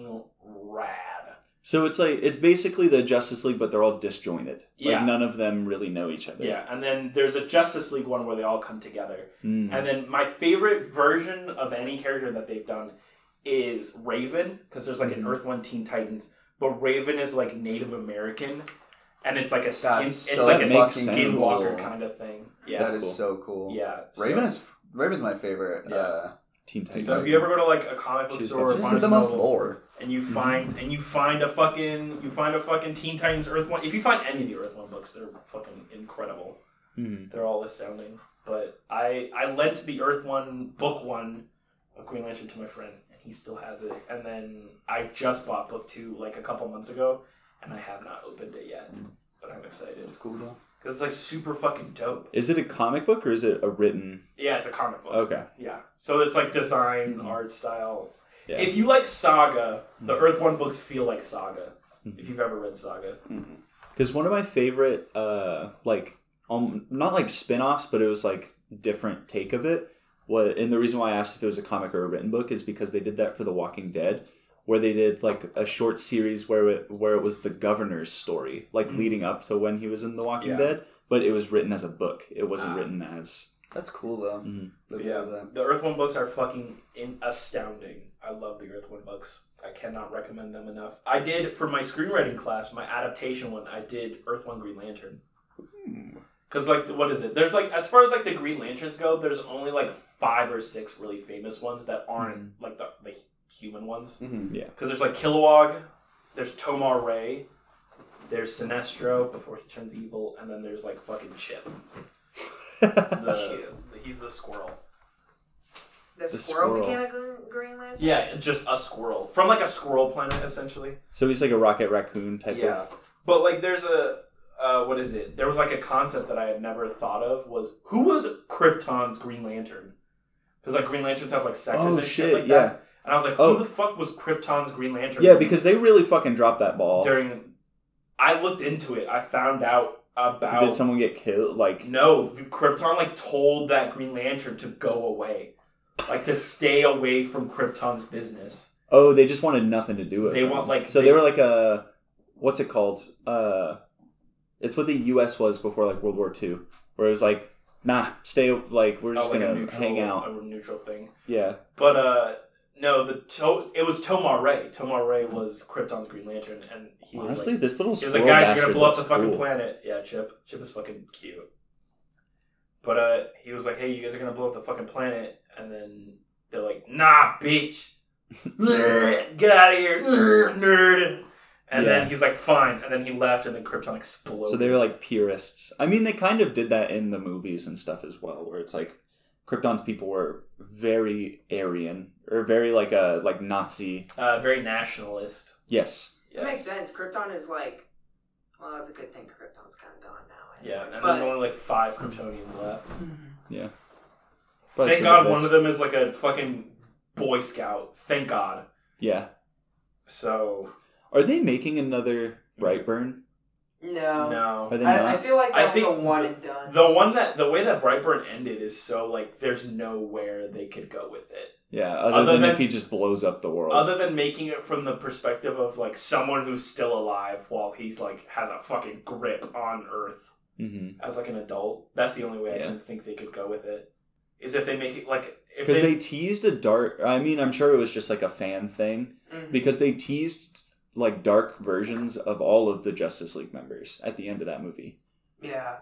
[SPEAKER 5] rad
[SPEAKER 1] So it's like it's basically the Justice League, but they're all disjointed.
[SPEAKER 5] Yeah.
[SPEAKER 1] Like none of them really know each other.
[SPEAKER 5] yeah and then there's a justice league one where they all come together
[SPEAKER 1] Mm.
[SPEAKER 5] and then my favorite version of any character that they've done is raven because there's
[SPEAKER 3] Mm-hmm.
[SPEAKER 5] like an earth one teen titans but raven is like native american and it's like a skin
[SPEAKER 3] That's
[SPEAKER 5] it's
[SPEAKER 3] so
[SPEAKER 5] like a
[SPEAKER 1] fucking
[SPEAKER 5] skinwalker
[SPEAKER 3] cool.
[SPEAKER 5] kind of thing yeah
[SPEAKER 3] That is
[SPEAKER 1] cool.
[SPEAKER 3] so cool.
[SPEAKER 5] Yeah.
[SPEAKER 3] Raven
[SPEAKER 5] so,
[SPEAKER 3] is Raven's my favorite.
[SPEAKER 5] Yeah.
[SPEAKER 3] Uh,
[SPEAKER 1] Teen Titans.
[SPEAKER 5] So if you ever go to like a comic book
[SPEAKER 1] She's
[SPEAKER 5] store or
[SPEAKER 1] got-
[SPEAKER 3] this
[SPEAKER 5] Barnes
[SPEAKER 3] is the most
[SPEAKER 5] Noble,
[SPEAKER 3] lore.
[SPEAKER 5] and you find and you find a fucking you find a fucking Teen Titans Earth One. If you find any of the Earth One books, they're fucking incredible.
[SPEAKER 3] Mm-hmm.
[SPEAKER 1] Mhm.
[SPEAKER 5] They're all astounding. But I I lent the Earth One book one of Green Lantern to my friend, and he still has it. And then I just bought book two like a couple months ago, and I have not opened it yet. But I'm excited
[SPEAKER 3] It's Mm-hmm. cool though.
[SPEAKER 5] because it's like super fucking dope.
[SPEAKER 1] Is it a comic book or is it a written?
[SPEAKER 5] Yeah, it's a comic
[SPEAKER 3] Oh,
[SPEAKER 5] book.
[SPEAKER 1] Okay.
[SPEAKER 5] Yeah. So it's like design, art style.
[SPEAKER 1] Yeah.
[SPEAKER 5] If you like Saga, the Earth One books feel like Saga. If you've ever read Saga,
[SPEAKER 1] Because one of my favorite, uh, like, um, not like spin-offs, but it was like different take of it. What and the reason why I asked if it was a comic or a written book is because they did that for The Walking Dead, where they did like a short series where it, where it was the governor's story, like leading up to when he was in The Walking
[SPEAKER 5] Mm. Yeah.
[SPEAKER 1] Dead, but it was written as a book. It wasn't
[SPEAKER 5] Ah.
[SPEAKER 1] written as
[SPEAKER 3] That's cool though.
[SPEAKER 1] Mhm.
[SPEAKER 3] That we
[SPEAKER 5] Yeah,
[SPEAKER 3] have that.
[SPEAKER 5] the Earth One books are fucking in- astounding. I love the Earth One books. I cannot recommend them enough. I did for my screenwriting class, my adaptation one. I did Earth One Green Lantern. Hmm. Cause like what is it? There's like as far as like the Green Lanterns go, there's only like five or six really famous ones that aren't like the, the human ones.
[SPEAKER 3] Mhm.
[SPEAKER 5] Because there's like Kilowog, there's Tomar Ray, there's Sinestro before he turns evil, and then there's like fucking Chip. The- he's the squirrel.
[SPEAKER 1] The
[SPEAKER 6] The, squirrel,
[SPEAKER 1] squirrel.
[SPEAKER 6] mechanic Green- Green Lantern?
[SPEAKER 5] Yeah, just a squirrel from like a squirrel planet essentially.
[SPEAKER 1] so he's like a rocket raccoon type
[SPEAKER 5] Yeah,
[SPEAKER 1] of
[SPEAKER 5] but like there's a uh, what is it? There was like a concept that I had never thought of was who was Krypton's Green Lantern? Because like Green Lanterns have like sectors
[SPEAKER 1] Oh,
[SPEAKER 5] and shit,
[SPEAKER 1] shit,
[SPEAKER 5] like
[SPEAKER 1] yeah.
[SPEAKER 5] that. And I was like, who
[SPEAKER 1] Oh.
[SPEAKER 5] the fuck was Krypton's Green Lantern?
[SPEAKER 1] yeah because they really fucking dropped that ball.
[SPEAKER 5] during I looked into it, I found out about
[SPEAKER 1] Did someone get killed? Like
[SPEAKER 5] No, Krypton like told that Green Lantern to go away, like to stay away from Krypton's business.
[SPEAKER 1] oh they just wanted nothing to do with.
[SPEAKER 5] They
[SPEAKER 1] him.
[SPEAKER 5] want, like,
[SPEAKER 1] so they,
[SPEAKER 5] they-
[SPEAKER 1] were like a what's it called? Uh, it's what the U.S. was before like World War II, where it was like nah stay like we're
[SPEAKER 5] Oh,
[SPEAKER 1] just
[SPEAKER 5] like a
[SPEAKER 1] gonna
[SPEAKER 5] neutral-
[SPEAKER 1] hang out.
[SPEAKER 5] a neutral thing.
[SPEAKER 1] Yeah.
[SPEAKER 5] But uh, no, the to- it was Tomar Ray. Tomar Ray was Krypton's Green Lantern, and he was
[SPEAKER 1] Honestly,
[SPEAKER 5] like,
[SPEAKER 1] this little
[SPEAKER 5] he was
[SPEAKER 1] squirrel
[SPEAKER 5] like, guys, you're
[SPEAKER 1] bastard
[SPEAKER 5] gonna blow up the
[SPEAKER 1] looks
[SPEAKER 5] fucking
[SPEAKER 1] cool.
[SPEAKER 5] planet. Yeah, Chip. Chip is fucking cute. But uh, he was like, hey, you guys are gonna blow up the fucking planet, and then they're like, nah, bitch, get out of here, nerd. And
[SPEAKER 1] Yeah.
[SPEAKER 5] then he's like, fine. And then he left, and then Krypton exploded.
[SPEAKER 1] So they were like purists. I mean, they kind of did that in the movies and stuff as well, where it's like Krypton's people were very Aryan or very like a like Nazi.
[SPEAKER 5] uh, very nationalist.
[SPEAKER 1] Yes.
[SPEAKER 6] That makes
[SPEAKER 5] Yes.
[SPEAKER 6] sense. Krypton is like, well, that's a good thing. Krypton's kind of gone now.
[SPEAKER 5] Yeah, and
[SPEAKER 6] but
[SPEAKER 5] there's only like five Kryptonians left.
[SPEAKER 1] Yeah. Probably
[SPEAKER 5] Thank
[SPEAKER 1] for
[SPEAKER 5] God
[SPEAKER 1] the
[SPEAKER 5] one
[SPEAKER 1] best.
[SPEAKER 5] of them is like a fucking Boy Scout. Thank God.
[SPEAKER 1] Yeah.
[SPEAKER 5] So
[SPEAKER 1] Are they making another Brightburn?
[SPEAKER 6] no,
[SPEAKER 1] Are
[SPEAKER 5] no,
[SPEAKER 1] they
[SPEAKER 6] I, I
[SPEAKER 1] not?
[SPEAKER 6] feel like
[SPEAKER 5] I
[SPEAKER 6] that was
[SPEAKER 5] think
[SPEAKER 6] a one and done.
[SPEAKER 5] the one that the way that Brightburn ended is so like there's nowhere they could go with it
[SPEAKER 1] Yeah. Other,
[SPEAKER 5] Other
[SPEAKER 1] than,
[SPEAKER 5] than-
[SPEAKER 1] if he just blows up the world.
[SPEAKER 5] other than making it from the perspective of like someone who's still alive while he's like has a fucking grip on Earth
[SPEAKER 1] Mhm.
[SPEAKER 5] as like an adult. That's the only way I
[SPEAKER 1] Yeah.
[SPEAKER 5] can think they could go with it. Is if they make it like if
[SPEAKER 1] Because they teased a dark. I mean, I'm sure it was just like a fan thing.
[SPEAKER 6] Mhm.
[SPEAKER 1] Because they teased like dark versions of all of the Justice League members at the end of that movie.
[SPEAKER 6] yeah,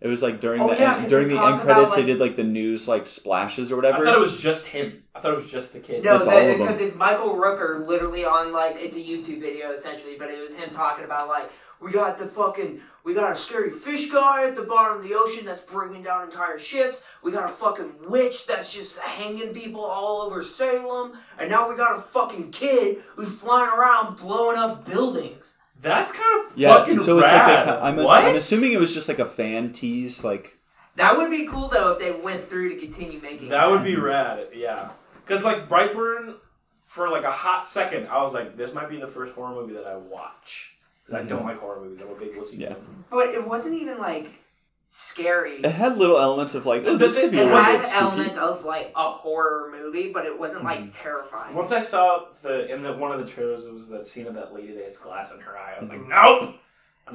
[SPEAKER 1] It was like during
[SPEAKER 6] Oh,
[SPEAKER 1] the
[SPEAKER 6] yeah,
[SPEAKER 1] end,
[SPEAKER 6] 'cause
[SPEAKER 1] during
[SPEAKER 6] they
[SPEAKER 1] the
[SPEAKER 6] talk
[SPEAKER 1] end credits,
[SPEAKER 6] about,
[SPEAKER 1] they
[SPEAKER 6] like-
[SPEAKER 1] did like the news like splashes or
[SPEAKER 5] I
[SPEAKER 1] whatever.
[SPEAKER 5] thought it was just him. I thought it was just the kid.
[SPEAKER 6] no,
[SPEAKER 1] That's all
[SPEAKER 6] that-
[SPEAKER 1] of them.
[SPEAKER 6] because it's Michael Rooker literally on like it's a YouTube video essentially, but it was him talking about like we got the fucking we got a scary fish guy at the bottom of the ocean that's bringing down entire ships. We got a fucking witch that's just hanging people all over Salem, and now we got a fucking kid who's flying around blowing up buildings.
[SPEAKER 5] That's kind of
[SPEAKER 1] yeah,
[SPEAKER 5] fucking
[SPEAKER 1] so it's like
[SPEAKER 5] rad.
[SPEAKER 1] they, I'm,
[SPEAKER 5] what?
[SPEAKER 1] I'm assuming it was just like a fan tease, like
[SPEAKER 6] That would be cool though if they went through to continue making.
[SPEAKER 5] That would be rad, yeah. Because like Brightburn, for like a hot second, I was like, this might be the first horror movie that I watch. Because I don't like horror movies. I'm a big wussy.
[SPEAKER 1] Mm-hmm. Yeah.
[SPEAKER 5] fan.
[SPEAKER 6] but it wasn't even like scary.
[SPEAKER 1] it had little elements of like oh, this could
[SPEAKER 5] It
[SPEAKER 1] be
[SPEAKER 6] It
[SPEAKER 1] a
[SPEAKER 5] was
[SPEAKER 1] little
[SPEAKER 6] had
[SPEAKER 1] spooky. Mm.
[SPEAKER 6] elements of like a horror movie, but it wasn't like terrifying.
[SPEAKER 5] Once I saw the in the one of the trailers it was that scene of that lady that has glass in her eye. I was
[SPEAKER 1] Mm-hmm.
[SPEAKER 5] like, nope. I'm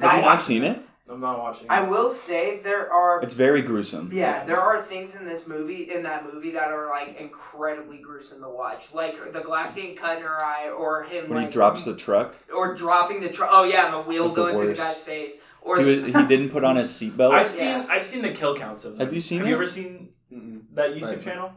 [SPEAKER 1] Have
[SPEAKER 5] not
[SPEAKER 1] you not
[SPEAKER 5] watching.
[SPEAKER 1] seen it?
[SPEAKER 5] I'm not watching.
[SPEAKER 6] I will say there are
[SPEAKER 1] It's very gruesome.
[SPEAKER 6] yeah, there are things in this movie in that movie that are like incredibly gruesome to watch. Like the glass getting cut in her eye or him
[SPEAKER 1] When
[SPEAKER 6] like
[SPEAKER 1] he drops the truck,
[SPEAKER 6] or dropping the truck. Oh yeah, and the wheel
[SPEAKER 1] Was the
[SPEAKER 6] going through the
[SPEAKER 1] worst.
[SPEAKER 6] guy's face. Or
[SPEAKER 1] he, was, he didn't put on his
[SPEAKER 5] I've
[SPEAKER 1] seatbelt.
[SPEAKER 5] seen
[SPEAKER 6] Yeah.
[SPEAKER 5] I've seen the kill counts of them.
[SPEAKER 1] Have you seen
[SPEAKER 5] Have
[SPEAKER 1] it?
[SPEAKER 5] you ever seen
[SPEAKER 3] Mm-mm.
[SPEAKER 5] that YouTube
[SPEAKER 3] Right.
[SPEAKER 5] channel?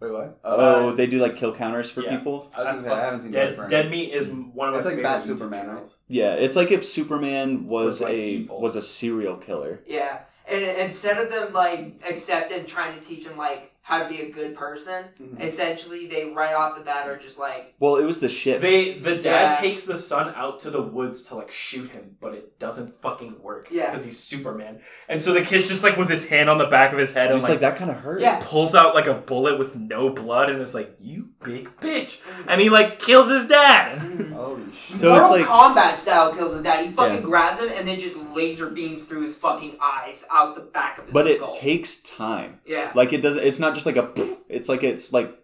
[SPEAKER 3] Wait, what?
[SPEAKER 1] Oh, they do like kill counters for
[SPEAKER 5] Uh, Yeah.
[SPEAKER 1] people.
[SPEAKER 3] I was gonna say, I haven't seen
[SPEAKER 5] Dead,
[SPEAKER 3] Brightburn.
[SPEAKER 5] Dead Meat is one of
[SPEAKER 3] It's
[SPEAKER 5] my
[SPEAKER 3] like
[SPEAKER 5] favorite
[SPEAKER 3] Bat
[SPEAKER 5] YouTube
[SPEAKER 3] Superman,
[SPEAKER 5] channels.
[SPEAKER 1] Yeah, it's like if Superman was,
[SPEAKER 5] Was, like,
[SPEAKER 1] a
[SPEAKER 5] evil.
[SPEAKER 1] was a serial killer.
[SPEAKER 6] yeah, and instead of them like accept and trying to teach him like how to be a good person,
[SPEAKER 1] Mm-hmm.
[SPEAKER 3] Mhm.
[SPEAKER 6] essentially they right off the bat are just like
[SPEAKER 1] Well, it was the ship.
[SPEAKER 5] They the dad
[SPEAKER 6] Yeah.
[SPEAKER 5] takes the son out to the woods to like shoot him, but it doesn't fucking work.
[SPEAKER 6] Yeah.
[SPEAKER 5] because he's Superman, and so the kid's just like with his hand on the back of his head
[SPEAKER 1] it
[SPEAKER 5] and
[SPEAKER 1] was like
[SPEAKER 5] like,
[SPEAKER 1] that kind of hurt.
[SPEAKER 6] yeah.
[SPEAKER 5] pulls out like a bullet with no blood, and is like, "You big bitch," and he like kills his dad.
[SPEAKER 3] Holy shit.
[SPEAKER 1] So it's
[SPEAKER 6] Mortal
[SPEAKER 1] like
[SPEAKER 6] Kombat style kills his dad. He fucking
[SPEAKER 1] Yeah.
[SPEAKER 6] grabs him and then just laser beams through his fucking eyes out the back of his
[SPEAKER 1] but it
[SPEAKER 6] skull.
[SPEAKER 1] takes time.
[SPEAKER 6] yeah.
[SPEAKER 1] Like it doesn't. It's not just like a. poof, It's like it's like,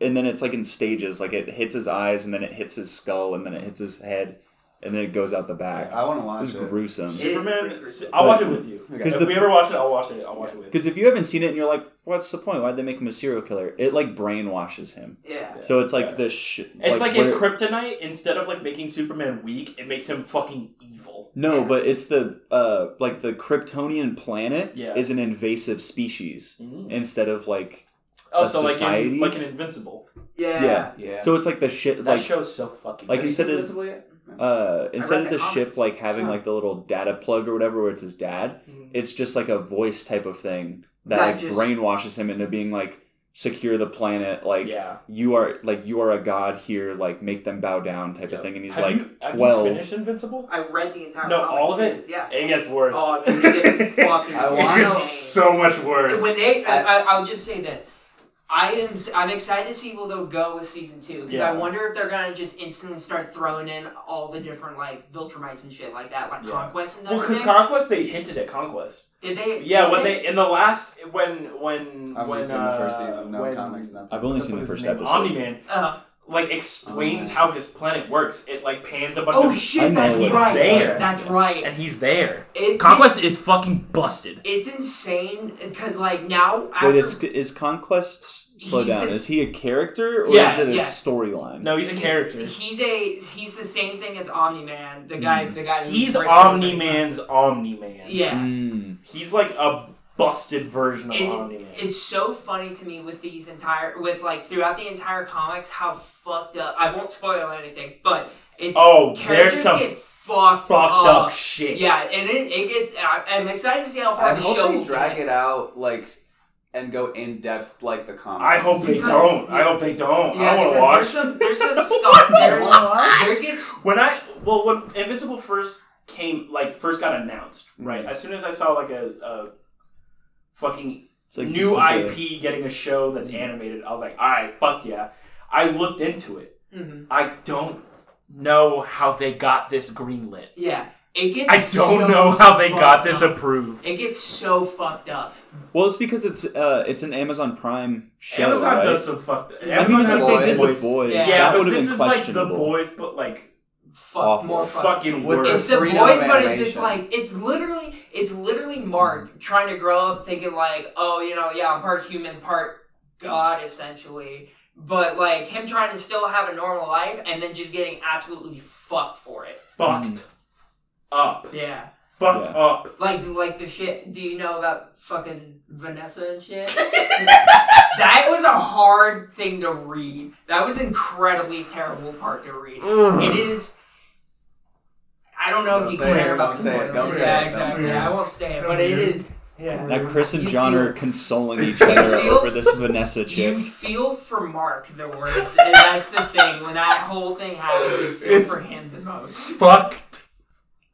[SPEAKER 1] and then it's like in stages. Like it hits his eyes, and then it hits his skull, and then it hits his head, and then it goes out the back.
[SPEAKER 3] I want to
[SPEAKER 1] It
[SPEAKER 3] watch
[SPEAKER 1] was
[SPEAKER 3] it.
[SPEAKER 1] gruesome.
[SPEAKER 6] It is
[SPEAKER 5] Superman.
[SPEAKER 6] pretty gruesome.
[SPEAKER 5] I'll watch it with you.
[SPEAKER 3] Okay.
[SPEAKER 5] If
[SPEAKER 1] the-
[SPEAKER 5] we ever watch it, I'll watch it. I'll watch it with you.
[SPEAKER 1] Because if you haven't seen it and you're like, what's the point? Why'd they make him a serial killer? It like brainwashes him.
[SPEAKER 6] Yeah.
[SPEAKER 1] So it's like this shit.
[SPEAKER 5] It's like, in
[SPEAKER 1] where-
[SPEAKER 5] Kryptonite, instead of like making Superman weak, it makes him fucking evil.
[SPEAKER 1] No, but it's the uh like the Kryptonian planet
[SPEAKER 5] Yeah. Hmm.
[SPEAKER 1] is an invasive species instead of like
[SPEAKER 5] Oh,
[SPEAKER 1] Mm. A
[SPEAKER 5] so like
[SPEAKER 1] society?
[SPEAKER 5] in, like an Invincible.
[SPEAKER 6] Yeah.
[SPEAKER 1] yeah.
[SPEAKER 3] Yeah.
[SPEAKER 1] So it's like the shit
[SPEAKER 5] That
[SPEAKER 1] like
[SPEAKER 5] show's so fucking.
[SPEAKER 1] like
[SPEAKER 5] good.
[SPEAKER 1] instead of
[SPEAKER 3] Invincible yet?
[SPEAKER 1] uh
[SPEAKER 6] I
[SPEAKER 1] instead
[SPEAKER 6] read
[SPEAKER 1] of
[SPEAKER 6] the
[SPEAKER 1] the ship
[SPEAKER 6] comics.
[SPEAKER 1] like having
[SPEAKER 6] Huh.
[SPEAKER 1] like the little data plug or whatever where it's his dad,
[SPEAKER 5] Mhm.
[SPEAKER 1] it's just like a voice type of thing that,
[SPEAKER 6] That
[SPEAKER 1] like
[SPEAKER 6] just-
[SPEAKER 1] brainwashes him into being like secure the planet like
[SPEAKER 5] yeah.
[SPEAKER 1] you are like you are a god here like make them bow down type
[SPEAKER 5] Yep.
[SPEAKER 1] of thing and he's
[SPEAKER 5] Have
[SPEAKER 1] like
[SPEAKER 5] you- have you
[SPEAKER 1] 12
[SPEAKER 5] finished Invincible?
[SPEAKER 6] I read the entire.
[SPEAKER 5] No,
[SPEAKER 6] comic
[SPEAKER 5] all of it?
[SPEAKER 6] series, Yeah.
[SPEAKER 5] It gets worse.
[SPEAKER 6] Oh, dude, it gets fucking.
[SPEAKER 3] I
[SPEAKER 5] It
[SPEAKER 3] wanna-
[SPEAKER 5] gets so much worse.
[SPEAKER 6] when they, I, I, I'll just say this. I am. I'm excited to see where they'll go with season two because I
[SPEAKER 5] Yeah.
[SPEAKER 6] wonder if they're gonna just instantly start throwing in all the different like Viltrumites and shit like that, like
[SPEAKER 5] Yeah.
[SPEAKER 6] conquest and
[SPEAKER 5] well, because
[SPEAKER 6] everything.
[SPEAKER 5] Conquest, they hinted at Conquest.
[SPEAKER 6] Did they?
[SPEAKER 5] Yeah, when
[SPEAKER 6] did
[SPEAKER 5] they in the last when when
[SPEAKER 3] I've only
[SPEAKER 5] when
[SPEAKER 3] seen
[SPEAKER 5] uh,
[SPEAKER 3] the first season. No
[SPEAKER 5] when,
[SPEAKER 3] comics, nothing.
[SPEAKER 1] I've only
[SPEAKER 5] what's
[SPEAKER 1] seen the
[SPEAKER 5] his
[SPEAKER 1] first
[SPEAKER 5] name?
[SPEAKER 1] episode.
[SPEAKER 5] Omni Man
[SPEAKER 6] Uh,
[SPEAKER 5] like explains
[SPEAKER 3] Oh.
[SPEAKER 5] how his planet works. It like pans a bunch
[SPEAKER 6] oh
[SPEAKER 5] of
[SPEAKER 1] I
[SPEAKER 6] shit!
[SPEAKER 1] know
[SPEAKER 6] That's
[SPEAKER 1] it's
[SPEAKER 6] right.
[SPEAKER 5] there.
[SPEAKER 6] That's right.
[SPEAKER 5] and he's there.
[SPEAKER 6] It-
[SPEAKER 5] Conquest is fucking busted.
[SPEAKER 6] It's insane because like now after
[SPEAKER 1] Wait, is, is Conquest slow
[SPEAKER 6] He's
[SPEAKER 1] down?
[SPEAKER 6] just-
[SPEAKER 1] Is he a character or
[SPEAKER 5] Yeah,
[SPEAKER 1] is it a
[SPEAKER 6] yeah.
[SPEAKER 1] storyline?
[SPEAKER 5] No, he's a character.
[SPEAKER 6] he's a he's the same thing as Omni Man. The guy, the guy. who
[SPEAKER 5] Mm. He's
[SPEAKER 6] breaks everything.
[SPEAKER 5] Omni Man's Omni Man.
[SPEAKER 6] Yeah.
[SPEAKER 1] Mm.
[SPEAKER 5] He's like a busted version of Omni
[SPEAKER 6] It,
[SPEAKER 5] Man.
[SPEAKER 6] it's so funny to me with these entire with like throughout the entire comics how fucked up. I won't spoil anything, but it's
[SPEAKER 5] Oh, there's
[SPEAKER 6] characters
[SPEAKER 5] some
[SPEAKER 6] get fucked,
[SPEAKER 5] Fucked up
[SPEAKER 6] up.
[SPEAKER 5] shit.
[SPEAKER 6] Yeah, and it, it gets. I, I'm excited to see how far
[SPEAKER 3] I
[SPEAKER 6] the
[SPEAKER 3] hope
[SPEAKER 6] show
[SPEAKER 3] they
[SPEAKER 6] will
[SPEAKER 3] drag
[SPEAKER 6] get.
[SPEAKER 3] it out like and go in depth like the comics.
[SPEAKER 5] I hope they
[SPEAKER 6] Because-
[SPEAKER 5] don't. I hope they don't.
[SPEAKER 6] Yeah,
[SPEAKER 5] I want to
[SPEAKER 6] because
[SPEAKER 5] watch.
[SPEAKER 6] There's some, there's some stuff. There's, there gets.
[SPEAKER 5] when I well when Invincible first came like first got announced,
[SPEAKER 1] Mm-hmm.
[SPEAKER 5] right? As soon as I saw like a, a fucking
[SPEAKER 1] It's like
[SPEAKER 5] new
[SPEAKER 1] this is a-
[SPEAKER 5] IP getting a show
[SPEAKER 1] Mm-hmm.
[SPEAKER 5] that's animated, I was like, all right, fuck yeah. I looked into it.
[SPEAKER 6] Mhm.
[SPEAKER 5] I don't know how they got this greenlit.
[SPEAKER 6] Yeah, it gets.
[SPEAKER 5] I don't
[SPEAKER 6] so
[SPEAKER 5] know how they got
[SPEAKER 6] fucked
[SPEAKER 5] this
[SPEAKER 6] up.
[SPEAKER 5] approved.
[SPEAKER 6] It gets so fucked up.
[SPEAKER 1] well, it's because it's uh, it's an Amazon Prime show,
[SPEAKER 5] Amazon
[SPEAKER 1] right?
[SPEAKER 5] does some fucked.
[SPEAKER 1] I mean,
[SPEAKER 5] Amazon
[SPEAKER 1] it's
[SPEAKER 5] has
[SPEAKER 1] like they did
[SPEAKER 3] Boys.
[SPEAKER 1] with boys.
[SPEAKER 5] Yeah,
[SPEAKER 6] Yeah,
[SPEAKER 1] that
[SPEAKER 5] but
[SPEAKER 1] would have
[SPEAKER 5] this
[SPEAKER 1] been
[SPEAKER 5] is like the
[SPEAKER 1] questionable.
[SPEAKER 5] boys, but like
[SPEAKER 6] Fuck
[SPEAKER 1] Awful.
[SPEAKER 6] more fucked.
[SPEAKER 5] fucking
[SPEAKER 3] With-
[SPEAKER 5] worse.
[SPEAKER 6] It's the
[SPEAKER 3] Freedom
[SPEAKER 6] boys,
[SPEAKER 3] of
[SPEAKER 6] but it's, it's
[SPEAKER 3] animation.
[SPEAKER 6] like it's literally it's literally Mark trying to grow up, thinking like, oh, you know, yeah, I'm part human, part god, essentially. But like him trying to still have a normal life and then just getting absolutely fucked for it.
[SPEAKER 5] fucked up,
[SPEAKER 6] Yeah,
[SPEAKER 5] fucked
[SPEAKER 1] Yeah.
[SPEAKER 5] up.
[SPEAKER 6] like like the shit. Do you know about fucking Vanessa and shit? that was a hard thing to read. That was incredibly terrible part to read. it is. I don't know
[SPEAKER 3] Don't
[SPEAKER 6] if you
[SPEAKER 3] say it,
[SPEAKER 6] care about
[SPEAKER 3] don't say it,
[SPEAKER 6] spoilers.
[SPEAKER 3] don't say
[SPEAKER 6] yeah,
[SPEAKER 3] it, don't
[SPEAKER 6] exactly.
[SPEAKER 3] say it.
[SPEAKER 6] Yeah, I won't say it, but it is. Yeah.
[SPEAKER 1] Now Chris and
[SPEAKER 6] You
[SPEAKER 1] John
[SPEAKER 6] feel-
[SPEAKER 1] are consoling each other
[SPEAKER 6] feel-
[SPEAKER 1] over this Vanessa
[SPEAKER 6] You
[SPEAKER 1] chick.
[SPEAKER 6] feel for Mark the worst, and that's the thing. When that whole thing happens, you feel
[SPEAKER 5] It's-
[SPEAKER 6] for him the most.
[SPEAKER 5] fucked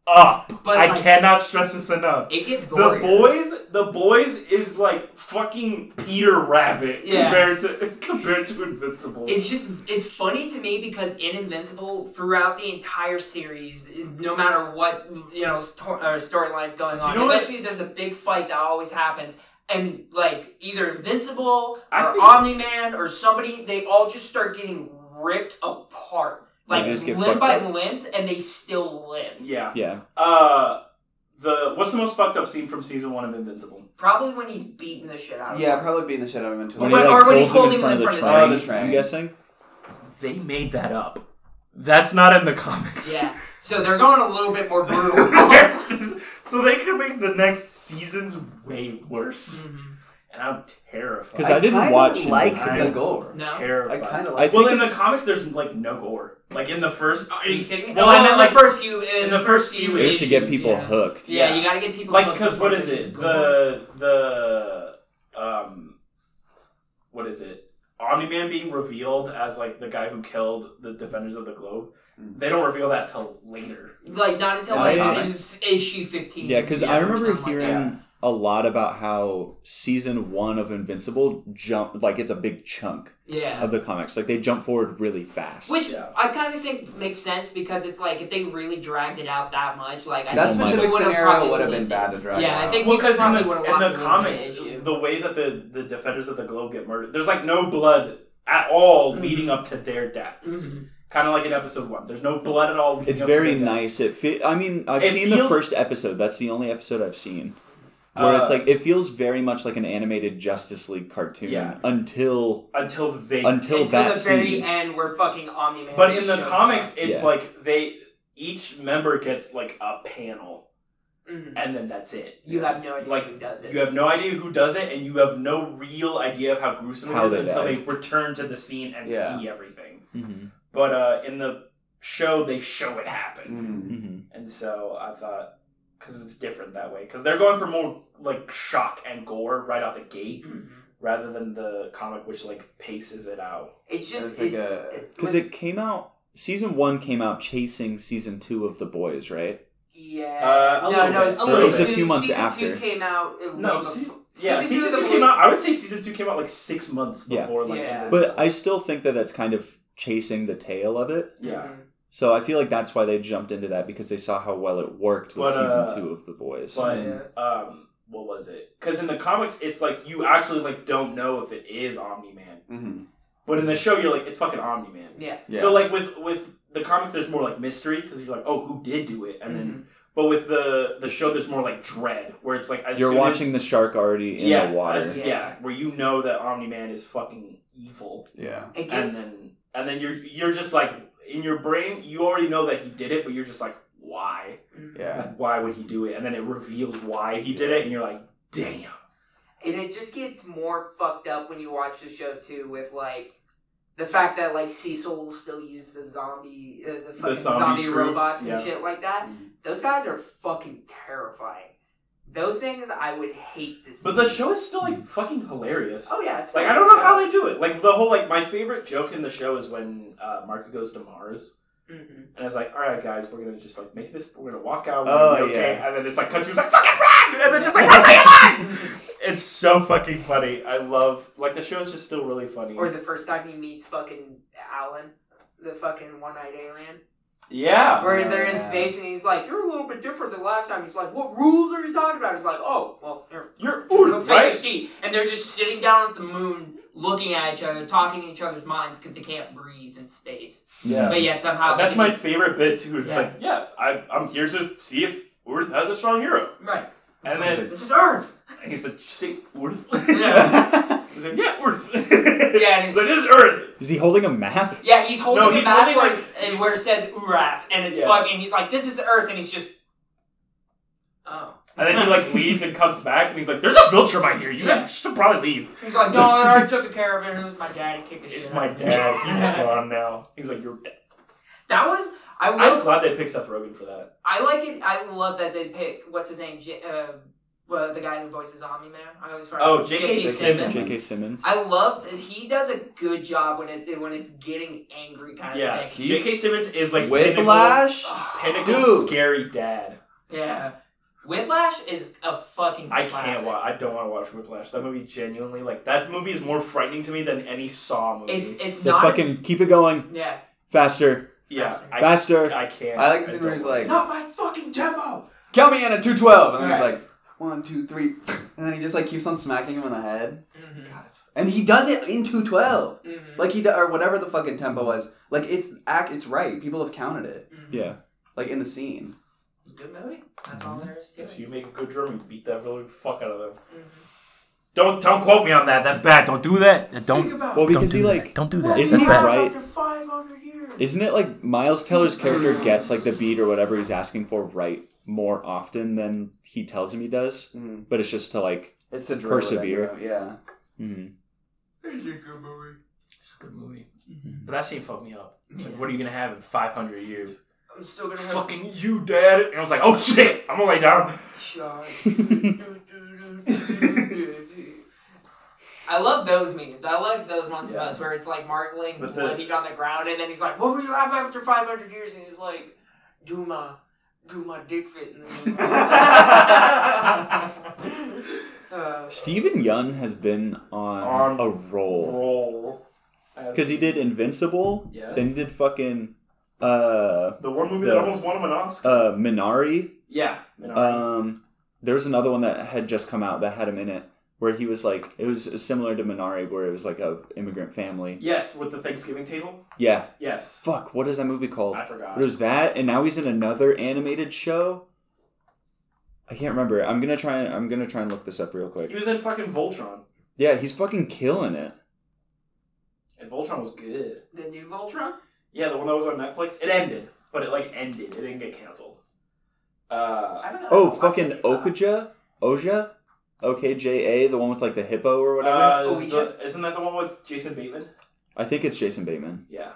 [SPEAKER 5] up.
[SPEAKER 6] But,
[SPEAKER 5] I
[SPEAKER 6] like-
[SPEAKER 5] cannot stress this enough.
[SPEAKER 6] It gets
[SPEAKER 5] The
[SPEAKER 6] gory.
[SPEAKER 5] boys, the boys is like fucking Peter Rabbit
[SPEAKER 6] Yeah.
[SPEAKER 5] compared to compared to Invincible.
[SPEAKER 6] It's just it's funny to me because in Invincible, throughout the entire series, no matter what you know sto- uh, storyline's going
[SPEAKER 5] Do
[SPEAKER 6] on,
[SPEAKER 5] you know what-
[SPEAKER 6] eventually there's a big fight that always happens. And like either Invincible
[SPEAKER 5] I
[SPEAKER 6] or
[SPEAKER 5] think-
[SPEAKER 6] Omni Man or somebody, they all just start getting ripped apart,
[SPEAKER 1] They
[SPEAKER 6] like
[SPEAKER 1] just get
[SPEAKER 6] limb
[SPEAKER 1] fucked
[SPEAKER 6] by
[SPEAKER 1] up.
[SPEAKER 6] limbs, and they still live.
[SPEAKER 5] yeah.
[SPEAKER 1] Yeah,
[SPEAKER 5] Uh, the what's the most fucked up scene from season one of Invincible?
[SPEAKER 6] Probably when he's beating the shit out of
[SPEAKER 3] Yeah,
[SPEAKER 6] them.
[SPEAKER 3] probably being the shit out of him until.
[SPEAKER 1] when
[SPEAKER 6] But-
[SPEAKER 1] he, like,
[SPEAKER 6] or when he's
[SPEAKER 1] holds him in
[SPEAKER 6] holding
[SPEAKER 1] front
[SPEAKER 6] him
[SPEAKER 1] of
[SPEAKER 6] in
[SPEAKER 1] the
[SPEAKER 6] front
[SPEAKER 3] of
[SPEAKER 1] train,
[SPEAKER 3] the
[SPEAKER 1] I'm
[SPEAKER 3] train.
[SPEAKER 1] guessing.
[SPEAKER 5] They made that up. That's not in the comics.
[SPEAKER 6] Yeah. So they're going a little bit more brutal.
[SPEAKER 5] so they could make the next seasons way worse,
[SPEAKER 6] Mm-hmm.
[SPEAKER 5] and I'm terrified.
[SPEAKER 1] 'Cause I didn't
[SPEAKER 3] kinda
[SPEAKER 1] watch it.
[SPEAKER 3] liked
[SPEAKER 5] I-
[SPEAKER 3] the gore.
[SPEAKER 6] no.
[SPEAKER 5] terrified.
[SPEAKER 3] I kind of
[SPEAKER 1] I
[SPEAKER 3] like.
[SPEAKER 1] think
[SPEAKER 5] well, in the
[SPEAKER 1] it's-
[SPEAKER 5] comics, there's like no gore. Like in the first,
[SPEAKER 6] Are you kidding me?
[SPEAKER 5] Well,
[SPEAKER 6] Well,
[SPEAKER 5] and then
[SPEAKER 6] like,
[SPEAKER 5] like
[SPEAKER 6] the first few, in the first few,
[SPEAKER 1] They should get
[SPEAKER 6] issues,
[SPEAKER 1] people
[SPEAKER 6] yeah.
[SPEAKER 1] hooked.
[SPEAKER 6] Yeah,
[SPEAKER 5] Yeah.
[SPEAKER 6] you gotta get people.
[SPEAKER 5] like
[SPEAKER 6] hooked
[SPEAKER 5] because
[SPEAKER 6] before
[SPEAKER 5] what is
[SPEAKER 6] they
[SPEAKER 5] it
[SPEAKER 6] go
[SPEAKER 5] the the um what is it omni-man being revealed as like the guy who killed the defenders of the globe
[SPEAKER 1] Hmm.
[SPEAKER 5] they don't reveal that till later
[SPEAKER 6] on. like not until
[SPEAKER 1] Yeah,
[SPEAKER 6] like
[SPEAKER 1] yeah,
[SPEAKER 3] yeah.
[SPEAKER 6] in f- issue fifteen.
[SPEAKER 1] Yeah, because
[SPEAKER 6] or
[SPEAKER 1] I remember
[SPEAKER 6] something like
[SPEAKER 1] hearing
[SPEAKER 6] that.
[SPEAKER 5] that.
[SPEAKER 1] a lot about how season one of Invincible jump like it's a big chunk
[SPEAKER 6] Yeah.
[SPEAKER 1] of the comics. Like they jump forward really fast.
[SPEAKER 6] Which
[SPEAKER 5] Yeah.
[SPEAKER 6] I kind of think makes sense because it's like if they really dragged it out that much, like I
[SPEAKER 3] That
[SPEAKER 6] think
[SPEAKER 1] specific
[SPEAKER 6] we would've
[SPEAKER 3] scenario
[SPEAKER 6] probably
[SPEAKER 3] would've been
[SPEAKER 6] lived
[SPEAKER 3] bad
[SPEAKER 6] it.
[SPEAKER 3] to drag
[SPEAKER 6] Yeah, I
[SPEAKER 3] out.
[SPEAKER 6] think
[SPEAKER 5] Well,
[SPEAKER 6] we could
[SPEAKER 5] because in
[SPEAKER 6] probably
[SPEAKER 5] the,
[SPEAKER 6] would have
[SPEAKER 5] in
[SPEAKER 6] lost
[SPEAKER 5] the comics,
[SPEAKER 6] issue.
[SPEAKER 5] the way that the, the defenders of the globe get murdered, there's like no blood at all
[SPEAKER 6] Mm-hmm.
[SPEAKER 5] leading up to their deaths. Kind of like in episode one. There's no blood at all. leading
[SPEAKER 1] it's
[SPEAKER 5] up to
[SPEAKER 1] very
[SPEAKER 5] their
[SPEAKER 1] nice.
[SPEAKER 5] deaths.
[SPEAKER 1] It fe- I mean, I've
[SPEAKER 5] It
[SPEAKER 1] seen the
[SPEAKER 5] feels-
[SPEAKER 1] first episode. That's the only episode I've seen. Where it's
[SPEAKER 5] Uh,
[SPEAKER 1] like it feels very much like an animated Justice League cartoon
[SPEAKER 5] Yeah.
[SPEAKER 1] until
[SPEAKER 5] until they.
[SPEAKER 1] until,
[SPEAKER 6] Until
[SPEAKER 1] that
[SPEAKER 6] the very
[SPEAKER 1] scene.
[SPEAKER 6] end where fucking Omni Man.
[SPEAKER 5] but in the comics, it's
[SPEAKER 1] Yeah.
[SPEAKER 5] like they each member gets like a panel,
[SPEAKER 6] Mhm.
[SPEAKER 5] and then that's it.
[SPEAKER 6] you have no idea
[SPEAKER 5] Like,
[SPEAKER 6] who does it.
[SPEAKER 5] You have no idea who does it, and you have no real idea of how gruesome
[SPEAKER 1] How
[SPEAKER 5] it
[SPEAKER 1] they
[SPEAKER 5] is until
[SPEAKER 1] died.
[SPEAKER 5] they return to the scene and
[SPEAKER 3] Yeah.
[SPEAKER 5] see everything.
[SPEAKER 1] Mhm.
[SPEAKER 5] But uh, in the show, they show it happen.
[SPEAKER 6] Mm-hmm.
[SPEAKER 1] Mhm.
[SPEAKER 5] And so I thought, because it's different that way, because they're going for more like shock and gore right out the gate,
[SPEAKER 6] Mhm.
[SPEAKER 5] rather than the comic which like paces it out.
[SPEAKER 3] It's
[SPEAKER 6] It's just
[SPEAKER 3] like
[SPEAKER 6] it,
[SPEAKER 3] a
[SPEAKER 1] Because it came out season one came out chasing season two of The Boys, right?
[SPEAKER 6] yeah.
[SPEAKER 5] Uh, a
[SPEAKER 6] no,
[SPEAKER 5] little
[SPEAKER 6] no,
[SPEAKER 5] bit.
[SPEAKER 6] season
[SPEAKER 5] It was a
[SPEAKER 6] two-
[SPEAKER 1] few months
[SPEAKER 6] season
[SPEAKER 1] after.
[SPEAKER 6] two came out. uh,
[SPEAKER 5] No,
[SPEAKER 6] way
[SPEAKER 5] se-
[SPEAKER 6] before-
[SPEAKER 5] yeah,
[SPEAKER 6] season two
[SPEAKER 5] season
[SPEAKER 6] of the
[SPEAKER 5] two
[SPEAKER 6] Boys-
[SPEAKER 5] came out. I would say season two came out like six months
[SPEAKER 1] Yeah.
[SPEAKER 5] before. Like,
[SPEAKER 6] Yeah.
[SPEAKER 5] end of-
[SPEAKER 1] But I still think that that's kind of chasing the tail of it.
[SPEAKER 5] yeah,
[SPEAKER 6] Mm-hmm.
[SPEAKER 1] So I feel like that's why they jumped into that because they saw how well it worked with
[SPEAKER 5] But, uh,
[SPEAKER 1] season two of The Boys.
[SPEAKER 5] but um, what was it? Because in the comics, it's like you actually like don't know if it is Omni Man,
[SPEAKER 3] Mm-hmm.
[SPEAKER 5] but in the show, you're like it's fucking Omni Man.
[SPEAKER 6] Yeah.
[SPEAKER 3] Yeah.
[SPEAKER 5] So like with with the comics, there's more like mystery because you're like, oh, who did do it, and then.
[SPEAKER 6] Mm-hmm.
[SPEAKER 5] But with the the show, there's more like dread, where it's like as
[SPEAKER 1] You're
[SPEAKER 5] soon as-
[SPEAKER 1] watching the shark already in
[SPEAKER 5] yeah,
[SPEAKER 1] the water.
[SPEAKER 5] as-
[SPEAKER 6] Yeah.
[SPEAKER 5] yeah. where you know that Omni Man is fucking evil,
[SPEAKER 3] yeah.
[SPEAKER 6] Mhm. it
[SPEAKER 5] and
[SPEAKER 6] gets
[SPEAKER 5] then and then you're you're just like in your brain, you already know that he did it, but you're just like, why?
[SPEAKER 6] Mm-hmm.
[SPEAKER 3] Yeah.
[SPEAKER 5] Like, why would he do it? And then it reveals why he did it, and you're like, damn.
[SPEAKER 6] And it just gets more fucked up when you watch the show too, with like the fact that like Cecil still used the zombie, uh, the fucking zombie,
[SPEAKER 5] zombie troops,
[SPEAKER 6] robots and
[SPEAKER 5] yeah. Mm-hmm.
[SPEAKER 6] shit like that. Those guys are fucking terrifying. Those things I would hate to see.
[SPEAKER 5] But the show is still like fucking hilarious.
[SPEAKER 6] oh yeah, it's
[SPEAKER 5] Like I don't know how they do it. Like the whole like my favorite joke in the show is when uh, Marco goes to Mars.
[SPEAKER 6] hmm
[SPEAKER 5] And it's like, all right, guys, we're gonna just like make this. We're gonna walk out. We're
[SPEAKER 3] Oh,
[SPEAKER 5] gonna be okay.
[SPEAKER 3] yeah.
[SPEAKER 5] And then it's like, Country's like, fucking run! And they're just like, "How's it going?" It's so fucking funny. I love like the show's just still really funny.
[SPEAKER 6] Or the first time he meets fucking Alan, the fucking one-eyed alien,
[SPEAKER 5] yeah,
[SPEAKER 6] where they're in space and he's like, "You're a little bit different than last time." He's like, "What rules are you talking about?" He's like, "Oh, well, here,
[SPEAKER 5] you're
[SPEAKER 6] Ooh,
[SPEAKER 5] ooh,
[SPEAKER 6] take a
[SPEAKER 5] right.
[SPEAKER 6] seat. And they're just sitting down at the moon, looking at each other, talking in each other's minds because they can't breathe in space.
[SPEAKER 1] Yeah.
[SPEAKER 6] But yet somehow
[SPEAKER 5] That's
[SPEAKER 6] they
[SPEAKER 5] my
[SPEAKER 6] just-
[SPEAKER 5] favorite bit too. It's
[SPEAKER 6] Yeah.
[SPEAKER 5] like, yeah, I, I'm here to see if Earth has a strong hero.
[SPEAKER 6] right.
[SPEAKER 5] And then
[SPEAKER 6] This is Earth.
[SPEAKER 5] and he's like, say Earth.
[SPEAKER 6] Yeah.
[SPEAKER 5] he's like, yeah, Earth. yeah,
[SPEAKER 6] and-
[SPEAKER 5] it is Earth.
[SPEAKER 1] Is he holding a map?
[SPEAKER 6] Yeah, he's holding
[SPEAKER 5] No,
[SPEAKER 6] a
[SPEAKER 5] he's
[SPEAKER 6] map
[SPEAKER 5] holding,
[SPEAKER 6] where,
[SPEAKER 5] like,
[SPEAKER 6] it's- and where it says Uraf, and it's
[SPEAKER 5] Yeah.
[SPEAKER 6] fucking. He's like, "This is Earth," and he's just, oh.
[SPEAKER 5] And then he like leaves and comes back, and he's like, "There's a vulture right here. You guys should probably leave."
[SPEAKER 6] He's like, "No, I already took care of it. It was my dad. He kicked the shit
[SPEAKER 5] It's
[SPEAKER 6] out
[SPEAKER 5] my
[SPEAKER 6] of me."
[SPEAKER 5] dad. He's gone now. He's like, you're dead.
[SPEAKER 6] That was. I will.
[SPEAKER 5] I'm
[SPEAKER 6] s-
[SPEAKER 5] glad they picked Seth Rogen for that.
[SPEAKER 6] I like it. I love that they pick what's his name, J- uh, well, the guy who voices Omni Man. I always forget.
[SPEAKER 5] Oh, J.K. Simmons.
[SPEAKER 1] J.K. Simmons.
[SPEAKER 6] I love he does a good job when it when it's getting angry kind of
[SPEAKER 5] Yeah,
[SPEAKER 6] thing.
[SPEAKER 5] J.K. Simmons is like
[SPEAKER 3] Whiplash.
[SPEAKER 5] pinnacle, pinnacle
[SPEAKER 3] Dude.
[SPEAKER 5] scary dad.
[SPEAKER 6] Yeah. Whiplash is a fucking
[SPEAKER 5] I can't
[SPEAKER 6] classic.
[SPEAKER 5] watch. I don't want to watch Whiplash. That movie genuinely like that movie is more frightening to me than any Saw movie.
[SPEAKER 6] It's it's
[SPEAKER 1] the
[SPEAKER 6] not
[SPEAKER 1] fucking keep it going
[SPEAKER 6] yeah.
[SPEAKER 1] faster,
[SPEAKER 5] yeah, I,
[SPEAKER 1] faster.
[SPEAKER 5] I can't.
[SPEAKER 3] I like to see
[SPEAKER 5] don't
[SPEAKER 3] where he's
[SPEAKER 5] want
[SPEAKER 3] like,
[SPEAKER 5] to.
[SPEAKER 6] my fucking demo.
[SPEAKER 3] count me in at 212. And then he's
[SPEAKER 6] Right.
[SPEAKER 3] like, one, two, three. And then he just like keeps on smacking him in the head. God, it's- And he does it in 212.
[SPEAKER 6] Mm-hmm.
[SPEAKER 3] Like he, do, or whatever the fucking tempo was. Like it's act, it's right. People have counted it.
[SPEAKER 1] yeah.
[SPEAKER 3] Like in the scene.
[SPEAKER 6] Good movie. That's all there is to
[SPEAKER 5] If
[SPEAKER 6] it.
[SPEAKER 5] you make a good drum, you beat that little fuck out of them. Mm-hmm. Don't don't quote me on that. That's bad. Don't do that.
[SPEAKER 6] Think
[SPEAKER 5] Don't
[SPEAKER 6] about
[SPEAKER 1] Well,
[SPEAKER 6] it.
[SPEAKER 1] because he like
[SPEAKER 5] don't do
[SPEAKER 6] What
[SPEAKER 1] isn't
[SPEAKER 6] we
[SPEAKER 1] that
[SPEAKER 6] have
[SPEAKER 1] right?
[SPEAKER 6] After 500 years.
[SPEAKER 1] isn't it like Miles Teller's character gets like the beat or whatever he's asking for right more often than he tells him he does,
[SPEAKER 3] Mm.
[SPEAKER 1] but it's just to like
[SPEAKER 3] It's to drill it
[SPEAKER 1] Persevere.
[SPEAKER 3] in, Yeah.
[SPEAKER 1] mhm.
[SPEAKER 6] It's a good movie.
[SPEAKER 5] It's a good movie. But that scene fucked me up. It's Like, what are you gonna have in 500 years?
[SPEAKER 6] I'm still gonna have
[SPEAKER 5] Fucking you, Dad. And I was like, oh shit, I'm gonna lay down.
[SPEAKER 6] Shark. I love those memes. I like those ones
[SPEAKER 5] Yeah.
[SPEAKER 6] most where it's like Mark laying
[SPEAKER 5] But the-
[SPEAKER 6] bloodied on the ground, and then he's like, "What will you have after 500 years?" And he's like, "Duma, do my dick fit in the uh,
[SPEAKER 1] Steven Yun has been on,
[SPEAKER 5] On
[SPEAKER 1] a roll.
[SPEAKER 5] Roll.
[SPEAKER 1] Because he did Invincible,
[SPEAKER 5] Yeah.
[SPEAKER 1] then he did fucking uh,
[SPEAKER 5] The one movie
[SPEAKER 1] The-
[SPEAKER 5] that almost won him an Oscar.
[SPEAKER 1] uh, Minari.
[SPEAKER 5] yeah. Minari.
[SPEAKER 1] Um, there was another one that had just come out that had him in it, where he was like, it was similar to Minari, where it was like a immigrant family.
[SPEAKER 5] yes, with the Thanksgiving table.
[SPEAKER 1] Yeah.
[SPEAKER 5] Yes.
[SPEAKER 1] Fuck, what is that movie called?
[SPEAKER 5] I forgot.
[SPEAKER 1] But it was that, and now he's in another animated show. I can't remember. I'm gonna try. And, I'm gonna try and look this up real
[SPEAKER 5] He
[SPEAKER 1] quick.
[SPEAKER 5] was in fucking Voltron.
[SPEAKER 1] Yeah, he's fucking killing it.
[SPEAKER 5] And Voltron was good.
[SPEAKER 6] the new Voltron?
[SPEAKER 5] Yeah, the one that was on Netflix. It ended. But it like ended. It didn't get cancelled.
[SPEAKER 6] I
[SPEAKER 5] Uh
[SPEAKER 6] don't know.
[SPEAKER 1] Oh,
[SPEAKER 6] I
[SPEAKER 1] fucking
[SPEAKER 6] think, uh,
[SPEAKER 1] Okaja, Oja, OKJA, the one with like the hippo or whatever.
[SPEAKER 5] uh,
[SPEAKER 6] Oh,
[SPEAKER 5] is the- isn't that the one with Jason Bateman?
[SPEAKER 1] I think it's Jason Bateman.
[SPEAKER 5] Yeah.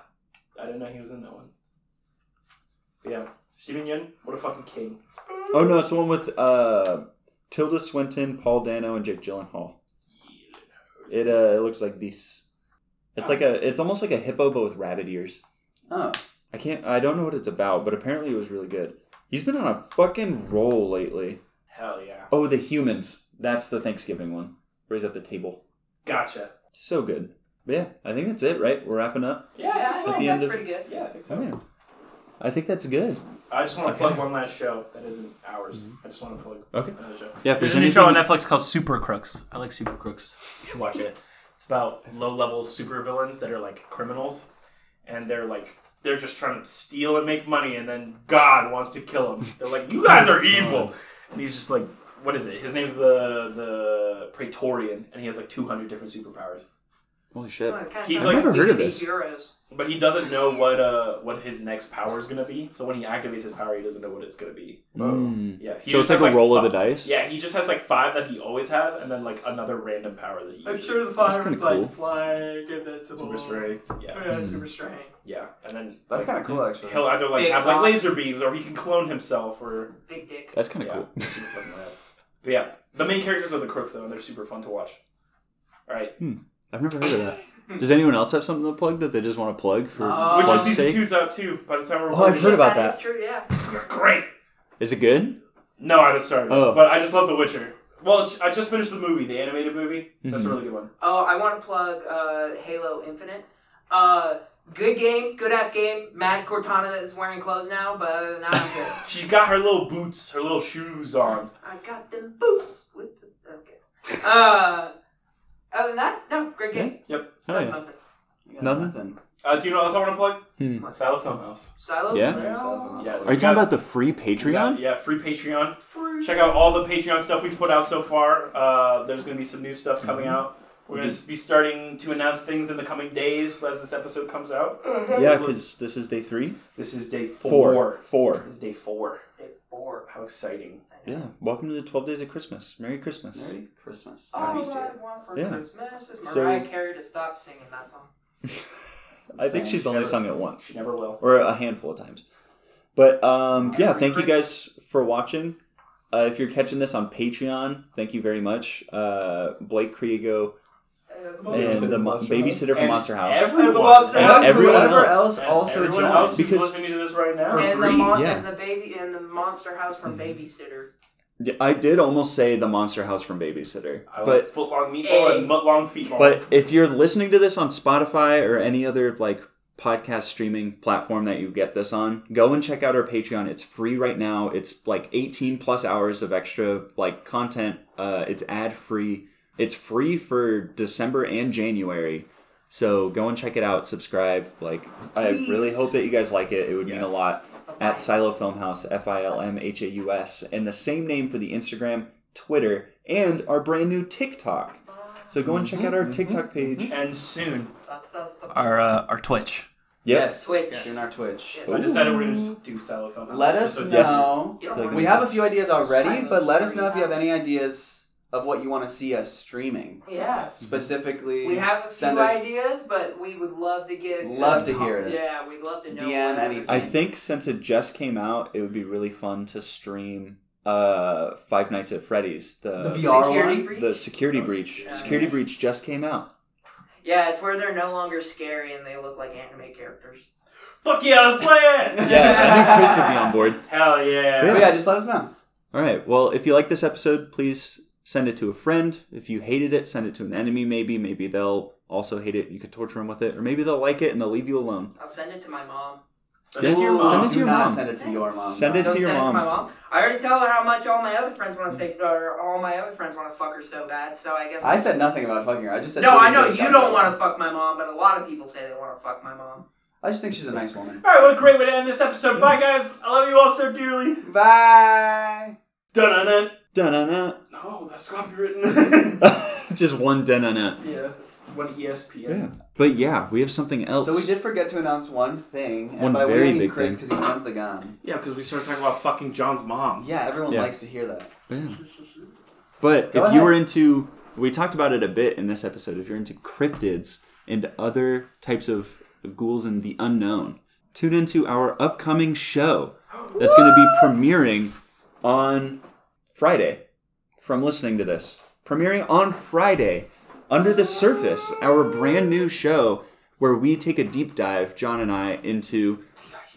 [SPEAKER 5] I didn't know he was in that one. But yeah. Steven Yeun, what a fucking king.
[SPEAKER 1] Oh no, it's the one with uh, Tilda Swinton, Paul Dano, and Jake Gyllenhaal. It uh, it looks like this. It's like a, it's almost like a hippo but with rabbit ears.
[SPEAKER 3] Oh.
[SPEAKER 1] I can't, I don't know what it's about, but apparently it was really good. He's been on a fucking roll lately.
[SPEAKER 5] Hell yeah.
[SPEAKER 1] Oh, the humans. That's the Thanksgiving one. Where he's at the table.
[SPEAKER 5] Gotcha.
[SPEAKER 1] So good. But yeah, I think that's it, right? We're wrapping up.
[SPEAKER 5] Yeah,
[SPEAKER 6] Yeah,
[SPEAKER 5] I think
[SPEAKER 6] I
[SPEAKER 1] At
[SPEAKER 5] so.
[SPEAKER 1] the
[SPEAKER 6] think
[SPEAKER 1] end
[SPEAKER 6] that's
[SPEAKER 1] of-
[SPEAKER 6] pretty good.
[SPEAKER 5] Yeah, I think so.
[SPEAKER 1] Oh, yeah. I think that's good.
[SPEAKER 5] I just want to
[SPEAKER 1] Okay. Mm-hmm.
[SPEAKER 5] plug one last show that isn't ours. I just want to plug
[SPEAKER 1] Okay.
[SPEAKER 5] another show.
[SPEAKER 1] Yeah, if
[SPEAKER 5] there's,
[SPEAKER 1] there's
[SPEAKER 5] a new show on
[SPEAKER 1] anything-
[SPEAKER 5] Netflix called Super Crooks. I like Super Crooks. You should watch it. It's about low-level supervillains that are like criminals, and they're like they're just trying to steal and make money, and then God wants to kill them. They're like, "You guys
[SPEAKER 1] Oh,
[SPEAKER 5] are evil," and he's just like, "What is it?" His name's the the Praetorian, and he has like 200 different superpowers.
[SPEAKER 1] Holy shit.
[SPEAKER 6] Well, it kinda
[SPEAKER 5] He's
[SPEAKER 6] sounds
[SPEAKER 5] like-
[SPEAKER 1] I've never
[SPEAKER 6] we
[SPEAKER 1] heard
[SPEAKER 6] could
[SPEAKER 1] of
[SPEAKER 6] be
[SPEAKER 1] this.
[SPEAKER 6] Heroes.
[SPEAKER 5] But he doesn't know what uh what his next power is gonna be. So when he activates his power, he doesn't know what it's gonna be.
[SPEAKER 1] Mm.
[SPEAKER 5] Yeah. he
[SPEAKER 1] So it's
[SPEAKER 5] just has,
[SPEAKER 1] like a roll of
[SPEAKER 5] fi-
[SPEAKER 1] the dice?
[SPEAKER 5] Yeah, he just has like five that he always has, and then like another random power that he.
[SPEAKER 6] I'm
[SPEAKER 5] uses.
[SPEAKER 6] sure the
[SPEAKER 1] That's
[SPEAKER 6] fire
[SPEAKER 1] kinda
[SPEAKER 6] is like
[SPEAKER 1] cool.
[SPEAKER 6] flying, invincible.
[SPEAKER 5] Super strength. Yeah.
[SPEAKER 6] Yeah, super strength.
[SPEAKER 5] Yeah, and then
[SPEAKER 3] That's kind of cool, actually.
[SPEAKER 5] he'll either like
[SPEAKER 6] Big
[SPEAKER 5] have like
[SPEAKER 6] cock.
[SPEAKER 5] laser beams, or he can clone himself, or
[SPEAKER 6] Big dick.
[SPEAKER 1] That's kind of
[SPEAKER 5] yeah.
[SPEAKER 1] cool.
[SPEAKER 5] it's super fun lab. But yeah, the main characters are the crooks though, and they're super fun to watch. All right,
[SPEAKER 1] I've never heard of that. Does anyone else have something to plug that they just want to plug for
[SPEAKER 6] Uh,
[SPEAKER 5] which is
[SPEAKER 1] plug's
[SPEAKER 5] season
[SPEAKER 1] sake?
[SPEAKER 5] two's out too. By the time we're
[SPEAKER 1] Oh, I've
[SPEAKER 5] recording
[SPEAKER 1] heard about
[SPEAKER 6] That's
[SPEAKER 1] that.
[SPEAKER 6] true, yeah.
[SPEAKER 5] this, great.
[SPEAKER 1] Is it good?
[SPEAKER 5] No, I just started. it,
[SPEAKER 1] Oh.
[SPEAKER 5] But I just love The Witcher. Well, it's- I just finished the movie, the animated movie. That's a
[SPEAKER 1] Mm-hmm.
[SPEAKER 5] really good one.
[SPEAKER 6] Oh, I want to plug uh, Halo Infinite. Uh, good game, good ass game. Mad Cortana is wearing clothes now, but other than that, I'm good.
[SPEAKER 5] She's got her little boots, her little shoes on.
[SPEAKER 6] I got them boots with the okay. Uh, other than that, no, great game.
[SPEAKER 5] Yep.
[SPEAKER 6] It's not
[SPEAKER 1] yeah.
[SPEAKER 6] nothing.
[SPEAKER 3] You got
[SPEAKER 1] Nothing?
[SPEAKER 5] Uh, do you know what else I want to plug?
[SPEAKER 1] Hmm.
[SPEAKER 5] Silo Film House.
[SPEAKER 6] Silo.
[SPEAKER 1] Yeah?
[SPEAKER 6] Flail?
[SPEAKER 5] Yes.
[SPEAKER 1] Are you
[SPEAKER 5] Yeah.
[SPEAKER 1] talking about the free Patreon?
[SPEAKER 5] Yeah, yeah, free Patreon. Check out all the Patreon stuff we've put out so far. Uh, there's going to be some new stuff coming out. We're going to be starting to announce things in the coming days as this episode comes out.
[SPEAKER 1] Yeah, because this is day three.
[SPEAKER 5] This is day four.
[SPEAKER 1] Four. Four.
[SPEAKER 5] This is day four.
[SPEAKER 6] Day Four.
[SPEAKER 5] How exciting.
[SPEAKER 1] Yeah. Welcome to the 12 days of Christmas. Merry Christmas.
[SPEAKER 3] Merry Christmas.
[SPEAKER 6] All
[SPEAKER 3] Happy
[SPEAKER 6] I
[SPEAKER 3] Easter.
[SPEAKER 6] want for
[SPEAKER 1] Yeah.
[SPEAKER 6] Christmas is
[SPEAKER 1] So-
[SPEAKER 6] Mariah Carey to stop singing that song.
[SPEAKER 1] I think she's only
[SPEAKER 5] Never.
[SPEAKER 1] sung it once.
[SPEAKER 5] She never will.
[SPEAKER 1] or a handful of times. But um, yeah,
[SPEAKER 6] Merry
[SPEAKER 1] thank you guys for watching. Uh, if you're catching this on Patreon, thank you very much, uh, Blake Criego and the mo- Oh, babysitter from
[SPEAKER 5] And
[SPEAKER 1] Monster House.
[SPEAKER 5] Everyone,
[SPEAKER 6] The Monster
[SPEAKER 1] And
[SPEAKER 6] House,
[SPEAKER 1] everyone
[SPEAKER 3] whoever
[SPEAKER 1] else.
[SPEAKER 3] else,
[SPEAKER 5] and
[SPEAKER 3] also
[SPEAKER 5] everyone
[SPEAKER 3] join
[SPEAKER 5] else
[SPEAKER 3] us.
[SPEAKER 5] who's
[SPEAKER 1] Because-
[SPEAKER 5] listening to this right now.
[SPEAKER 6] and the
[SPEAKER 5] free.
[SPEAKER 6] mon-
[SPEAKER 1] yeah. Mm-hmm.
[SPEAKER 6] and the baby and the monster house from babysitter.
[SPEAKER 1] Yeah, I did almost say the Monster House from Babysitter,
[SPEAKER 5] I
[SPEAKER 1] but
[SPEAKER 5] but foot long meatball and mutt long feetball.
[SPEAKER 1] But if you're listening to this on Spotify or any other like podcast streaming platform that you get this on, go and check out our Patreon. It's free right now. It's like 18 plus hours of extra like content. Uh, it's ad free. It's free for December and January. So go and check it out. Subscribe. Like I really hope that you guys like it. It would mean a
[SPEAKER 5] Yes.
[SPEAKER 1] lot. At Silo Film House, F I L M H A U S, and the same name for the Instagram, Twitter, and our brand new TikTok. So go and check out our TikTok page.
[SPEAKER 5] and soon
[SPEAKER 6] That's, that's the
[SPEAKER 5] our uh, our Twitch.
[SPEAKER 3] Yes.
[SPEAKER 6] Twitch.
[SPEAKER 3] Join our Twitch.
[SPEAKER 6] Yes.
[SPEAKER 5] So I decided we're gonna just do silo film.
[SPEAKER 3] Let us
[SPEAKER 5] episodes.
[SPEAKER 3] know.
[SPEAKER 6] You don't wanna
[SPEAKER 3] We
[SPEAKER 6] do
[SPEAKER 3] have a
[SPEAKER 6] that.
[SPEAKER 3] few ideas already,
[SPEAKER 6] Silence
[SPEAKER 3] but let us know if you have
[SPEAKER 6] thirty
[SPEAKER 3] any ideas of what you want to see us streaming.
[SPEAKER 6] Yeah.
[SPEAKER 3] Specifically,
[SPEAKER 6] We have a few
[SPEAKER 3] send us
[SPEAKER 6] ideas, but we would love to get.
[SPEAKER 3] Love to hear it.
[SPEAKER 6] Yeah, we'd love to know.
[SPEAKER 3] DM
[SPEAKER 6] what-
[SPEAKER 3] anything.
[SPEAKER 1] I think since it just came out, it would be really fun to stream uh Five Nights at Freddy's, the
[SPEAKER 3] The VR
[SPEAKER 6] Security
[SPEAKER 3] one?
[SPEAKER 6] breach.
[SPEAKER 1] the security breach.
[SPEAKER 5] Yeah.
[SPEAKER 1] Security breach just came out.
[SPEAKER 6] Yeah, it's where they're no longer scary and they look like anime characters.
[SPEAKER 5] Fuck yeah, let's play it!
[SPEAKER 1] Yeah, I think Chris would be on board.
[SPEAKER 5] Hell yeah.
[SPEAKER 3] But Oh, yeah, just let us know.
[SPEAKER 1] All right. Well, if you like this episode, please send it to a friend. If you hated it, send it to an enemy. Maybe, maybe they'll also hate it. You could torture them with it, or maybe they'll like it and they'll leave you alone.
[SPEAKER 6] I'll send it to my mom.
[SPEAKER 5] Send it to your
[SPEAKER 3] Ooh,
[SPEAKER 5] mom.
[SPEAKER 1] Send it to
[SPEAKER 3] do
[SPEAKER 1] your
[SPEAKER 3] not
[SPEAKER 1] mom.
[SPEAKER 3] Send it to your mom.
[SPEAKER 1] Send it
[SPEAKER 6] Don't
[SPEAKER 1] to your
[SPEAKER 6] send it to
[SPEAKER 1] mom.
[SPEAKER 6] my mom. I already tell her how much all my other friends want to say, or all my other friends want to fuck her so bad. So I guess
[SPEAKER 3] I said nothing about fucking her. I just said.
[SPEAKER 6] no. I know you don't want to fuck my mom, but a lot of people say they want to fuck my mom.
[SPEAKER 3] I just think she's a nice woman.
[SPEAKER 5] Alright, what a great way to end this episode. Bye, guys. I love you all so dearly.
[SPEAKER 3] Bye.
[SPEAKER 5] Dun dun
[SPEAKER 1] Dun-na-na.
[SPEAKER 5] No, that's copywritten.
[SPEAKER 1] Just one dun-na-na.
[SPEAKER 5] yeah. One E ESPN.
[SPEAKER 1] Yeah. But yeah, we have something else.
[SPEAKER 3] So we did forget to announce one thing, and
[SPEAKER 1] One
[SPEAKER 3] by
[SPEAKER 1] very
[SPEAKER 3] we I mean
[SPEAKER 1] big
[SPEAKER 3] Chris
[SPEAKER 1] thing.
[SPEAKER 3] because he jumped the gun.
[SPEAKER 5] Yeah, because we started talking about fucking John's mom.
[SPEAKER 3] Yeah, everyone
[SPEAKER 1] Yeah.
[SPEAKER 3] likes to hear that.
[SPEAKER 1] Yeah. But
[SPEAKER 3] Go
[SPEAKER 1] if you
[SPEAKER 3] ahead.
[SPEAKER 1] were into, we talked about it a bit in this episode. If you're into cryptids and other types of ghouls and the unknown, tune into our upcoming show that's going to be premiering on Friday. From listening to this, premiering on Friday, Under the Surface, our brand new show where we take a deep dive, John and I, into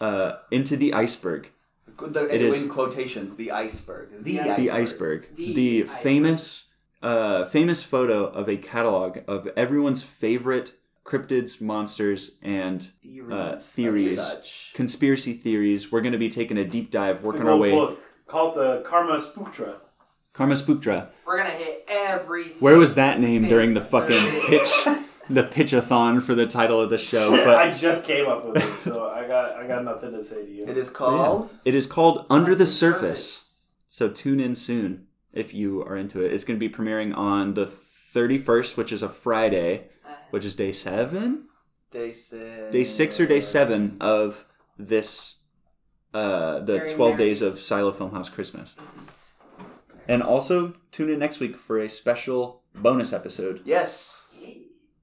[SPEAKER 1] uh, into the iceberg.
[SPEAKER 3] The,
[SPEAKER 1] It
[SPEAKER 3] in
[SPEAKER 1] is-
[SPEAKER 3] quotations, the iceberg. The, iceberg.
[SPEAKER 1] the iceberg,
[SPEAKER 6] The
[SPEAKER 1] the,
[SPEAKER 6] iceberg.
[SPEAKER 1] famous uh, famous photo of a catalog of everyone's favorite cryptids, monsters, and uh,
[SPEAKER 3] of
[SPEAKER 1] theories,
[SPEAKER 3] Such.
[SPEAKER 1] conspiracy theories. We're going to be taking a deep dive,
[SPEAKER 5] The
[SPEAKER 1] working our
[SPEAKER 5] gold
[SPEAKER 1] way.
[SPEAKER 5] book called the Karma Spooktra.
[SPEAKER 1] Karma Spooktra.
[SPEAKER 6] We're gonna hit every.
[SPEAKER 1] Where was that name during the
[SPEAKER 6] Yeah.
[SPEAKER 1] fucking pitch? The pitchathon for the title of the show,
[SPEAKER 5] I
[SPEAKER 1] but
[SPEAKER 5] just came up with it, so I got I got nothing to say to you.
[SPEAKER 3] It is called.
[SPEAKER 1] it is called Under the Surface. So tune in soon if you are into it. It's going to be premiering on the 31st, which is a Friday, which is day seven,
[SPEAKER 3] Day six.
[SPEAKER 1] day six or day seven of this, uh, the
[SPEAKER 6] Very
[SPEAKER 1] 12
[SPEAKER 6] merry.
[SPEAKER 1] days of Silo Filmhouse Christmas. And also tune in next week for a special bonus episode.
[SPEAKER 3] Yes.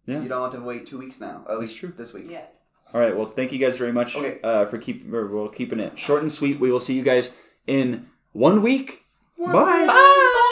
[SPEAKER 1] Yeah.
[SPEAKER 3] You don't have to wait two weeks now. At least
[SPEAKER 1] true.
[SPEAKER 3] this week.
[SPEAKER 6] Yeah.
[SPEAKER 1] All right. Well, thank you guys very much
[SPEAKER 3] Okay.
[SPEAKER 1] uh, for keep or well, keeping it short and sweet. We will see you guys in one week. Bye. Bye.